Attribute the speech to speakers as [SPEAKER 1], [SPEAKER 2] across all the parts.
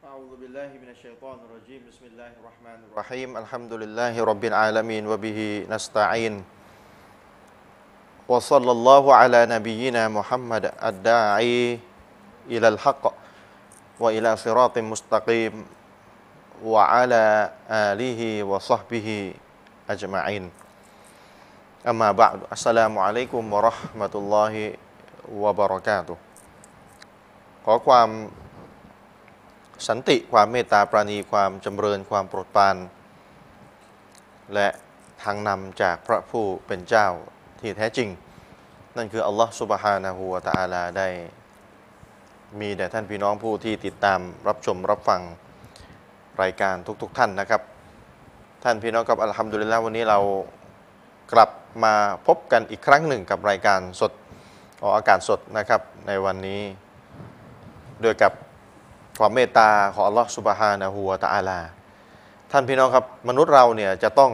[SPEAKER 1] أعوذ بالله من الشيطان الرجيم بسم الله الرحمن الرحيم الحمد لله رب العالمين وبه نستعين وصلى الله على نبينا محمد الداعي إلى الحق وإلى صراط مستقيم وعلى آله وصحبه أجمعين أما بعد السلام عليكم ورحمة الله وبركاته ขอความสันติความเมตตาปราณีความจำเริญความโปรดปราน และทางนำจากพระผู้เป็นเจ้าที่แท้จริง นั่นคืออัลลอฮ์สุบฮานะฮูวะตะอาลาได้ มีแด่ท่านพี่น้องผู้ที่ติดตามรับชมรับฟังรายการทุกๆทท่านนะครับ ท่านพี่น้องกับอัลฮัมดุลิลละวันนี้เรากลับมาพบกันอีกครั้งหนึ่งกับรายการสดออกอากาศสดนะครับในวันนี้ ด้วยกับความเมตตาของอัลลอฮ์สุบฮานะฮูวะตะอาลา ท่านพี่น้องครับ มนุษย์เราเนี่ยจะต้อง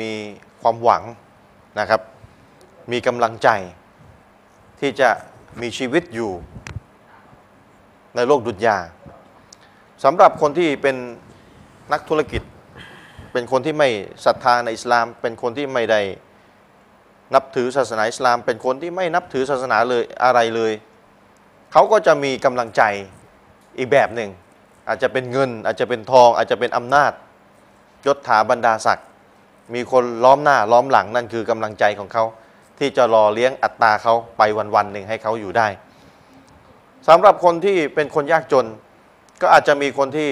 [SPEAKER 1] มีความหวังนะครับ มีกำลังใจ ที่จะมีชีวิตอยู่ในโลกดุจยาสำหรับคนที่เป็นนักธุรกิจ เป็นคนที่ไม่ศรัทธาในอิสลาม เป็นคนที่ไม่ได้นับถือศาสนาอิสลาม เป็นคนที่ไม่นับถือศาสนาเลยอะไรเลย เขาก็จะมีกำลังใจอีกแบบหนึ่ง อาจจะเป็นเงิน อาจจะเป็นทอง อาจจะเป็นอำนาจยศถาบรรดาศักดิ์มีคนล้อมหน้าล้อมหลังนั่นคือกำลังใจของเขา ที่จะรอเลี้ยงอัตราเขาไปวันวันๆหนึ่งให้เขาอยู่ได้สำหรับคนที่เป็นคนยากจน ก็อาจจะมีคนที่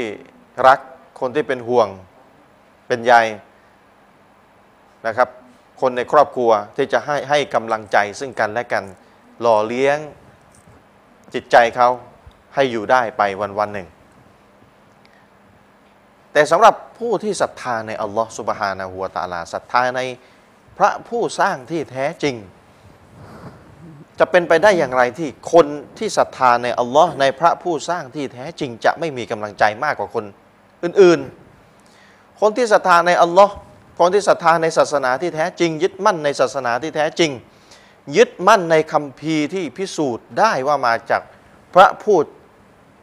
[SPEAKER 1] รักคนที่เป็นห่วงเป็นใยนะครับ คนในครอบครัวที่จะให้ให้กำลังใจซึ่งกันและกันหล่อเลี้ยง จิตใจเขาให้อยู่ได้ไปวันวันๆหนึ่ง แต่สำหรับผู้ที่ศรัทธาในอัลลอฮ์สุบฮานะฮูวะตะอาลาศรัทธาในพระผู้สร้างที่แท้จริง จะเป็นไปได้อย่างไรที่คนที่ศรัทธาในอัลลอฮ์ในพระผู้สร้างที่แท้จริง จะไม่มีกำลังใจมากกว่าคนอื่นๆ คนที่ศรัทธาในอัลลอฮ์คนที่ศรัทธาในศาสนาที่แท้จริง ยึดมั่นในศาสนาที่แท้จริง ยึดมั่นในคำพีร์ที่พิสูจน์ได้ว่ามาจากพระผู้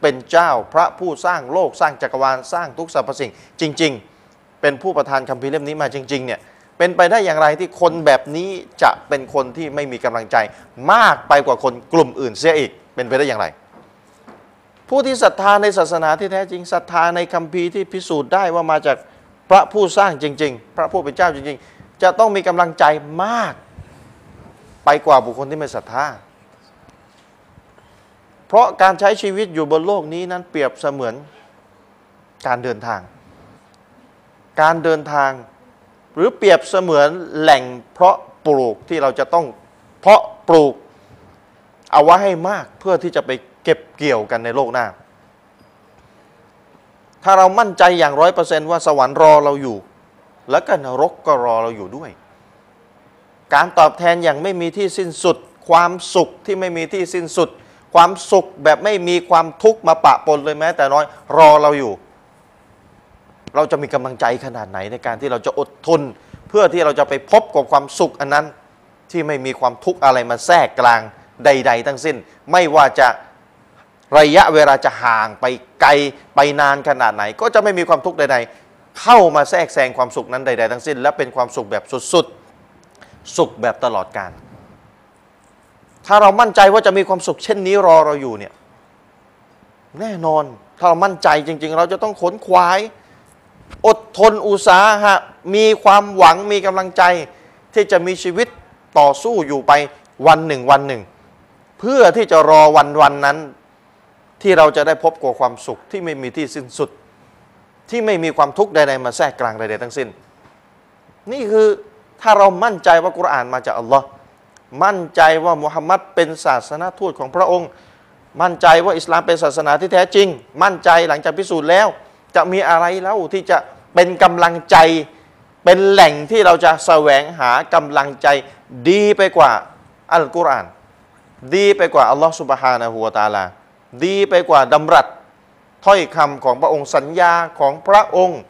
[SPEAKER 1] เป็นเจ้า พระผู้สร้างโลกสร้างจักรวาลสร้างทุกสรรพสิ่ง จริง ๆ เป็นผู้ประทานคำพีร์เล่มนี้มาจริง ๆ เนี่ย เป็นไปได้อย่างไรที่คนแบบนี้จะเป็นคนที่ไม่มีกำลังใจ มากไปกว่าคนกลุ่มอื่นเสียอีก เป็นไปได้อย่างไร ผู้ที่ศรัทธาในศาสนาที่แท้จริงศรัทธาในคำพีร์ที่พิสูจน์ได้ว่ามาจากพระผู้สร้างจริง ๆ พระผู้เป็นเจ้าจริง ๆ จะต้องมีกำลังใจมาก ไปกว่าบุคคลที่ไม่ศรัทธา เพราะการใช้ชีวิตอยู่บนโลกนี้นั้นเปรียบเสมือนการเดินทาง การเดินทาง หรือเปรียบเสมือนแหล่งเพาะปลูกที่เราจะต้องเพาะปลูก เอาไว้ให้มากเพื่อที่จะไปเก็บเกี่ยวกันในโลกหน้า ถ้าเรามั่นใจอย่างร้อยเปอร์เซนต์ว่าสวรรค์รอเราอยู่ แล้วก็นรกก็รอเราอยู่ด้วย การตอบแทนอย่างไม่มีที่สิ้นสุด ความสุขที่ไม่มีที่สิ้นสุด ความสุขแบบไม่มีความทุกข์มาปะปนเลยแม้ แต่น้อยรอเราอยู่ เราจะมีกำลังใจขนาดไหนในการที่เราจะอดทน เพื่อที่เราจะไปพบกับความสุขอันนั้น ที่ไม่มีความทุกข์อะไรมาแทรกกลางใด ๆ ทั้งสิ้น ไม่ว่าจะระยะเวลาจะห่างไปไกลไปนานขนาดไหน ก็จะไม่มีความทุกข์ใด ๆ เข้ามาแทรกแซงความสุขนั้นใด ๆ ทั้งสิ้น และเป็นความสุขแบบสุดๆ สุขแบบตลอดการ ถ้าเรามั่นใจว่าจะมีความสุขเช่นนี้รอเราอยู่เนี่ย แน่นอน ถ้าเรามั่นใจจริง ๆ เราจะต้องขนขวาย อดทนอุตสาหะ มีความหวัง มีกำลังใจ ที่จะมีชีวิตต่อสู้อยู่ไปวันหนึ่งวันหนึ่ง เพื่อที่จะรอวันวันนั้น ที่เราจะได้พบกับความสุขที่ไม่มีที่สิ้นสุด ที่ไม่มีความทุกข์ใดๆมาแทรกกลางใดๆทั้งสิ้น นี่คือถ้าเรามั่นใจว่ากุรอานมาจากอัลลอฮ์มั่นใจว่ามุฮัมมัดเป็นศาสนาทูตของพระองค์ มั่นใจว่าอิสลามเป็นศาสนาที่แท้จริง มั่นใจหลังจากพิสูจน์แล้ว จะมีอะไรแล้วที่จะเป็นกำลังใจ เป็นแหล่งที่เราจะแสวงหากำลังใจดีไปกว่าอัลกุรอาน ดีไปกว่าอัลลอฮ์สุบฮานะฮูวะตะอาลา ดีไปกว่าดำรัสถ้อยคำของพระองค์สัญญาของพระองค์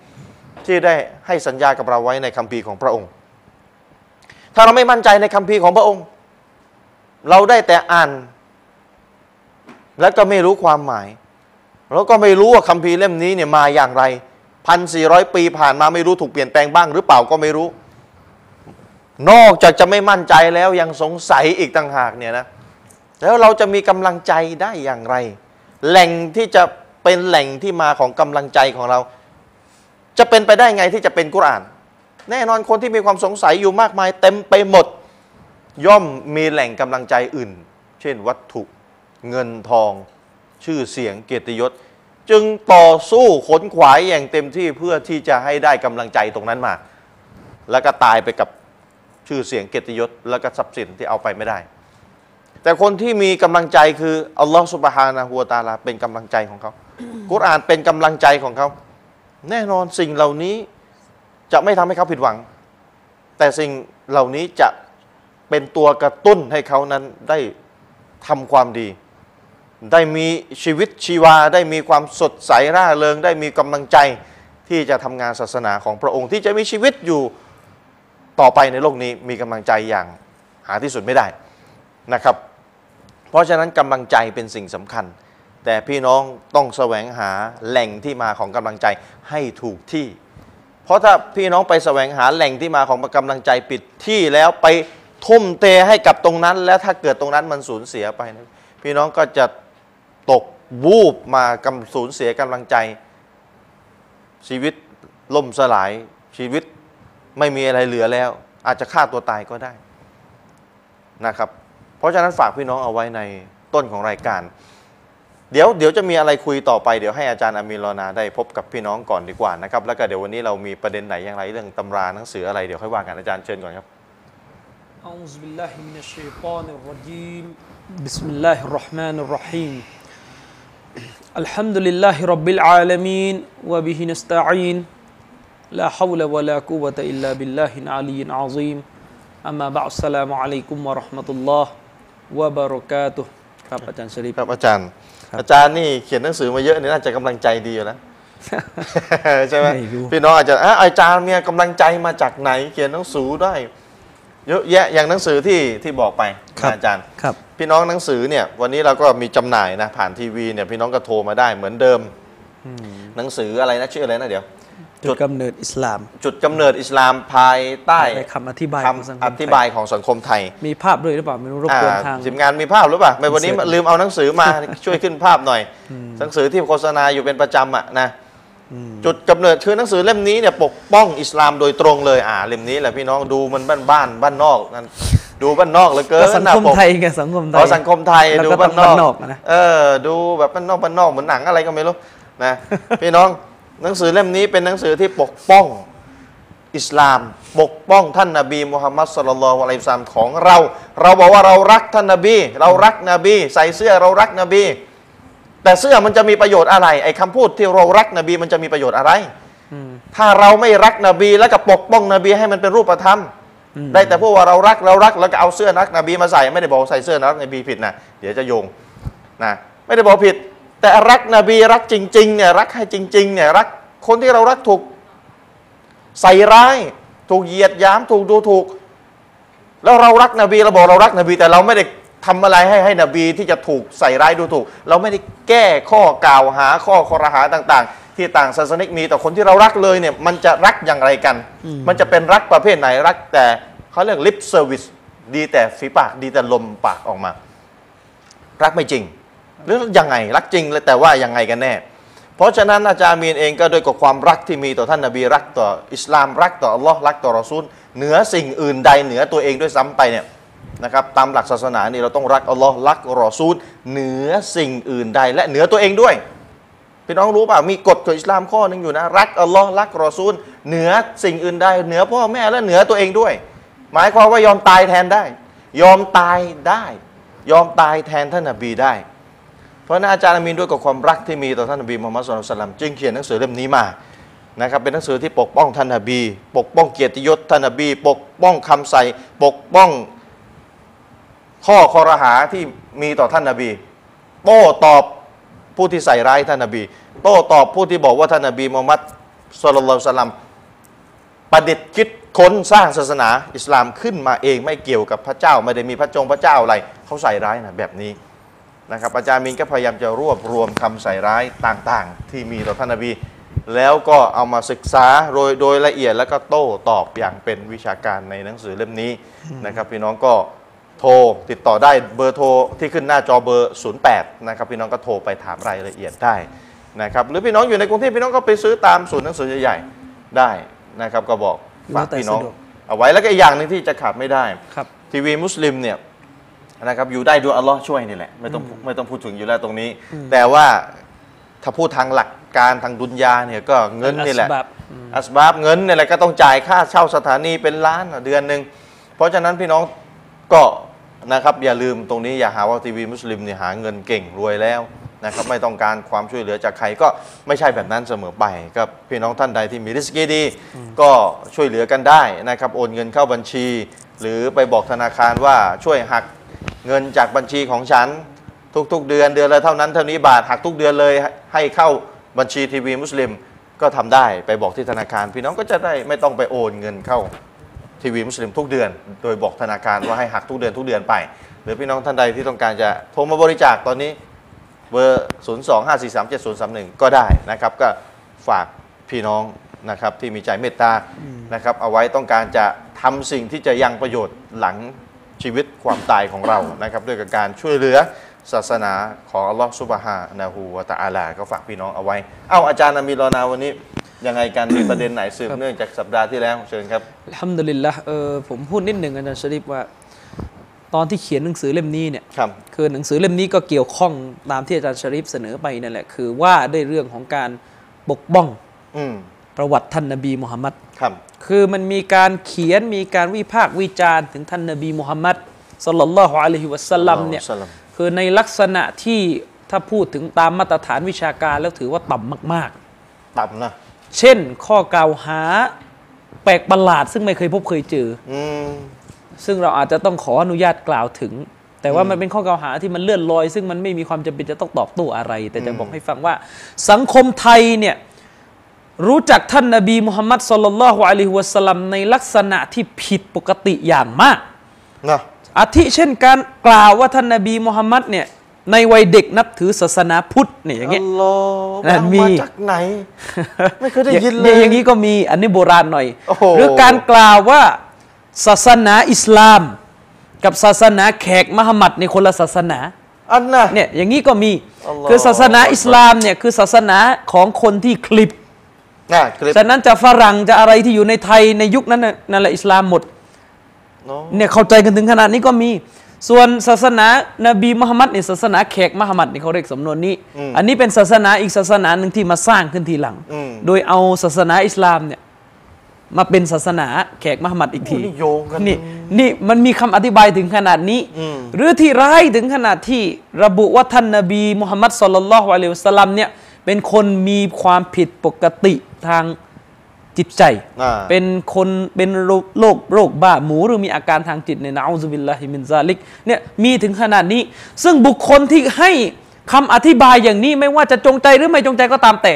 [SPEAKER 1] ที่ได้ให้สัญญากับเราไว้ในคัมภีร์ของพระองค์ ถ้าเราไม่มั่นใจในคัมภีร์ของพระองค์ เราได้แต่อ่าน และก็ไม่รู้ความหมาย แล้วก็ไม่รู้ว่าคัมภีร์เล่มนี้เนี่ยมาอย่างไรพันสี่ร้อยปีผ่านมาไม่รู้ถูกเปลี่ยนแปลงบ้างหรือเปล่าก็ไม่รู้ นอกจากจะไม่มั่นใจแล้วยังสงสัยอีกต่างหากเนี่ยนะ แล้วเราจะมีกำลังใจได้อย่างไร แหล่งที่จะเป็นแหล่งที่มาของกำลังใจของเรา จะเป็นไปได้ไงที่จะเป็นกุรอาน แน่นอนคนที่มีความสงสัยอยู่มากมาย เต็มไปหมด ย่อมมีแหล่งกำลังใจอื่น เช่นวัตถุเงินทอง ชื่อเสียงเกียรติยศ จึงต่อสู้ขนขวายอย่างเต็มที่เพื่อที่จะให้ได้กำลังใจตรงนั้นมา แล้วก็ตายไปกับชื่อเสียงเกียรติยศ แล้วก็ทรัพย์สินที่เอาไปไม่ได้ แต่คนที่มีกำลังใจคืออัลลอฮฺสุบฮานะฮูวะตะอาลาเป็นกำลังใจของเขา กุรอานเป็นกำลังใจของเขา แน่นอนสิ่งเหล่านี้จะไม่ทำให้เขาผิดหวัง แต่สิ่งเหล่านี้จะเป็นตัวกระตุ้นให้เขานั้นได้ทำความดี ได้มีชีวิตชีวา ได้มีความสดใสร่าเริง ได้มีกำลังใจที่จะทำงานศาสนาของพระองค์ ที่จะมีชีวิตอยู่ต่อไปในโลกนี้มีกำลังใจอย่างหาที่สุดไม่ได้นะครับ เพราะฉะนั้นกำลังใจเป็นสิ่งสำคัญ แต่พี่น้องต้องแสวงหาแหล่งที่มาของกำลังใจให้ถูกที่ เพราะถ้าพี่น้องไปแสวงหาแหล่งที่มาของกำลังใจปิดที่แล้วไปทุ่มเทให้กับตรงนั้น แล้วถ้าเกิดตรงนั้นมันสูญเสียไปนะพี่น้องก็จะตกวูบมากำสูญเสียกำลังใจ ชีวิตล่มสลายชีวิตไม่มีอะไรเหลือแล้ว อาจจะฆ่าตัวตายก็ได้ นะครับ เพราะฉะนั้นฝากพี่น้องเอาไว้ในต้นของรายการ เดี๋ยวเดี๋ยวจะมีอะไรคุยต่อไปเดี๋ยวให้อาจารย์อามีนรอนาได้พบกับพี่น้องก่อนดีกว่านะครับแล้วก็เดี๋ยววันนี้เรามีประเด็นไหนอย่างไรเรื่องตำราหนังสืออะไรเดี๋ยวค่อยว่ากันอาจารย์เชิญก่อนครับ
[SPEAKER 2] أعوذ بالله من الشيطان الرجيم بسم الله الرحمن الرحيم الحمد لله رب العالمين وبه نستعين لا حول ولا قوة إلا بالله العلي العظيم أما بعد السلام عليكم ورحمة الله وبركاته ครับอาจารย์ชริป
[SPEAKER 1] ครับอาจารย์ อาจารย์นี่เขียนหนังสือมาเยอะเนี่ยน่าจะกำลังใจดีอยู่แล้ว ใช่ไหม
[SPEAKER 2] ไม่รู้
[SPEAKER 1] พี่น้องอาจจะอ่ะอาจารย์เนี่ยกำลังใจมาจากไหน เขียนหนังสือได้เยอะแยะอย่างหนังสือที่ที่บอกไปนะอาจารย์
[SPEAKER 2] ครับ
[SPEAKER 1] พี่น้องหนังสือเนี่ยวันนี้เราก็มีจำหน่ายนะผ่านทีวีเนี่ยพี่น้องก็โทรมาได้เหมือนเดิม หนังสืออะไรนะชื่ออะไรนะเดี๋ยว จุ
[SPEAKER 2] จุ
[SPEAKER 1] ด
[SPEAKER 2] ดกำเนิดอิสลาม
[SPEAKER 1] จุดกำเนิดอิสลามภายใต้
[SPEAKER 2] ในคำอธิบายของสังคม
[SPEAKER 1] คำอธิบายของสังคมไทย
[SPEAKER 2] ไทยมีภาพด้วยหรือเปล่าไม่รู้รบกวนทาง
[SPEAKER 1] อ่าทีมงานมีภาพหรือเปล่าไม่วันนี้
[SPEAKER 2] เสร็จ
[SPEAKER 1] ลืมเอาหนังสือมา ช่วยขึ้นภาพหน่อยหนังสือที่โฆษณาอยู่เป็นประจำอ่ะนะจุดกำเนิดคือหนังสือเล่มนี้เนี่ยปกป้องอิสลามโดยตรงเลยอ่าเล่มนี้แหละพี่น้องดูมันบ้านบ้านๆบ้านนอกนั่นดูบ้านนอกเหลือเกิน
[SPEAKER 2] ก็สังคม
[SPEAKER 1] หน้าปก
[SPEAKER 2] ไทยไงสังคมไท
[SPEAKER 1] อ๋
[SPEAKER 2] ย
[SPEAKER 1] อสังคมไทย
[SPEAKER 2] แล้ว
[SPEAKER 1] ดู
[SPEAKER 2] ก็
[SPEAKER 1] บ้านน
[SPEAKER 2] ต้องบ้านนอ
[SPEAKER 1] อก ก
[SPEAKER 2] อะนะ
[SPEAKER 1] เออดูแบบบ้านนอกบ้านนอกเหมือนหนังอะไรก็ไม่รู้นะ พี่น้องหนังสือเล่มนี้เป็นหนังสือที่ปกป้องอิสลาม ปกป้องท่านนบีมุฮัมมัดสลลัลลอฮุอะลัยฮิวะซัลลัมของเรา เราบอกว่าเรารักท่านนบี เรารักนบี ใส่เสื้อเรารักนบี แต่เสื้อมันจะมีประโยชน์อะไรไอ้คำพูดที่เรารักนบีมันจะมีประโยชน์อะไร
[SPEAKER 2] อืม
[SPEAKER 1] ถ้าเราไม่รักนบีแล้วก็ปกป้องนบีให้มันเป็นรูปธรรม
[SPEAKER 2] อืม
[SPEAKER 1] ได้แต่พูดว่าเรารักเรารักแล้วก็เอาเสื้อนักนบีมาใส่ไม่ได้บอกว่าใส่เสื้อนักนบีผิดนะเดี๋ยวจะโยงนะไม่ได้บอกผิด แต่รักนบีรักจริงๆเนี่ยรักให้จริงๆเนี่ยรักคนที่เรารักถูกใส่ร้าย ถูกเหยียดหยามถูกดูถูก แล้วเรารักนบีเราบอกเรารักนบี แต่เราไม่ได้ทำอะไรให้ให้นบีที่จะถูกใส่ร้ายดูถูก เราไม่ได้แก้ข้อกล่าวหาข้อคอรหาต่าง ๆ ที่ต่างศาสนิกมีต่อคนที่เรารักเลยเนี่ยมันจะรักอย่างไรกัน มันจะเป็นรักประเภทไหนรักแต่เขาเรียกลิปเซอร์วิสดีแต่ฝีปากดีแต่ลมปากออกมา รักไม่จริง หรือยังไงรักจริงเลยแต่ว่ายังไงกันแน่ เพราะฉะนั้นอาจารย์มีนเองก็ด้วยกับความรักที่มีต่อท่านนบีรักต่ออิสลามรักต่ออัลลอฮ์รักต่อรอซูลเหนือสิ่งอื่นใดเหนือตัวเองด้วยซ้ำไปเนี่ยนะครับตามหลักศาสนานี่เราต้องรักอัลลอฮ์รักรอซูลเหนือสิ่งอื่นใด และเหนือตัวเองด้วยพี่น้องรู้เปล่ามีกฎของอิสลามข้อหนึ่งอยู่นะรักอัลลอฮ์รักรอซูลเหนือสิ่งอื่นใดเหนือพ่อแม่และเหนือตัวเองด้วย หมายความว่ายอมตายแทนได้ ยอมตายได้ ยอมตายแทนท่านนบีได้ เพราะฉะนั้นอาจารย์อามีนด้วยกับความรักที่มีต่อท่านนบีมุฮัมมัดสุลตัลลัมจึงเขียนหนังสือเล่มนี้มานะครับเป็นหนังสือที่ปกป้องท่านนบี ปกป้องเกียรติยศท่านนบี ปกป้องคำใส่ปกป้องข้อคอรหาที่มีต่อท่านนบีโต้ตอบผู้ที่ใส่ร้ายท่านนบีโต้ตอบผู้ที่บอกว่าท่านนบีมุฮัมมัดสุลตัลลัมประดิษฐ์คิดค้นสร้างศาสนาอิสลามขึ้นมาเองไม่เกี่ยวกับพระเจ้าไม่ได้มีพระจงพระเจ้าอะไรเขาใส่ร้ายนะแบบนี้ นะครับอาจารย์มินก็พยายามจะรวบรวมคำใส่ร้ายต่างๆ ที่มีต่อท่านนบี แล้วก็เอามาศึกษาโดยโดยละเอียดแล้วก็โต้ตอบอย่างเป็นวิชาการในหนังสือเล่มนี้นะครับพี่น้องก็โทรติดต่อได้เบอร์โทรที่ขึ้นหน้าจอเบอร์ 08 นะครับพี่น้องก็โทรไปถามรายละเอียดได้นะครับหรือพี่น้องอยู่ในกรุงเทพพี่น้องก็ไปซื้อตามศูนย์หนังสือใหญ่ๆได้นะครับก็บอกฝากพี่น้อง
[SPEAKER 2] แล้วแต่สะดวก
[SPEAKER 1] เอาไว้แล้วก็อีกอย่างหนึ่งที่จะขาดไม่ได้
[SPEAKER 2] ครับ
[SPEAKER 1] ทีวีมุสลิมเนี่ยนะครับอยู่ได้ด้วยอัลลอฮ์ช่วยนี่แหละไม่ต้องไม่ต้องพูดถึงอยู่แล้วตรงนี้ แต่ว่าถ้าพูดทางหลักการทางดุนยาเนี่ยก็เงินนี่แหละ
[SPEAKER 2] อัสบับ
[SPEAKER 1] อัสบับเงินนี่แหละก็ต้องจ่ายค่าเช่าสถานีเป็นล้านอ่ะเดือนหนึ่งเพราะฉะนั้นพี่น้องก็นะครับอย่าลืมตรงนี้อย่าหาว่าทีวีมุสลิมเนี่ยหาเงินเก่งรวยแล้วนะครับไม่ต้องการความช่วยเหลือจากใครก็ไม่ใช่แบบนั้นเสมอไปครับพี่น้องท่านใดที่มีริสกีดี ก็ช่วยเหลือกันได้นะครับโอนเงินเข้าบัญชี หรือไปบอกธนาคารว่าช่วยหักเงินจากบัญชีของฉัน ทุกๆ เดือนเดือนละเท่านั้นเท่านี้บาทหักทุกเดือนเลยให้เข้าบัญชีทีวีมุสลิมก็ทำได้ไปบอกที่ธนาคาร พี่น้องก็จะได้ไม่ต้องไปโอนเงินเข้าทีวีมุสลิมทุกเดือน โดยบอกธนาคารว่าให้หักทุกเดือนทุกเดือนไป หรือพี่น้องท่านใดที่ต้องการจะโทรมาบริจาคตอนนี้ เบอร์ 0 2 5 4 3 7 0 3 1 ก็ได้นะครับ ก็ฝากพี่น้องนะครับที่มีใจเมตตานะครับ เอาไว้ต้องการจะทำสิ่งที่จะยังประโยชน์หลังชีวิตความตายของเรานะครับด้วยกับการช่วยเหลือศาสนาของอัลลอฮ์ซุบฮานะฮูวะตะอาลา ก็ฝากพี่น้องเอาไว้ เอ้าอาจารย์อามีรอนาวันนี้ ยังไงกัน มีประเด็นไหนสืบเนื่องจากสัปดาห์ที่แล้วเชิญครับ
[SPEAKER 2] อัลฮัมดุลิลละเออผมพูดนิดหนึ่งอาจารย์ชริปว่า ตอนที่เขียนหนังสือเล่มนี้เนี่ย
[SPEAKER 1] ครับ
[SPEAKER 2] คือหนังสือเล่มนี้ก็เกี่ยวข้องตามที่อาจารย์ชริปเสนอไปนั่นแหละ คือว่าด้วยเรื่องของการปกป้อง
[SPEAKER 1] อืม
[SPEAKER 2] ประวัติท่านนบีมูฮัมมัด
[SPEAKER 1] ครับ
[SPEAKER 2] คือมันมีการเขียนมีการวิพากษ์วิจารณ์ถึงท่านนบีมูฮัมมัดสลลัลลอฮุอะลัยฮิวะสัลลัมเนี่ย
[SPEAKER 1] อัลลอฮุอะลัยฮิวะสัลลัม
[SPEAKER 2] คือในลักษณะที่ถ้าพูดถึงตามมาตรฐานวิชาการแล้วถือว่าต่ำมาก
[SPEAKER 1] ต่ำนะ
[SPEAKER 2] ๆ เช่น ข้อกล่าวหาแปลกประหลาด ซึ่งไม่เคยพบเคยเจอ
[SPEAKER 1] อืม
[SPEAKER 2] ซึ่งเราอาจจะต้องขออนุญาตกล่าวถึง แต่ว่ามันเป็นข้อกล่าวหาที่มันเลื่อนลอย ซึ่งมันไม่มีความจำเป็นจะต้องตอบโต้อะไร แต่จะบอกให้ฟังว่า สังคมไทยเนี่ย รู้จักท่านนบีมุฮัมมัดสลลัลลอฮุอะลัยฮิวะสัลลัมในลักษณะที่ผิดปกติอย่างมาก
[SPEAKER 1] นะ
[SPEAKER 2] อาทิเช่นการกล่าวว่าท่านนบีมุฮัมมัดเนี่ยในวัยเด็กนับถือศาสนาพุทธเนี่ยอย่างเงี้ย
[SPEAKER 1] อัลลอฮ์
[SPEAKER 2] นั่นมี
[SPEAKER 1] มาจากไหน ไม่เคยได้ยินเลย
[SPEAKER 2] อาอย่างนี้ก็มีอันนี้โบราณหน่อย
[SPEAKER 1] โอ้โห
[SPEAKER 2] หรือการกล่าวว่าศาสนาอิสลาม กับศาสนาแขกมหมัดในยคนละศาสนา
[SPEAKER 1] อันน่ะ
[SPEAKER 2] เนี่ยอย่างนี้ก็มี
[SPEAKER 1] อัลลอฮ์
[SPEAKER 2] คือศาสนาอิสลามเนี่ยคือศาสนาของคนที่คลิป
[SPEAKER 1] น่ะคลิป
[SPEAKER 2] ฉะนั้นจะฝรั่งจะอะไรที่อยู่ในไทยในยุคนั้นน่ะนั่นแหละอิสลามหมด
[SPEAKER 1] เนาะ
[SPEAKER 2] เนี่ยเข้าใจกันถึงขนาดนี้ก็มี ส่วนศาสนานบีมุฮัมมัดเนี่ยศาสนาแขกมุฮัมมัดนี่เขาเรียกสำนวนนี้ อันนี้เป็นศาสนาอีกศาสนาหนึ่งที่มาสร้างขึ้นทีหลัง โดยเอาศาสนาอิสลามเนี่ยมาเป็นศาสนาแขกมุฮัมมัดอีกที
[SPEAKER 1] นี่โยงกัน
[SPEAKER 2] นี่นี่มันมีคำอธิบายถึงขนาดนี้ หรือที่ร้ายถึงขนาดที่ระบุว่าท่านนบีมุฮัมมัดสลลัลลอฮุอะลัยฮิวะสัลลัมเนี่ยเป็นคนมีความผิดปกติทางจิตใจ
[SPEAKER 1] อ่า
[SPEAKER 2] เป็นคนเป็นโรคโรคโรคบ้าหมูหรือมีอาการทางจิตเนี่ยนะอูซุบิลลาฮิมินซาลิกเนี่ยมีถึงขนาดนี้ ซึ่งบุคคลที่ให้คำอธิบายอย่างนี้ไม่ว่าจะจงใจหรือไม่จงใจก็ตามแต่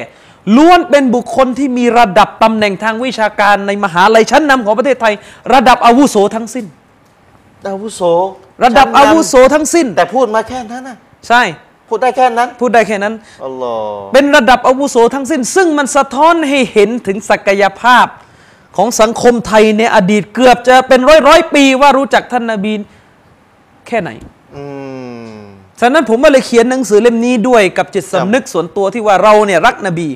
[SPEAKER 2] ล้วนเป็นบุคคลที่มีระดับตำแหน่งทางวิชาการในมหาลัยชั้นนำของประเทศไทย ระดับอาวุโสทั้งสิ้น
[SPEAKER 1] อาวุโส
[SPEAKER 2] ระดับ
[SPEAKER 1] ชั้นนำ
[SPEAKER 2] อาวุโสทั้งสิ้น
[SPEAKER 1] แต่พูดมาแค่นั้นนะ
[SPEAKER 2] ใช่
[SPEAKER 1] พูดได้แค่นั้น
[SPEAKER 2] พูดได้แค่นั้น
[SPEAKER 1] อัลลอฮ์
[SPEAKER 2] เป็นระดับอาวุโสทั้งสิ้น ซึ่งมันสะท้อนให้เห็นถึงศักยภาพของสังคมไทยในอดีตเกือบจะเป็นร้อยร้อยๆปีว่ารู้จักท่านนาบีแค่ไหน
[SPEAKER 1] อืม
[SPEAKER 2] ฉะนั้นผมก็เลยเขียนหนังสือเล่มนี้ด้วยกับจิตสำนึกส่วนตัวที่ว่าเราเนี่ยรักนบี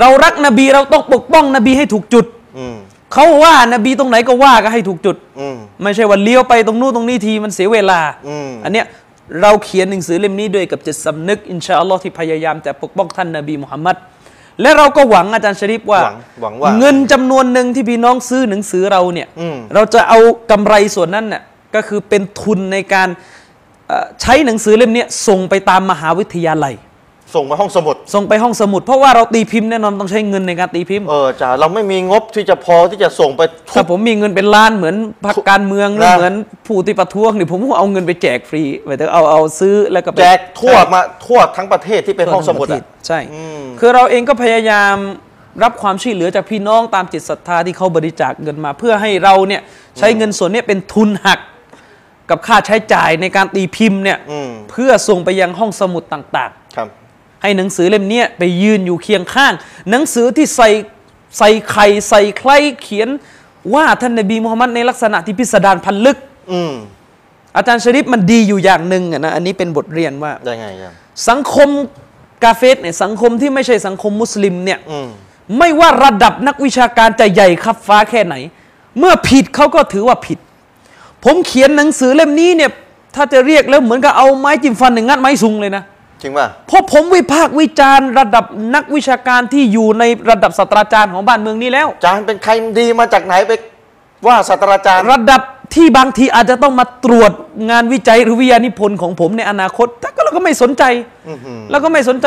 [SPEAKER 2] เรารักนบีเราต้องปกป้องนบีให้ถูกจุด
[SPEAKER 1] อืม
[SPEAKER 2] เขาว่านบีตรงไหนก็ว่าก็ให้ถูกจุด
[SPEAKER 1] อืม
[SPEAKER 2] ไม่ใช่ว่าเลี้ยวไปตรงนู้นตรงนี้ทีมันเสียเวลา
[SPEAKER 1] อืม
[SPEAKER 2] นเนี้ยเราเขียนหนังสือเล่มนี้ด้วยกับจิตสำนึกอินชาอัลลอฮ์ที่พยายามจะปกป้องท่านนบีมุฮัมมัดและเราก็หวังอาจารย์ชริปว่า
[SPEAKER 1] หวังหวังว่า
[SPEAKER 2] เงินจำนวนหนึ่งที่พี่น้องซื้อหนังสือเราเนี่ย
[SPEAKER 1] อืม
[SPEAKER 2] เราจะเอากำไรส่วนนั้นน่ะก็คือเป็นทุนในการเอ่อใช้หนังสือเล่มเนี้ยส่งไปตามมหาวิทยาลัย
[SPEAKER 1] ส่งมาห้องสมุด
[SPEAKER 2] ส่งไปห้องสมุด เพราะว่าเราตีพิมพ์แน่นอนต้องใช้เงินในการตีพิมพ์
[SPEAKER 1] เออจ้าเราไม่มีงบที่จะพอที่จะส่งไปทุ
[SPEAKER 2] ถ้าก ผมมีเงินเป็นล้านเหมือนพรรคการเมืองหรือ
[SPEAKER 1] นะ
[SPEAKER 2] เหมือนผู้ที่ประท้วงนี่ผมก็เอาเงินไปแจกฟรีหมายถึงเอาเอาซื้อแล้วก็ไป
[SPEAKER 1] แจกทั่วมาทั่วทั้งประเทศที่เป็นห้องสมุด
[SPEAKER 2] ทั่วทั้
[SPEAKER 1] อ่ะ
[SPEAKER 2] ประเทศใช่
[SPEAKER 1] อืม
[SPEAKER 2] คือเราเองก็พยายามรับความช่วยเหลือจากพี่น้องตามจิตศรัทธาที่เขาบริจาคเงินมา เพื่อให้เราเนี่ยใช้เงินส่วนเนี้เป็นทุนหัก กับค่าใช้จ่ายในการตีพิมพ์เนี่ย
[SPEAKER 1] อืม
[SPEAKER 2] เพื่อส่งไปยังห้องสมุดต่าง
[SPEAKER 1] ครับ
[SPEAKER 2] ๆ ให้หนังสือเล่มเนี้ยไปยืนอยู่เคียงข้าง หนังสือที่ใส่ใส่ไข่ใส่ใครเขียนว่าท่านนบีมูฮัมมัดในลักษณะที่พิสดารพันลึก
[SPEAKER 1] อืม
[SPEAKER 2] อาจารย์ชริปมันดีอยู่อย่างหนึ่งอะนะอันนี้เป็นบทเรียนว่า
[SPEAKER 1] ได้ไงครับ
[SPEAKER 2] สังคมกาเฟสเนี่ยสังคมที่ไม่ใช่สังคมมุสลิมเนี่ย
[SPEAKER 1] อืม
[SPEAKER 2] ไม่ว่าระดับนักวิชาการจะใหญ่ครับฟ้าแค่ไหน เมื่อผิดเขาก็ถือว่าผิด ผมเขียนหนังสือเล่มนี้เนี่ย ถ้าจะเรียกแล้วเหมือนกับเอาไม้จิ้มฟันหนึ่งงัดไม้ซุงเลยนะ
[SPEAKER 1] จริงป่ะ
[SPEAKER 2] เพราะผมวิพากษ์วิจารณ์ระดับนักวิชาการที่อยู่ในระดับศาสตราจารย์ของบ้านเมืองนี้แล้ว
[SPEAKER 1] อาจารย์เป็นใครดีมาจากไหนไปว่าศาสตราจารย์
[SPEAKER 2] ระดับที่บางทีอาจจะต้องมาตรวจงานวิจัยหรือวิทยานิพนธ์ของผมในอนาคตแต่ก็เราก็ไม่สนใจ แล้วก็ไม่สนใจ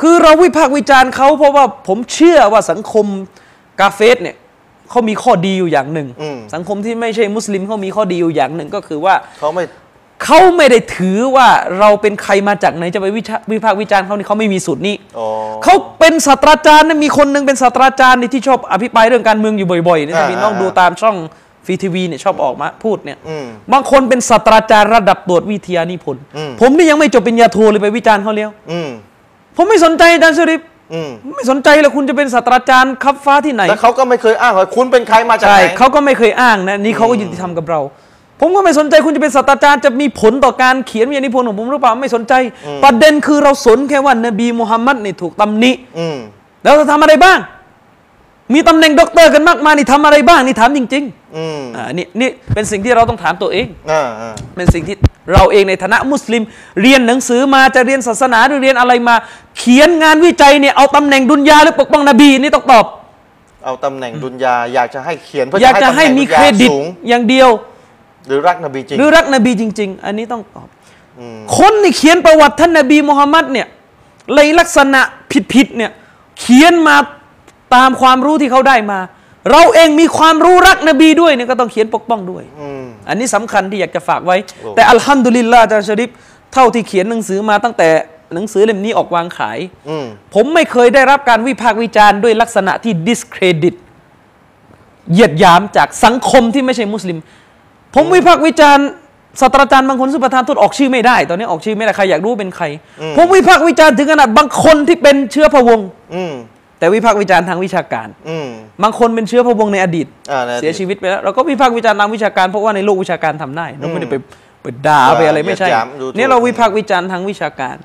[SPEAKER 2] คือเราวิพากษ์วิจารณ์เขาเพราะว่าผมเชื่อว่าสังคมกาเฟสเนี่ยเขามีข้อดีอยู่อย่างหนึ่ง
[SPEAKER 1] อืม
[SPEAKER 2] สังคมที่ไม่ใช่มุสลิมเขามีข้อดีอยู่อย่างหนึ่งก็คือว่า
[SPEAKER 1] เขาไม่
[SPEAKER 2] เขาไม่ได้ถือว่าเราเป็นใครมาจากไหนจะไปวิชาวิพากษ์วิจารณ์เขานี่เขาไม่มีสูตรนี้
[SPEAKER 1] อ๋อ
[SPEAKER 2] เขาเป็นศาสตราจารย์นะมีคนหนึ่งเป็นศาสตราจารย์นี่ที่ชอบอภิปรายเรื่องการเมืองอยู่บ่อยๆเนี่ย
[SPEAKER 1] อ่า
[SPEAKER 2] ถ้ามีน้อง
[SPEAKER 1] อ่า
[SPEAKER 2] ดูตามช่องฟรีทีวีเนี่ยชอบออกมาพูดเนี่ย
[SPEAKER 1] อืม
[SPEAKER 2] บางคนเป็นศาสตราจารย์ระดับตรวจวิทยานิพนธ์
[SPEAKER 1] อืม
[SPEAKER 2] ผมนี่ยังไม่จบปริญญาโทเลยไปวิจารณ์เขาแล้ว
[SPEAKER 1] อืม
[SPEAKER 2] ผมไม่สนใจอาจารย์ชริป
[SPEAKER 1] อืม
[SPEAKER 2] ไม่สนใจเลยคุณจะเป็นศาสตราจารย์คับฟ้าที่ไหน
[SPEAKER 1] แล้วเขาก็ไม่เคยอ้างว่าคุณเป็นใครมาจาก
[SPEAKER 2] ใช่
[SPEAKER 1] ไหน
[SPEAKER 2] เขาก็ไม่เคยอ้างนะนี่เขาก็ยุติธรรมกับเรา ผมก็ไม่สนใจคุณจะเป็นศาสตราจารย์จะมีผลต่อการเขียนวิทยานิพนธ์ของผมหรือเปล่าไม่สนใจ ประเด็นคือเราสนแค่ว่านบีมูฮัมมัดนี่ถูกตำหนิ
[SPEAKER 1] อืม
[SPEAKER 2] แล้วเราทำอะไรบ้าง มีตำแหน่งด็อกเตอร์กันมากมายนี่ทำอะไรบ้างนี่ถามจริง
[SPEAKER 1] อืม
[SPEAKER 2] ๆอ่านี่นี่เป็นสิ่งที่เราต้องถามตัวเอง
[SPEAKER 1] อ่าอ่า
[SPEAKER 2] เป็นสิ่งที่เราเองในฐานะมุสลิม เรียนหนังสือมาจะเรียนศาสนาหรือเรียนอะไรมา เขียนงานวิจัยเนี่ยเอาตำแหน่งดุนยาหรือปกป้องนบีนี่ต้องตอบ
[SPEAKER 1] เอาตำแหน่งดุนยาอยากจะให้เขียนเพื่ออย
[SPEAKER 2] อากจะให้
[SPEAKER 1] ตำน่ง
[SPEAKER 2] มี
[SPEAKER 1] ยา
[SPEAKER 2] เครดิต
[SPEAKER 1] สูง
[SPEAKER 2] อย่างเดียว
[SPEAKER 1] หรือรักนบีจริง
[SPEAKER 2] หรือรักนบีจริง ๆ อันนี้ต้องตอบ
[SPEAKER 1] อืม
[SPEAKER 2] คนนี่เขียนประวัติท่านนบีมูฮัมมัดเนี่ยในลักษณะผิดๆเนี่ยเขียนมาตามความรู้ที่เขาได้มา เราเองมีความรู้รักนบีด้วยเนี่ยก็ต้องเขียนปกป้องด้วย
[SPEAKER 1] อืม
[SPEAKER 2] อันนี้สำคัญที่อยากจะฝากไว้
[SPEAKER 1] โอ้
[SPEAKER 2] แต่อัลฮัมดุลิลลาฮ์อาจารย์ชริปเท่าที่เขียนหนังสือมาตั้งแต่หนังสือเล่มนี้ออกวางขาย
[SPEAKER 1] อืม
[SPEAKER 2] ผมไม่เคยได้รับการวิพากษ์วิจารณ์ด้วยลักษณะที่ discredit เหยียดหยามจากสังคมที่ไม่ใช่มุสลิม ผมวิพากษ์วิจารณ์ศาสตราจารย์บางคนสุประธานโทษออกชื่อไม่ได้ ตอนนี้ออกชื่อไม่ได้ใครอยากรู้เป็นใคร ผมวิพากษ์วิจารณ์ถึงขนาดบางคนที่เป็นเชื้อพระวงศ์
[SPEAKER 1] อืม
[SPEAKER 2] แต่วิพากษ์วิจารณ์ทางวิชาการ
[SPEAKER 1] อืม
[SPEAKER 2] บางคนเป็นเชื้อพระวงศ์ในอดีต
[SPEAKER 1] อ่าในอดีต
[SPEAKER 2] เสียชีวิตไปแล้วเราก็วิพากษ์วิจารณ์ทางวิชาการเพราะว่าในโลกวิชาการทำได้เราไม่ได้ไปไปด่า
[SPEAKER 1] ว่า
[SPEAKER 2] ไปอะไรไม่ใช่
[SPEAKER 1] เหยียดหยามดูถูก
[SPEAKER 2] เนี่ยเราวิพากษ์วิจารณ์ทางวิชาการ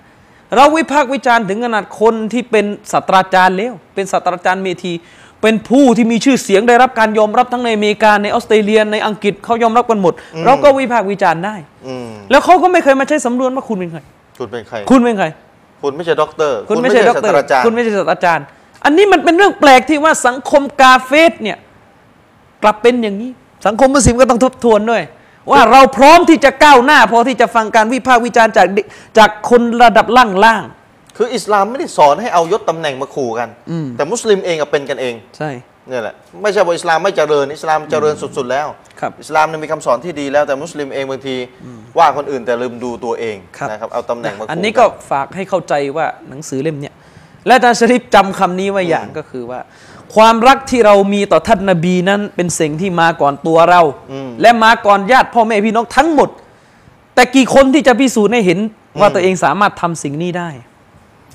[SPEAKER 2] เราวิพากษ์วิจารณ์ถึงขนาดคนที่เป็นศาสตราจารย์แล้วเป็นศาสตราจารย์เมธี เป็นผู้ที่มีชื่อเสียงได้รับการยอมรับทั้งในอเมริกาในออสเตรเลียในอังกฤษเขายอมรับกันหมด เราก็วิพากษ์วิจารณ์ได้
[SPEAKER 1] อืม
[SPEAKER 2] แล้วเขาก็ไม่เคยมาใช้สำนวนว่าคุณเป็นใคร
[SPEAKER 1] คุณเป็นใคร
[SPEAKER 2] คุณเป็นใคร
[SPEAKER 1] คุณไม่ใช่ด็อกเตอร์
[SPEAKER 2] คุณไม่ใช่ด็อกเตอร์
[SPEAKER 1] ศาสตาจารย์
[SPEAKER 2] คุณไม่ใช่ศาสตราจารย์ อันนี้มันเป็นเรื่องแปลกที่ว่าสังคมกาเฟสเนี่ยกลับเป็นอย่างนี้ สังคมมุสลิมก็ต้องทบทวนด้วย ว่าเราพร้อมที่จะก้าวหน้า พอที่จะฟังการวิพากษ์วิจารณ์จากเด็กจากคนระดับล่าง
[SPEAKER 1] คืออิสลามไม่ได้สอนให้เอายศตำแหน่งมาขู่กัน แต่มุสลิมเองก็เป็นกันเอง
[SPEAKER 2] ๆใช่
[SPEAKER 1] เนี่ยแหละไม่ใช่ว่าอิสลามไม่เจริญอิสลามเจริญสุด ๆ แล้ว
[SPEAKER 2] ครับ
[SPEAKER 1] อิสลามเนี่ยมีคำสอนที่ดีแล้วแต่มุสลิมเองบางทีว่าคนอื่นแต่ลืมดูตัวเอง
[SPEAKER 2] ครับ
[SPEAKER 1] นะครับเอาตำแหน่งมาขู่
[SPEAKER 2] อันนี้ก็ฝากให้เข้าใจว่าหนังสือเล่มเนี่ยและอาจารย์ชริปจำคำนี้ไว้อย่างก็คือว่า ความรักที่เรามีต่อท่านนบีนั้นเป็นสิ่งที่มาก่อนตัวเรา และมาก่อนญาติพ่อแม่พี่น้องทั้งหมด แต่กี่คนที่จะพิสูจน์ให้เห็นว่าตัวเองสามารถทำสิ่งนี้ได้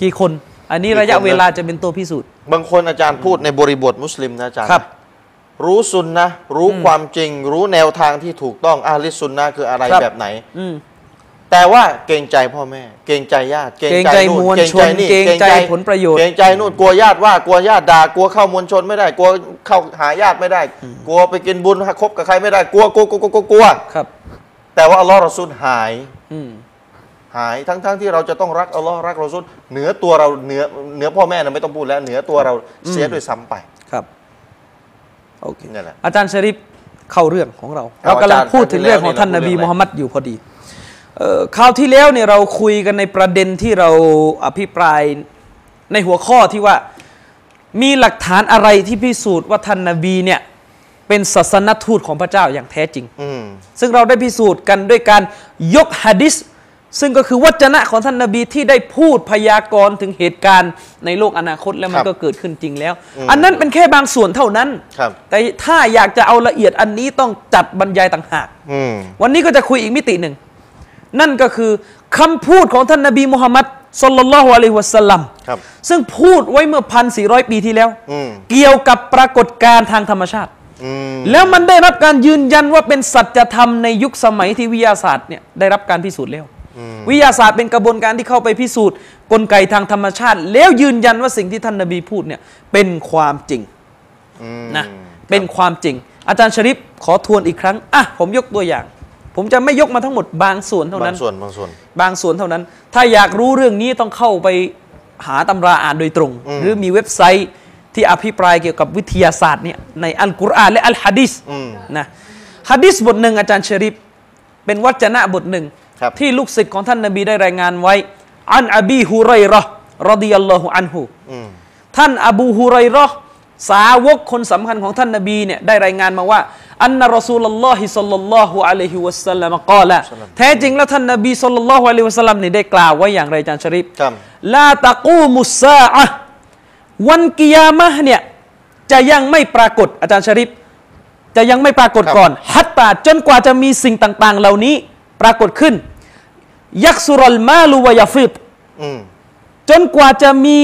[SPEAKER 2] กี่คน อันนี้ระยะเวลาจะเป็นตัวพิสูจน์
[SPEAKER 1] บางคนอาจารย์พูดในบริบทมุสลิมนะอาจารย์
[SPEAKER 2] ครับ
[SPEAKER 1] รู้สุนนะรู้ความจริง รู้แนวทางที่ถูกต้องอาลิสุนนะคืออะไร
[SPEAKER 2] ครับ
[SPEAKER 1] แบบไหน
[SPEAKER 2] อืม
[SPEAKER 1] แต่ว่าเกรงใจพ่อแม่ เกรงใจญาติ
[SPEAKER 2] เกรงใจมวลชน
[SPEAKER 1] นี่
[SPEAKER 2] เกรงใจผลประโยชน์
[SPEAKER 1] เกรงใจนู่นกลัวญาติว่ากลัวญาติด่ากลัวเข้ามวลชนไม่ได้กลัวเข้าหาญาติไม่ได้ กลัวไปกินบุญคบกับใครไม่ได้กลัวกลัวกลัวกลัวกลัวกลัว
[SPEAKER 2] ครับ
[SPEAKER 1] แต่ว่าอัลลอฮ์รอซูลหาย
[SPEAKER 2] อืม
[SPEAKER 1] หายทั้งๆที่เราจะต้องรักอัลลอฮ์รักรอซูลเหนือตัวเราเหนือเหนือพ่อแม่นะไม่ต้องพูดแล้วเหนือตัวเราเสียด้วยซ้ำไป
[SPEAKER 2] ครับโอเค
[SPEAKER 1] นั่นแหละ
[SPEAKER 2] อาจารย์ชริปเข้าเรื่องของเรา
[SPEAKER 1] เอา
[SPEAKER 2] เรากำลัง
[SPEAKER 1] อาจารย์
[SPEAKER 2] พูดถึงเรื่องของ
[SPEAKER 1] ครั้
[SPEAKER 2] ท่าน
[SPEAKER 1] งที่แล้ว
[SPEAKER 2] นบี
[SPEAKER 1] นี่เราพูดเรื่องอะไร
[SPEAKER 2] มูฮัมมัดอยู่พอดีเอ่อคราวที่แล้วเนี่ยเราคุยกันในประเด็นที่เราอภิปรายในหัวข้อที่ว่ามีหลักฐานอะไรที่พิสูจน์ว่าท่านนบีเนี่ยเป็นศาสนทูตของพระเจ้าอย่างแท้จริง
[SPEAKER 1] อืม
[SPEAKER 2] ซึ่งเราได้พิสูจน์กันด้วยการยกฮะดิษ ซึ่งก็คือวัจนะของท่านนาบีที่ได้พูดพยากรณ์ถึงเหตุการณ์ในโลกอนาคตแล้วมัน
[SPEAKER 1] ครับ
[SPEAKER 2] ก็เกิดขึ้นจริงแล้ว
[SPEAKER 1] อืม
[SPEAKER 2] อันนั้นเป็นแค่บางส่วนเท่านั้น
[SPEAKER 1] ครับ
[SPEAKER 2] แต่ถ้าอยากจะเอาละเอียดอันนี้ต้องจัดบรรยายต่างหาก
[SPEAKER 1] อืม
[SPEAKER 2] วันนี้ก็จะคุยอีกมิติหนึ่ง นั่นก็คือคำพูดของท่านนบีมุฮัมมัดสลลัลลอฮุอะลัยฮิวะสัลลัม
[SPEAKER 1] ครับ
[SPEAKER 2] ซึ่งพูดไว้เมื่อพันสี่ร้อยปีที่แล้ว
[SPEAKER 1] อืม
[SPEAKER 2] เกี่ยวกับปรากฏการณ์ทางธรรมชาติ
[SPEAKER 1] อืม
[SPEAKER 2] แล้วมันได้รับการยืนยันว่าเป็นสัจธรรมในยุคสมัยที่วิทยาศาสตร์เนี่ยได้รับการพิสูจน์แล้ว วิทยาศาสตร์เป็นกระบวนการที่เข้าไปพิสูจน์ กลไกทางธรรมชาติ แล้วยืนยันว่าสิ่งที่ท่านนบีพูดเนี่ยเป็นความจริง
[SPEAKER 1] อืม
[SPEAKER 2] นะเป็นความจริง อาจารย์ชริปขอทวนอีกครั้งอ่ะผมยกตัวอย่าง ผมจะไม่ยกมาทั้งหมดบางส่วนเท่า
[SPEAKER 1] บา
[SPEAKER 2] นั้
[SPEAKER 1] ง
[SPEAKER 2] น
[SPEAKER 1] ส่วนบางส่วน
[SPEAKER 2] บางส่วนเท่านั้น ถ้าอยากรู้เรื่องนี้ต้องเข้าไปหาตำราอ่านโดยตรง หรือมีเว็บไซต์ที่อภิปรายเกี่ยวกับวิทยาศาสตร์เนี่ยในอัลกุรอานและอัลฮะดิษ
[SPEAKER 1] อืม
[SPEAKER 2] นะฮะดิษบทหนึ่งอาจารย์ชริปเป็นวัจนะบทหนึ่ง
[SPEAKER 1] ครับ
[SPEAKER 2] ที่ลูกศิษย์ของท่านนบีได้รายงานไว้ อันอบีฮุไรเราะห์รดิยัลลอฮุอันฮุ
[SPEAKER 1] อืม
[SPEAKER 2] ท่านอบูฮุไรเราะห์สาวกคนสำคัญของท่านนบีเนี่ยได้รายงานมาว่า อันนะรอซูลลลอฮิสัลลัลลอฮุอะลัยฮิวะสัลลัมกล่าวละแท้จริงแล้วท่านนบีสัลลัลลอฮุอะลัยฮิวะสัลลัมเนี่ยได้กล่าวไว้อย่างไรอาจารย์ชริป
[SPEAKER 1] ครับ
[SPEAKER 2] ลาตะกูมุสซาอะห์วันกิยามะห์เนี่ยจะยังไม่ปรากฏอาจารย์ชริปจะยังไม่ปรากฏก่อนฮัตตาจนกว่าจะมีสิ่งต่าง ๆ เหล่านี้ปรากฏขึ้น ยักษุรัลมาลูวะยาฟิด
[SPEAKER 1] อืม
[SPEAKER 2] จนกว่าจะมี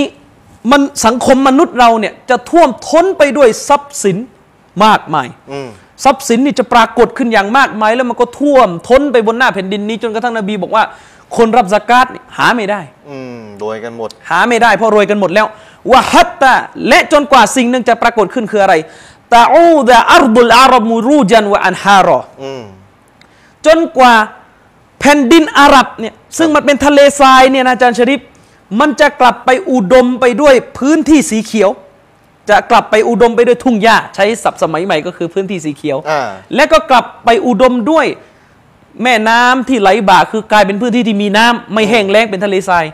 [SPEAKER 2] มันสังคมมนุษย์เราเนี่ยจะท่วมท้นไปด้วยทรัพย์สินมากมาย
[SPEAKER 1] อืม
[SPEAKER 2] ทรัพย์สินนี่จะปรากฏขึ้นอย่างมากมาย แล้วมันก็ท่วมท้นไปบนหน้าแผ่นดินนี้ จนกระทั่งนบีบอกว่า คนรับสกาตเนี่ยหาไม่ได้
[SPEAKER 1] อืมโดยกันหมด
[SPEAKER 2] หาไม่ได้เพราะรวยกันหมดแล้ววะฮัตตาและจนกว่าสิ่งหนึ่งจะปรากฏขึ้นคืออะไรตาอูดะอัรบุลอาหรบมูรูจันวะอันฮารอ
[SPEAKER 1] อืม
[SPEAKER 2] จนกว่าแผ่นดินอาหรับเนี่ยซึ่งมันเป็นทะเลทรายเนี่ยนะอาจารย์ชริปมันจะกลับไปอุดมไปด้วยพื้นที่สีเขียว จะกลับไปอุดมไปด้วยทุ่งหญ้าใช้ศัพท์สมัยใหม่ก็คือพื้นที่สีเขียว
[SPEAKER 1] อ่า
[SPEAKER 2] และก็กลับไปอุดมด้วยแม่น้ำที่ไหลบ่าคือกลายเป็นพื้นที่ที่มีน้ำไม่แห้งแล้งเป็นทะเลทราย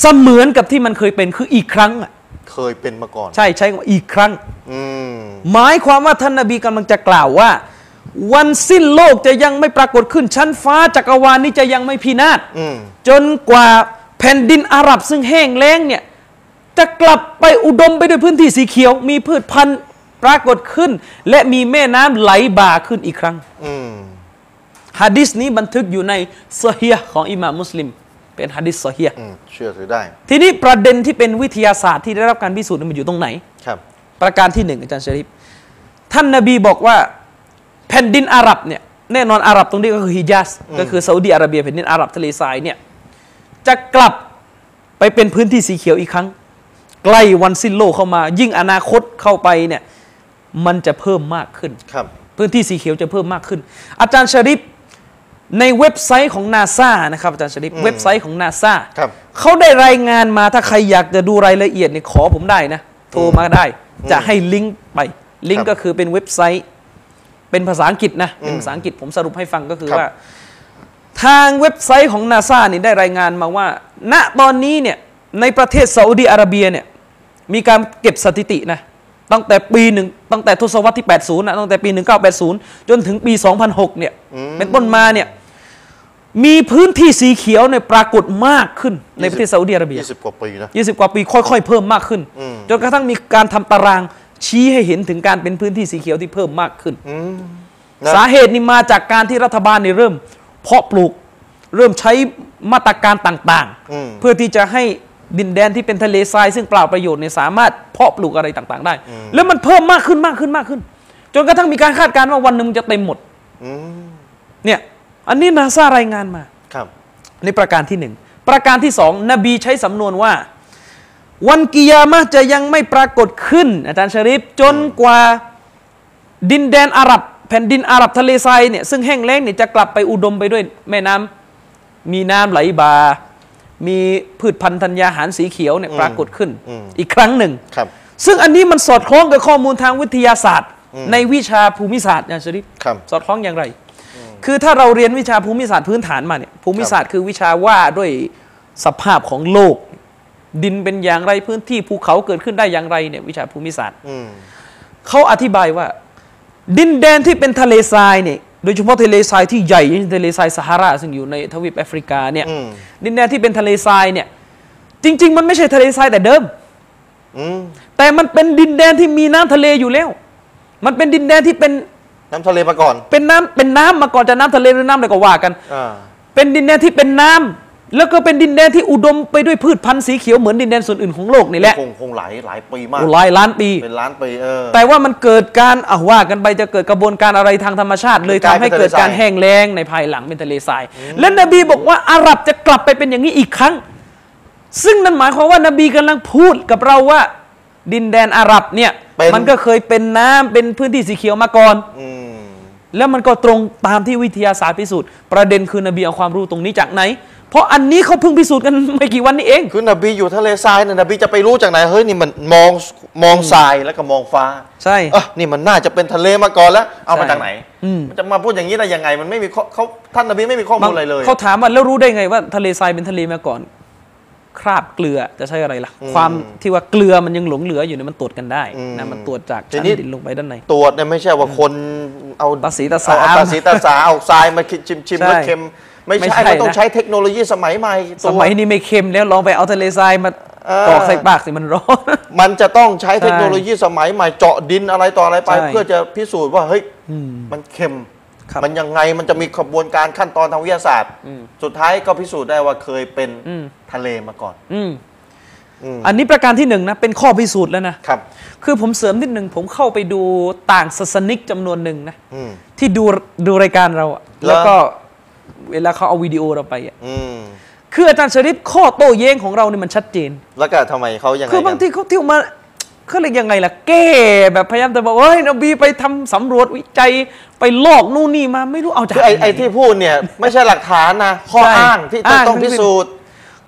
[SPEAKER 2] เสมือนกับที่มันเคยเป็นคืออีกครั้งอะ
[SPEAKER 1] เคยเป็นมาก่อน
[SPEAKER 2] ใช่ใช้คำว่าอีกครั้ง
[SPEAKER 1] อืม
[SPEAKER 2] หมายความว่าท่านนาบีกำลังจะกล่าวว่า วันสิ้นโลกจะยังไม่ปรากฏขึ้น ชั้นฟ้าจักรวาลนี้จะยังไม่พินาศ
[SPEAKER 1] อืม
[SPEAKER 2] จนกว่าแผ่นดินอาหรับซึ่งแห้งแล้งเนี่ย จะกลับไปอุดมไปด้วยพื้นที่สีเขียว มีพืชพันธุ์ปรากฏขึ้น และมีแม่น้ำไหลบ่าขึ้นอีกครั้ง
[SPEAKER 1] อืม
[SPEAKER 2] ฮะดิษนี้บันทึกอยู่ในซอฮีฮ์ของอิหม่ามมุสลิม เป็นฮะดิษซอฮีฮ์
[SPEAKER 1] อืม เชื่อถือได้
[SPEAKER 2] ทีนี้ประเด็นที่เป็นวิทยาศาสตร์ที่ได้รับการพิสูจน์มันอยู่ตรงไหน
[SPEAKER 1] ครับ
[SPEAKER 2] ประการที่หนึ่งอาจารย์ชริปท่านนาบีบอกว่าแผ่นดินอาหรับเนี่ยแน่นอนอาหรับตรงนี้ก็คือฮิญาซก็คือซาอุดีอาระเบียแผ่นดินอาหรับทะเลทรายเนี่ยจะกลับไปเป็นพื้นที่สีเขียวอีกครั้ง ใกล้วันสิ้นโลกเข้ามา ยิ่งอนาคตเข้าไปเนี่ยมันจะเพิ่มมากขึ้น
[SPEAKER 1] ครับ
[SPEAKER 2] พื้นที่สีเขียวจะเพิ่มมากขึ้น อาจารย์ชริปในเว็บไซต์ของนาซานะครับอาจารย์ชริปเว็บไซต์ของนาซา
[SPEAKER 1] ครับ
[SPEAKER 2] เขาได้รายงานมาถ้าใครอยากจะดูรายละเอียดเนี่ยขอผมได้นะ โทรมาได้ จะให้ลิงก์ไป ลิงก์ก็คือเป็นเว็บไซต์ เป็นภาษาอังกฤษนะ เป็นภาษาอังกฤษผมสรุปให้ฟังก็คือ
[SPEAKER 1] ครับ
[SPEAKER 2] ว่า ทางเว็บไซต์ของนาซานี่ได้รายงานมาว่า ณตอนนี้เนี่ยในประเทศซาอุดีอาระเบียเนี่ยมีการเก็บสถิตินะตั้งแต่ปีหนึ่งตั้งแต่ทศวรรษที่ 80นะตั้งแต่ปี 1980 จนถึงปี 2006เนี่ยเป็นต้นมาเนี่ยมีพื้นที่สีเขียวเนี่ยปรากฏมากขึ้นในประเทศซาอุดีอาระเบีย
[SPEAKER 1] ยี่สิบกว่าปีนะ
[SPEAKER 2] 20 กว่าปีค่อยๆ เพิ่มมากขึ้น จนกระทั่งมีการทำตารางชี้ให้เห็นถึงการเป็นพื้นที่สีเขียวที่เพิ่มมากขึ้น
[SPEAKER 1] นะ
[SPEAKER 2] สาเหตุนี่มาจากการที่รัฐบาลเนี่ยเริ่ม เพาะปลูกเริ่มใช้มาตรการต่าง
[SPEAKER 1] อืม
[SPEAKER 2] ๆ เพื่อที่จะให้ดินแดนที่เป็นทะเลทรายซึ่งเปล่าประโยชน์เนี่ยสามารถเพาะปลูกอะไรต่างๆ ได้ แล้วมันเพิ่มมากขึ้นมากขึ้นมากขึ้น จนกระทั่งมีการคาดการณ์ว่าวันหนึ่งมันจะเต็มหมด
[SPEAKER 1] อืม
[SPEAKER 2] เนี่ยอันนี้นาซารายงานมา
[SPEAKER 1] ครับ
[SPEAKER 2] ในประการที่หนึ่งประการที่สองนบีใช้สำนวนว่า วันกิยามะห์จะยังไม่ปรากฏขึ้น อาจารย์ชริปจนกว่าดินแดนอาหรับ แผ่นดินอาหรับทะเลทรายเนี่ยซึ่งแห้งแล้งเนี่ยจะกลับไปอุดมไปด้วยแม่น้ำมีน้ำไหลบา มีพืชพันธุ์ธัญญาหารสีเขียวเนี่ยปรากฏขึ้น
[SPEAKER 1] อืม
[SPEAKER 2] อีกครั้งหนึ่ง
[SPEAKER 1] ครับ
[SPEAKER 2] ซึ่งอันนี้มันสอดคล้องกับข้อมูลทางวิทยาศาสตร์ ในวิชาภูมิศาสตร์อาจารย์ชริป
[SPEAKER 1] ครับ
[SPEAKER 2] สอดคล้องอย่างไร คือถ้าเราเรียนวิชาภูมิศาสตร์พื้นฐานมาเนี่ย ภูมิศาสตร์คือวิชาว่าด้วยสภาพของโลก ดินเป็นอย่างไรพื้นที่ภูเขาเกิดขึ้นได้อย่างไรเนี่ยวิชาภูมิศาสตร์
[SPEAKER 1] อืม
[SPEAKER 2] เขาอธิบายว่า ดินแดนที่เป็นทะเลทรายเนี่ย โดยเฉพาะทะเลทรายที่ใหญ่อย่างเช่นทะเลทรายซาฮาราซึ่งอยู่ในทวีปแอฟริกาเนี่ย
[SPEAKER 1] อืม
[SPEAKER 2] ดินแดนที่เป็นทะเลทรายเนี่ยจริง ๆ มันไม่ใช่ทะเลทรายแต่เดิม
[SPEAKER 1] อืม
[SPEAKER 2] แต่มันเป็นดินแดนที่มีน้ำทะเลอยู่แล้ว มันเป็นดินแดนที่เป็น
[SPEAKER 1] น้ำทะเลมาก่อน
[SPEAKER 2] เป็นน้ำเป็นน้ำมาก่อนจะน้ำทะเลหรือน้ำอะไรก็ว่ากัน
[SPEAKER 1] อ่า
[SPEAKER 2] เป็นดินแดนที่เป็นน้ำแล้วก็เป็นดินแดนที่อุดมไปด้วยพืชพันธุ์สีเขียวเหมือนดินแดนส่วนอื่นของโลกนี่แหละ
[SPEAKER 1] คงคงหลายหลายปีมาก
[SPEAKER 2] โอ้หลายล้านปี
[SPEAKER 1] เป็นล้านปีเออ
[SPEAKER 2] แต่ว่ามันเกิดการอ่ะว่ากันไปจะเกิดกระบวนการอะไรทางธรรมชาติ เลยทำให้เกิดการแห้งแล้งในภายหลังเป็นทะเลทราย และนบีบอกว่าอาหรับจะกลับไปเป็นอย่างนี้อีกครั้ง ซึ่งนั่นหมายความว่านบีกำลังพูดกับเราว่า ดินแดนอาหรับเนี่ย
[SPEAKER 1] เป็น
[SPEAKER 2] มันก็เคยเป็นน้ำเป็นพื้นที่สีเขียวมาก่อน
[SPEAKER 1] อืม
[SPEAKER 2] แล้วมันก็ตรงตามที่วิทยาศาสตร์พิสูจน์ ประเด็นคือนบีเอาความรู้ตรงนี้จากไหน เพราะอันนี้เขาเพิ่งพิสูจน์กัน ไม่กี่วันนี้เอง
[SPEAKER 1] คือนบีอยู่ทะเลทรายเนี่ยนบีจะไปรู้จากไหนเฮ้ยนี่มันมองมองทรายแล้วก็มองฟ้า
[SPEAKER 2] ใช่
[SPEAKER 1] เออนี่มันน่าจะเป็นทะเลมาก่อนแล้ว เอามา
[SPEAKER 2] ใช่
[SPEAKER 1] จากไหน
[SPEAKER 2] อืม
[SPEAKER 1] นจะมาพูดอย่างนี้ได้ยังไง มันไม่มีข้อเขาท่านนบีไม่มีข้อมูลอะไรเลย
[SPEAKER 2] เขาถามว่าแล้วรู้ได้ไงว่าทะเลทรายเป็นทะเลมาก่อน คราบเกลือจะใช่อะไรล่ะ ความที่ว่าเกลือมันยังหลงเหลืออยู่เนี่ยมันตรวจกันได้นะมันตรวจจากชั้น
[SPEAKER 1] ทีนี้
[SPEAKER 2] ดินลงไปด้านใน
[SPEAKER 1] ตรวจเนี่ยไม่ใช่ว่าคนเอา
[SPEAKER 2] ตาสีตาสา
[SPEAKER 1] เอตาสีตาสาเอาทรายมาชิมชิม
[SPEAKER 2] ใช่
[SPEAKER 1] แล้วเค็ม ไม่
[SPEAKER 2] ไม่
[SPEAKER 1] ใช่
[SPEAKER 2] ใช่
[SPEAKER 1] มันต้อง
[SPEAKER 2] นะ
[SPEAKER 1] ใช้เทคโนโลยีสมัยใหม่
[SPEAKER 2] ส
[SPEAKER 1] ตัว
[SPEAKER 2] มัยนี้ไม่เค็มแล้วลองไปเอาทะเลทรายมา
[SPEAKER 1] เออ
[SPEAKER 2] กรอกใส่ปากสิมันร้อน
[SPEAKER 1] มันจะต้องใช้เทคโนโลยีสมัยใหม่เจาะดินอะไรต่ออะไรไป
[SPEAKER 2] ใช่
[SPEAKER 1] เพื่อจะพิสูจน์ว่าเฮ้ยมันเค็ม
[SPEAKER 2] ครับ
[SPEAKER 1] มันยังไงมันจะมีขบวนการขั้นตอนทางวิทยาศาสตร์ สุดท้ายก็พิสูจน์ได้ว่าเคยเป็นทะเลมาก่อน
[SPEAKER 2] อืมอันนี้ประการที่หนึ่งนะเป็นข้อพิสูจน์แล้วนะ
[SPEAKER 1] ครับ
[SPEAKER 2] คือผมเสริมนิดหนึ่งผมเข้าไปดูต่างศาสนิกจำนวนหนึ่งนะ
[SPEAKER 1] อืม
[SPEAKER 2] ที่ดูดูรายการเราอะ
[SPEAKER 1] เหรอ
[SPEAKER 2] แล้วก็เวลาเขาเอาวิดีโอเราไปอะ
[SPEAKER 1] อืม
[SPEAKER 2] คืออาจารย์ชริปข้อโต้แย้งของเราเนี่ยมันชัดเจน
[SPEAKER 1] แล้วก็ทำไมเขายังไง
[SPEAKER 2] คือบางที
[SPEAKER 1] กัน
[SPEAKER 2] เขาเที่ยวมาเขาเรียกยังไงล่ะแก้แบบพยายามจะบอกว่าเฮ้ยนบีไปทำสำรวจวิจัยไปลอกนู่นนี่มาไม่รู้เอาจาก
[SPEAKER 1] คือไอ้ไอ้
[SPEAKER 2] หน
[SPEAKER 1] ที่พูดเนี่ย ไม่ใช่หลักฐานนะข้อ
[SPEAKER 2] ใช่
[SPEAKER 1] อ้างที่จะ
[SPEAKER 2] อ้าง
[SPEAKER 1] ต้อง
[SPEAKER 2] ทั้ง
[SPEAKER 1] พิสูจน์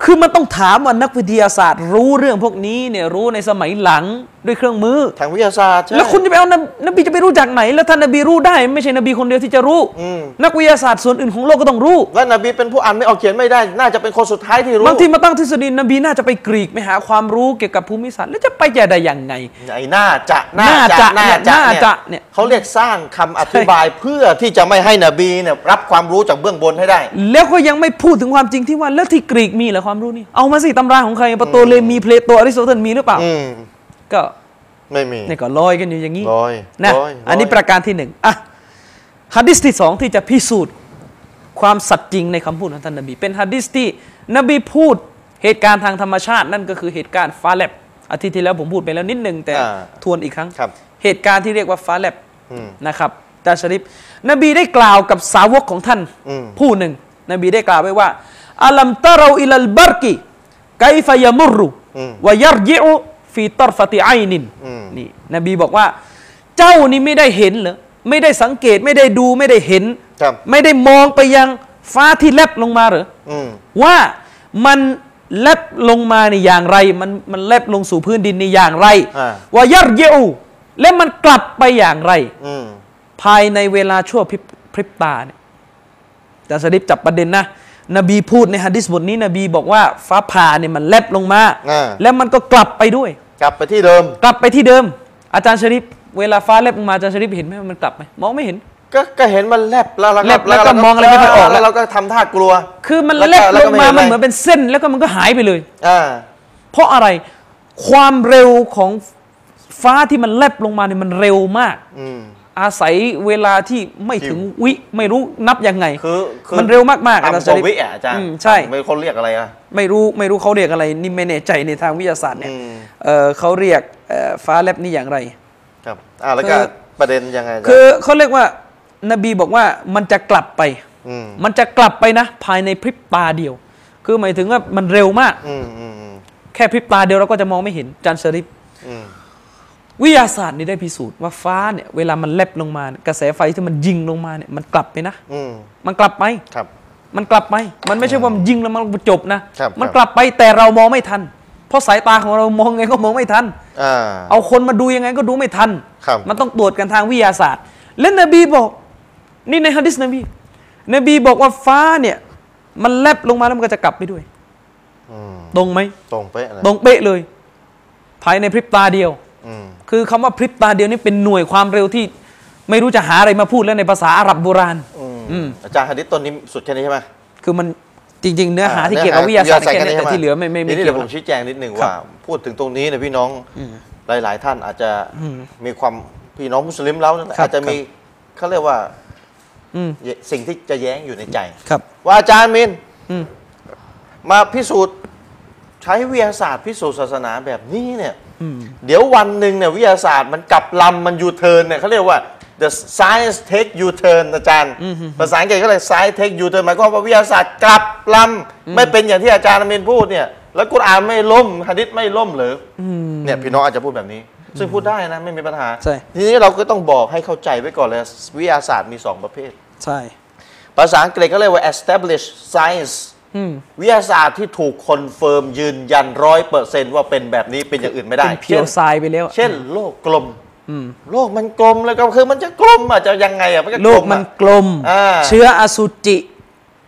[SPEAKER 2] คือมันต้องถามว่านักวิทยาศาสตร์รู้เรื่องพวกนี้เนี่ยรู้ในสมัยหลังด้วยเครื่องมือ
[SPEAKER 1] ทางวิทยาศาสตร์ใช่
[SPEAKER 2] แล้วคุณจะไปเอานบนบีจะไปรู้จากไหน แล้วท่านนบีรู้ได้ ไม่ใช่นบีคนเดียวที่จะรู้
[SPEAKER 1] อืม
[SPEAKER 2] นักวิทยาศาสตร์ส่วนอื่นของโลกก็ต้องรู้
[SPEAKER 1] และนบีเป็นผู้อ่านไม่ออกเขียนไม่ได้ น่าจะเป็นคนสุดท้ายที่รู้
[SPEAKER 2] บางทีมาตั้งทฤษฎีนบีน่าจะไปกรีกไปหาความรู้เกี่ยวกับภูมิศาสตร์แล้วจะไปจะได้อย่างไง
[SPEAKER 1] ไอ้น่าจะ
[SPEAKER 2] น่า
[SPEAKER 1] น่า
[SPEAKER 2] จะ
[SPEAKER 1] จะ
[SPEAKER 2] น่าจะเนี่
[SPEAKER 1] เนี่ย ยเขาเรียกสร้างคำอธิบายเพื่อที่จะไม่ให้นบีเนี่ยรับความรู้จากเบื้องบนให้ได้
[SPEAKER 2] แล้วก็ยังไม่พูดถึงความจริงที่ว่าแล้วที่กรีกมีเหรอความรู้นี่ เอามาสิตำราของใครปโตเลมีเพลโตอริสโตเติลมีหรือเปล่า
[SPEAKER 1] อืม
[SPEAKER 2] ก็
[SPEAKER 1] ไม่มี
[SPEAKER 2] เนี่ยก็ลอยกันอยู่อย่างนี้
[SPEAKER 1] ลอย
[SPEAKER 2] นะ
[SPEAKER 1] ลอย
[SPEAKER 2] อันนี้
[SPEAKER 1] ลอย
[SPEAKER 2] ประการที่หนึ่งอ่ะฮัดดิสที่สองที่จะพิสูจน์ความสัตย์จริงในคำพูดของท่านนบี เป็นฮัดดิสที่นบีพูดเหตุการณ์ทางธรรมชาติ นั่นก็คือเหตุการณ์ฟ้าแลบอาทิตย์ที่แล้วผมพูดไปแล้วนิดหนึ่งแต่
[SPEAKER 1] อ่า
[SPEAKER 2] ทวนอีกครั้ง
[SPEAKER 1] ครับ
[SPEAKER 2] เหตุการณ์ที่เรียกว่าฟ้าแลบ
[SPEAKER 1] อืม
[SPEAKER 2] นะครับจาชริฟนบีได้กล่าวกับสาวกของท่าน
[SPEAKER 1] อืม
[SPEAKER 2] ผู้หนึ่ง นบีได้กล่าวไว้ว่าอัลัมตะเราอิลัลบารกิ ไกฟยมุรุวยัรยิอฟีตอรฟติไอนิน
[SPEAKER 1] อืม
[SPEAKER 2] นี่นบีบอกว่า เจ้านี่ไม่ได้เห็นเหรอไม่ได้สังเกตไม่ได้ดูไม่ได้เห็น
[SPEAKER 1] ครับ
[SPEAKER 2] ไม่ได้มองไปยังฟ้าที่แลบลงมาเหรอ
[SPEAKER 1] อืม
[SPEAKER 2] ว่ามันแลบลงมาในอย่างไร มันมันแลบลงสู่พื้นดินในอย่างไร
[SPEAKER 1] อ่า
[SPEAKER 2] วายัรยิอและมันกลับไปอย่างไร
[SPEAKER 1] อืม
[SPEAKER 2] ภายในเวลาชั่วพริบพริบตาเนี่ยอาจารย์สลิปจับประเด็นนะ นบีพูดในฮะดิษบทนี้ นบีบอกว่าฟ้าผ่าเนี่ยมันแลบลงมา
[SPEAKER 1] อ่า
[SPEAKER 2] แล้วมันก็กลับไปด้วย
[SPEAKER 1] กลับไปที่เดิม
[SPEAKER 2] กลับไปที่เดิม อาจารย์ชริปเวลาฟ้าแลบลงมาอาจารย์ชริปเห็นไหมมันกลับไหมมองไม่เห็น
[SPEAKER 1] ก็ก็เห็นมันแลบแล้วเรา
[SPEAKER 2] แลบแล้วก็มองอะไรไม่ค่อยออก
[SPEAKER 1] แล้วเราก็ทำท่ากลัว
[SPEAKER 2] คือมันแลบลงมามันเหมือน
[SPEAKER 1] เป็น
[SPEAKER 2] เป็นเส้นแล้วก็มันก็หายไปเลย
[SPEAKER 1] อ่า
[SPEAKER 2] เพราะอะไรความเร็วของฟ้าที่มันแลบลงมาเนี่ยมันเร็วมาก
[SPEAKER 1] อืม
[SPEAKER 2] อาศัยเวลาที่ไม่ถึงวิไม่รู้นับยังไง
[SPEAKER 1] คือคือ
[SPEAKER 2] มันเร็วมากๆอาจาร
[SPEAKER 1] ต่ำกว่า
[SPEAKER 2] ย์ชริป
[SPEAKER 1] วิอ่ะอาจารย์
[SPEAKER 2] อืมใช่
[SPEAKER 1] ไม่คนเรียกอะไรอ่ะ
[SPEAKER 2] ไม่รู้ไม่รู้เขาเรียกอะไรนี่ไม่แน่ใจในทางวิทยาศาสตร์เนี่ย
[SPEAKER 1] อืม
[SPEAKER 2] เอ่อเขาเรียกเอ่อฟ้าแลบนี่อย่างไร
[SPEAKER 1] ครับ อ่าแล้วก็
[SPEAKER 2] คือ
[SPEAKER 1] ประเด็นยังไงอาจารย์
[SPEAKER 2] คือเขาเรียกว่านบีบอกว่ามันจะกลับไป
[SPEAKER 1] ม
[SPEAKER 2] มันจะกลับไปนะ ภายในพริบตาเดียว คือหมายถึงว่ามันเร็วมาก
[SPEAKER 1] อืมอืมอืม
[SPEAKER 2] แค่พริบตาเดียวเราก็จะมองไม่เห็นจันชริป
[SPEAKER 1] อืม
[SPEAKER 2] วิทยาศาสตร์นี่ได้พิสูจน์ว่าฟ้าเนี่ยเวลามันแลบลงมาเนี่ยกระแสไฟที่มันยิงลงมาเนี่ยมันกลับไปนะ
[SPEAKER 1] อืม
[SPEAKER 2] มันกลับไป
[SPEAKER 1] ครับ
[SPEAKER 2] มันกลับไป มันไม่ใช่ว่ามันยิงแล้วมันจบนะ
[SPEAKER 1] ครับ
[SPEAKER 2] มันกลับไปแต่เรามองไม่ทัน เพราะสายตาของเรามองไงก็มองไม่ทัน
[SPEAKER 1] อ่า
[SPEAKER 2] เอาคนมาดูยังไงก็ดูไม่ทัน
[SPEAKER 1] ครับ
[SPEAKER 2] มันต้องตรวจกันทางวิทยาศาสตร์ และนบีบอก นี่ในฮะดิษนบี นบีบอกว่าฟ้าเนี่ย มันแลบลงมาแล้วมันก็จะกลับไปด้วย
[SPEAKER 1] อืม
[SPEAKER 2] ตรงไหม
[SPEAKER 1] ตรงเป๊ะเลย
[SPEAKER 2] ตรงเป๊ะเลย ภายในพริบตาเดียว
[SPEAKER 1] อืม
[SPEAKER 2] คือคำว่าพริบตาเดียวนี่เป็นหน่วยความเร็วที่ ไม่รู้จะหาอะไรมาพูดแล้วในภาษาอาหรับโบราณ
[SPEAKER 1] อาจารย์ฮะดิษต้นนี้สุดแค่นี้ใช่ไหม
[SPEAKER 2] คือมันจริง ๆ เนื้อหาที่เกี่ยวกับวิทยาศาสตร์แค่นี้แต่ที่เหลือไม่ไม่ไม่
[SPEAKER 1] ทีนี้
[SPEAKER 2] เกี่
[SPEAKER 1] เดี๋
[SPEAKER 2] ย
[SPEAKER 1] ยว วผ
[SPEAKER 2] กั
[SPEAKER 1] ม
[SPEAKER 2] น
[SPEAKER 1] ชี้แจงนิดหนึ่งว่า พูดถึงตรงนี้นะพี่น้องหลาย ๆ ท่านอาจจะมีความพี่น้องมุสลิมแล้วนั่นแหละ
[SPEAKER 2] ครั
[SPEAKER 1] อา
[SPEAKER 2] บ
[SPEAKER 1] จจะมีเขาเรียกว่า
[SPEAKER 2] อืม
[SPEAKER 1] สิ่งที่จะแย้งอยู่ในใจ
[SPEAKER 2] ครับ
[SPEAKER 1] ว่าอาจารย์มิน
[SPEAKER 2] อืม
[SPEAKER 1] มาพิสูจน์ใช้วิทยาศาสตร์พิสูจน์ศาสนาแบบนี้เนี่ยเดี๋ยววันหนึ่งเนี่ยวิทยาศาสตร์มันกลับลำมันยูเทิร์นเนี่ยเขาเรียกว่า the science take U turn อาจารย์ภาษาอังกฤษก็เลยก science take U turn หมายความว่าวิทยาศาสตร์กลับลำไม่เป็นอย่างที่อาจารย์อามินพูดเนี่ยแล้วกุรอานไม่ล่มฮะดิษไม่ล่มเหรืออเนี่ยพี่น้องอาจจะพูดแบบนี้ ซึ่งพูดได้นะไม่มีปัญหา
[SPEAKER 2] ใช่
[SPEAKER 1] ทีนี้เราก็ต้องบอกให้เข้าใจไว้ก่อนเลยวิทยาศาสตร์มีสองประเภท
[SPEAKER 2] ใช่
[SPEAKER 1] ภาษาอังกฤษก็เรียกว่า establish science
[SPEAKER 2] อืม
[SPEAKER 1] วิทยาศาสตร์ที่ถูกคอนเฟิร์มยืนยันร้อยเปอร์เซนต์ว่าเป็นแบบนี้เป็นอย่างอื่นไม่ได้
[SPEAKER 2] เป็นเพียวทรายไปแล้วอะ
[SPEAKER 1] เช่นโลกกลมโลกมันกลมแล้วก็คือมันจะกลมอ่ะจะยังไงอ่ะมันก็
[SPEAKER 2] โล
[SPEAKER 1] กล
[SPEAKER 2] ก
[SPEAKER 1] ม
[SPEAKER 2] มัน
[SPEAKER 1] อ่ะ
[SPEAKER 2] กลม
[SPEAKER 1] อ่า
[SPEAKER 2] เชื้ออสุจิ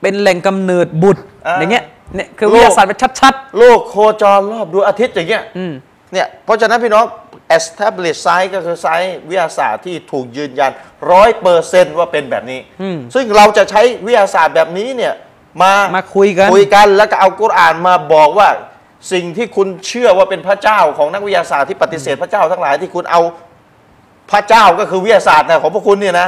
[SPEAKER 2] เป็นแหล่งกำเนิดบุตร
[SPEAKER 1] อ่า
[SPEAKER 2] อย่างเงี้ยเนี่ยคือ
[SPEAKER 1] โลก
[SPEAKER 2] วิทยาศาสตร์มันชัด
[SPEAKER 1] โลกโคจรรอบดวงอาทิตย์อย่างเงี้ย
[SPEAKER 2] อืม
[SPEAKER 1] เนี่ยเพราะฉะนั้นพี่น้อง establish science ก็คือ science วิทยาศาสตร์ที่ถูกยืนยันร้อยเปอร์เซนต์ว่าเป็นแบบนี้ ซึ่งเราจะใช้วิทยาศาสตร์แบบนี้เนี่ยมา
[SPEAKER 2] ๆ มาคุยกัน
[SPEAKER 1] คุยกันแล้วก็เอากุรอานมาบอกว่าสิ่งที่คุณเชื่อว่าเป็นพระเจ้าของนักวิทยาศาสตร์ที่ปฏิเสธพระเจ้าทั้งหลายที่คุณเอาพระเจ้าก็คือวิทยาศาสตร์นะของพวกคุณเนี่ยนะ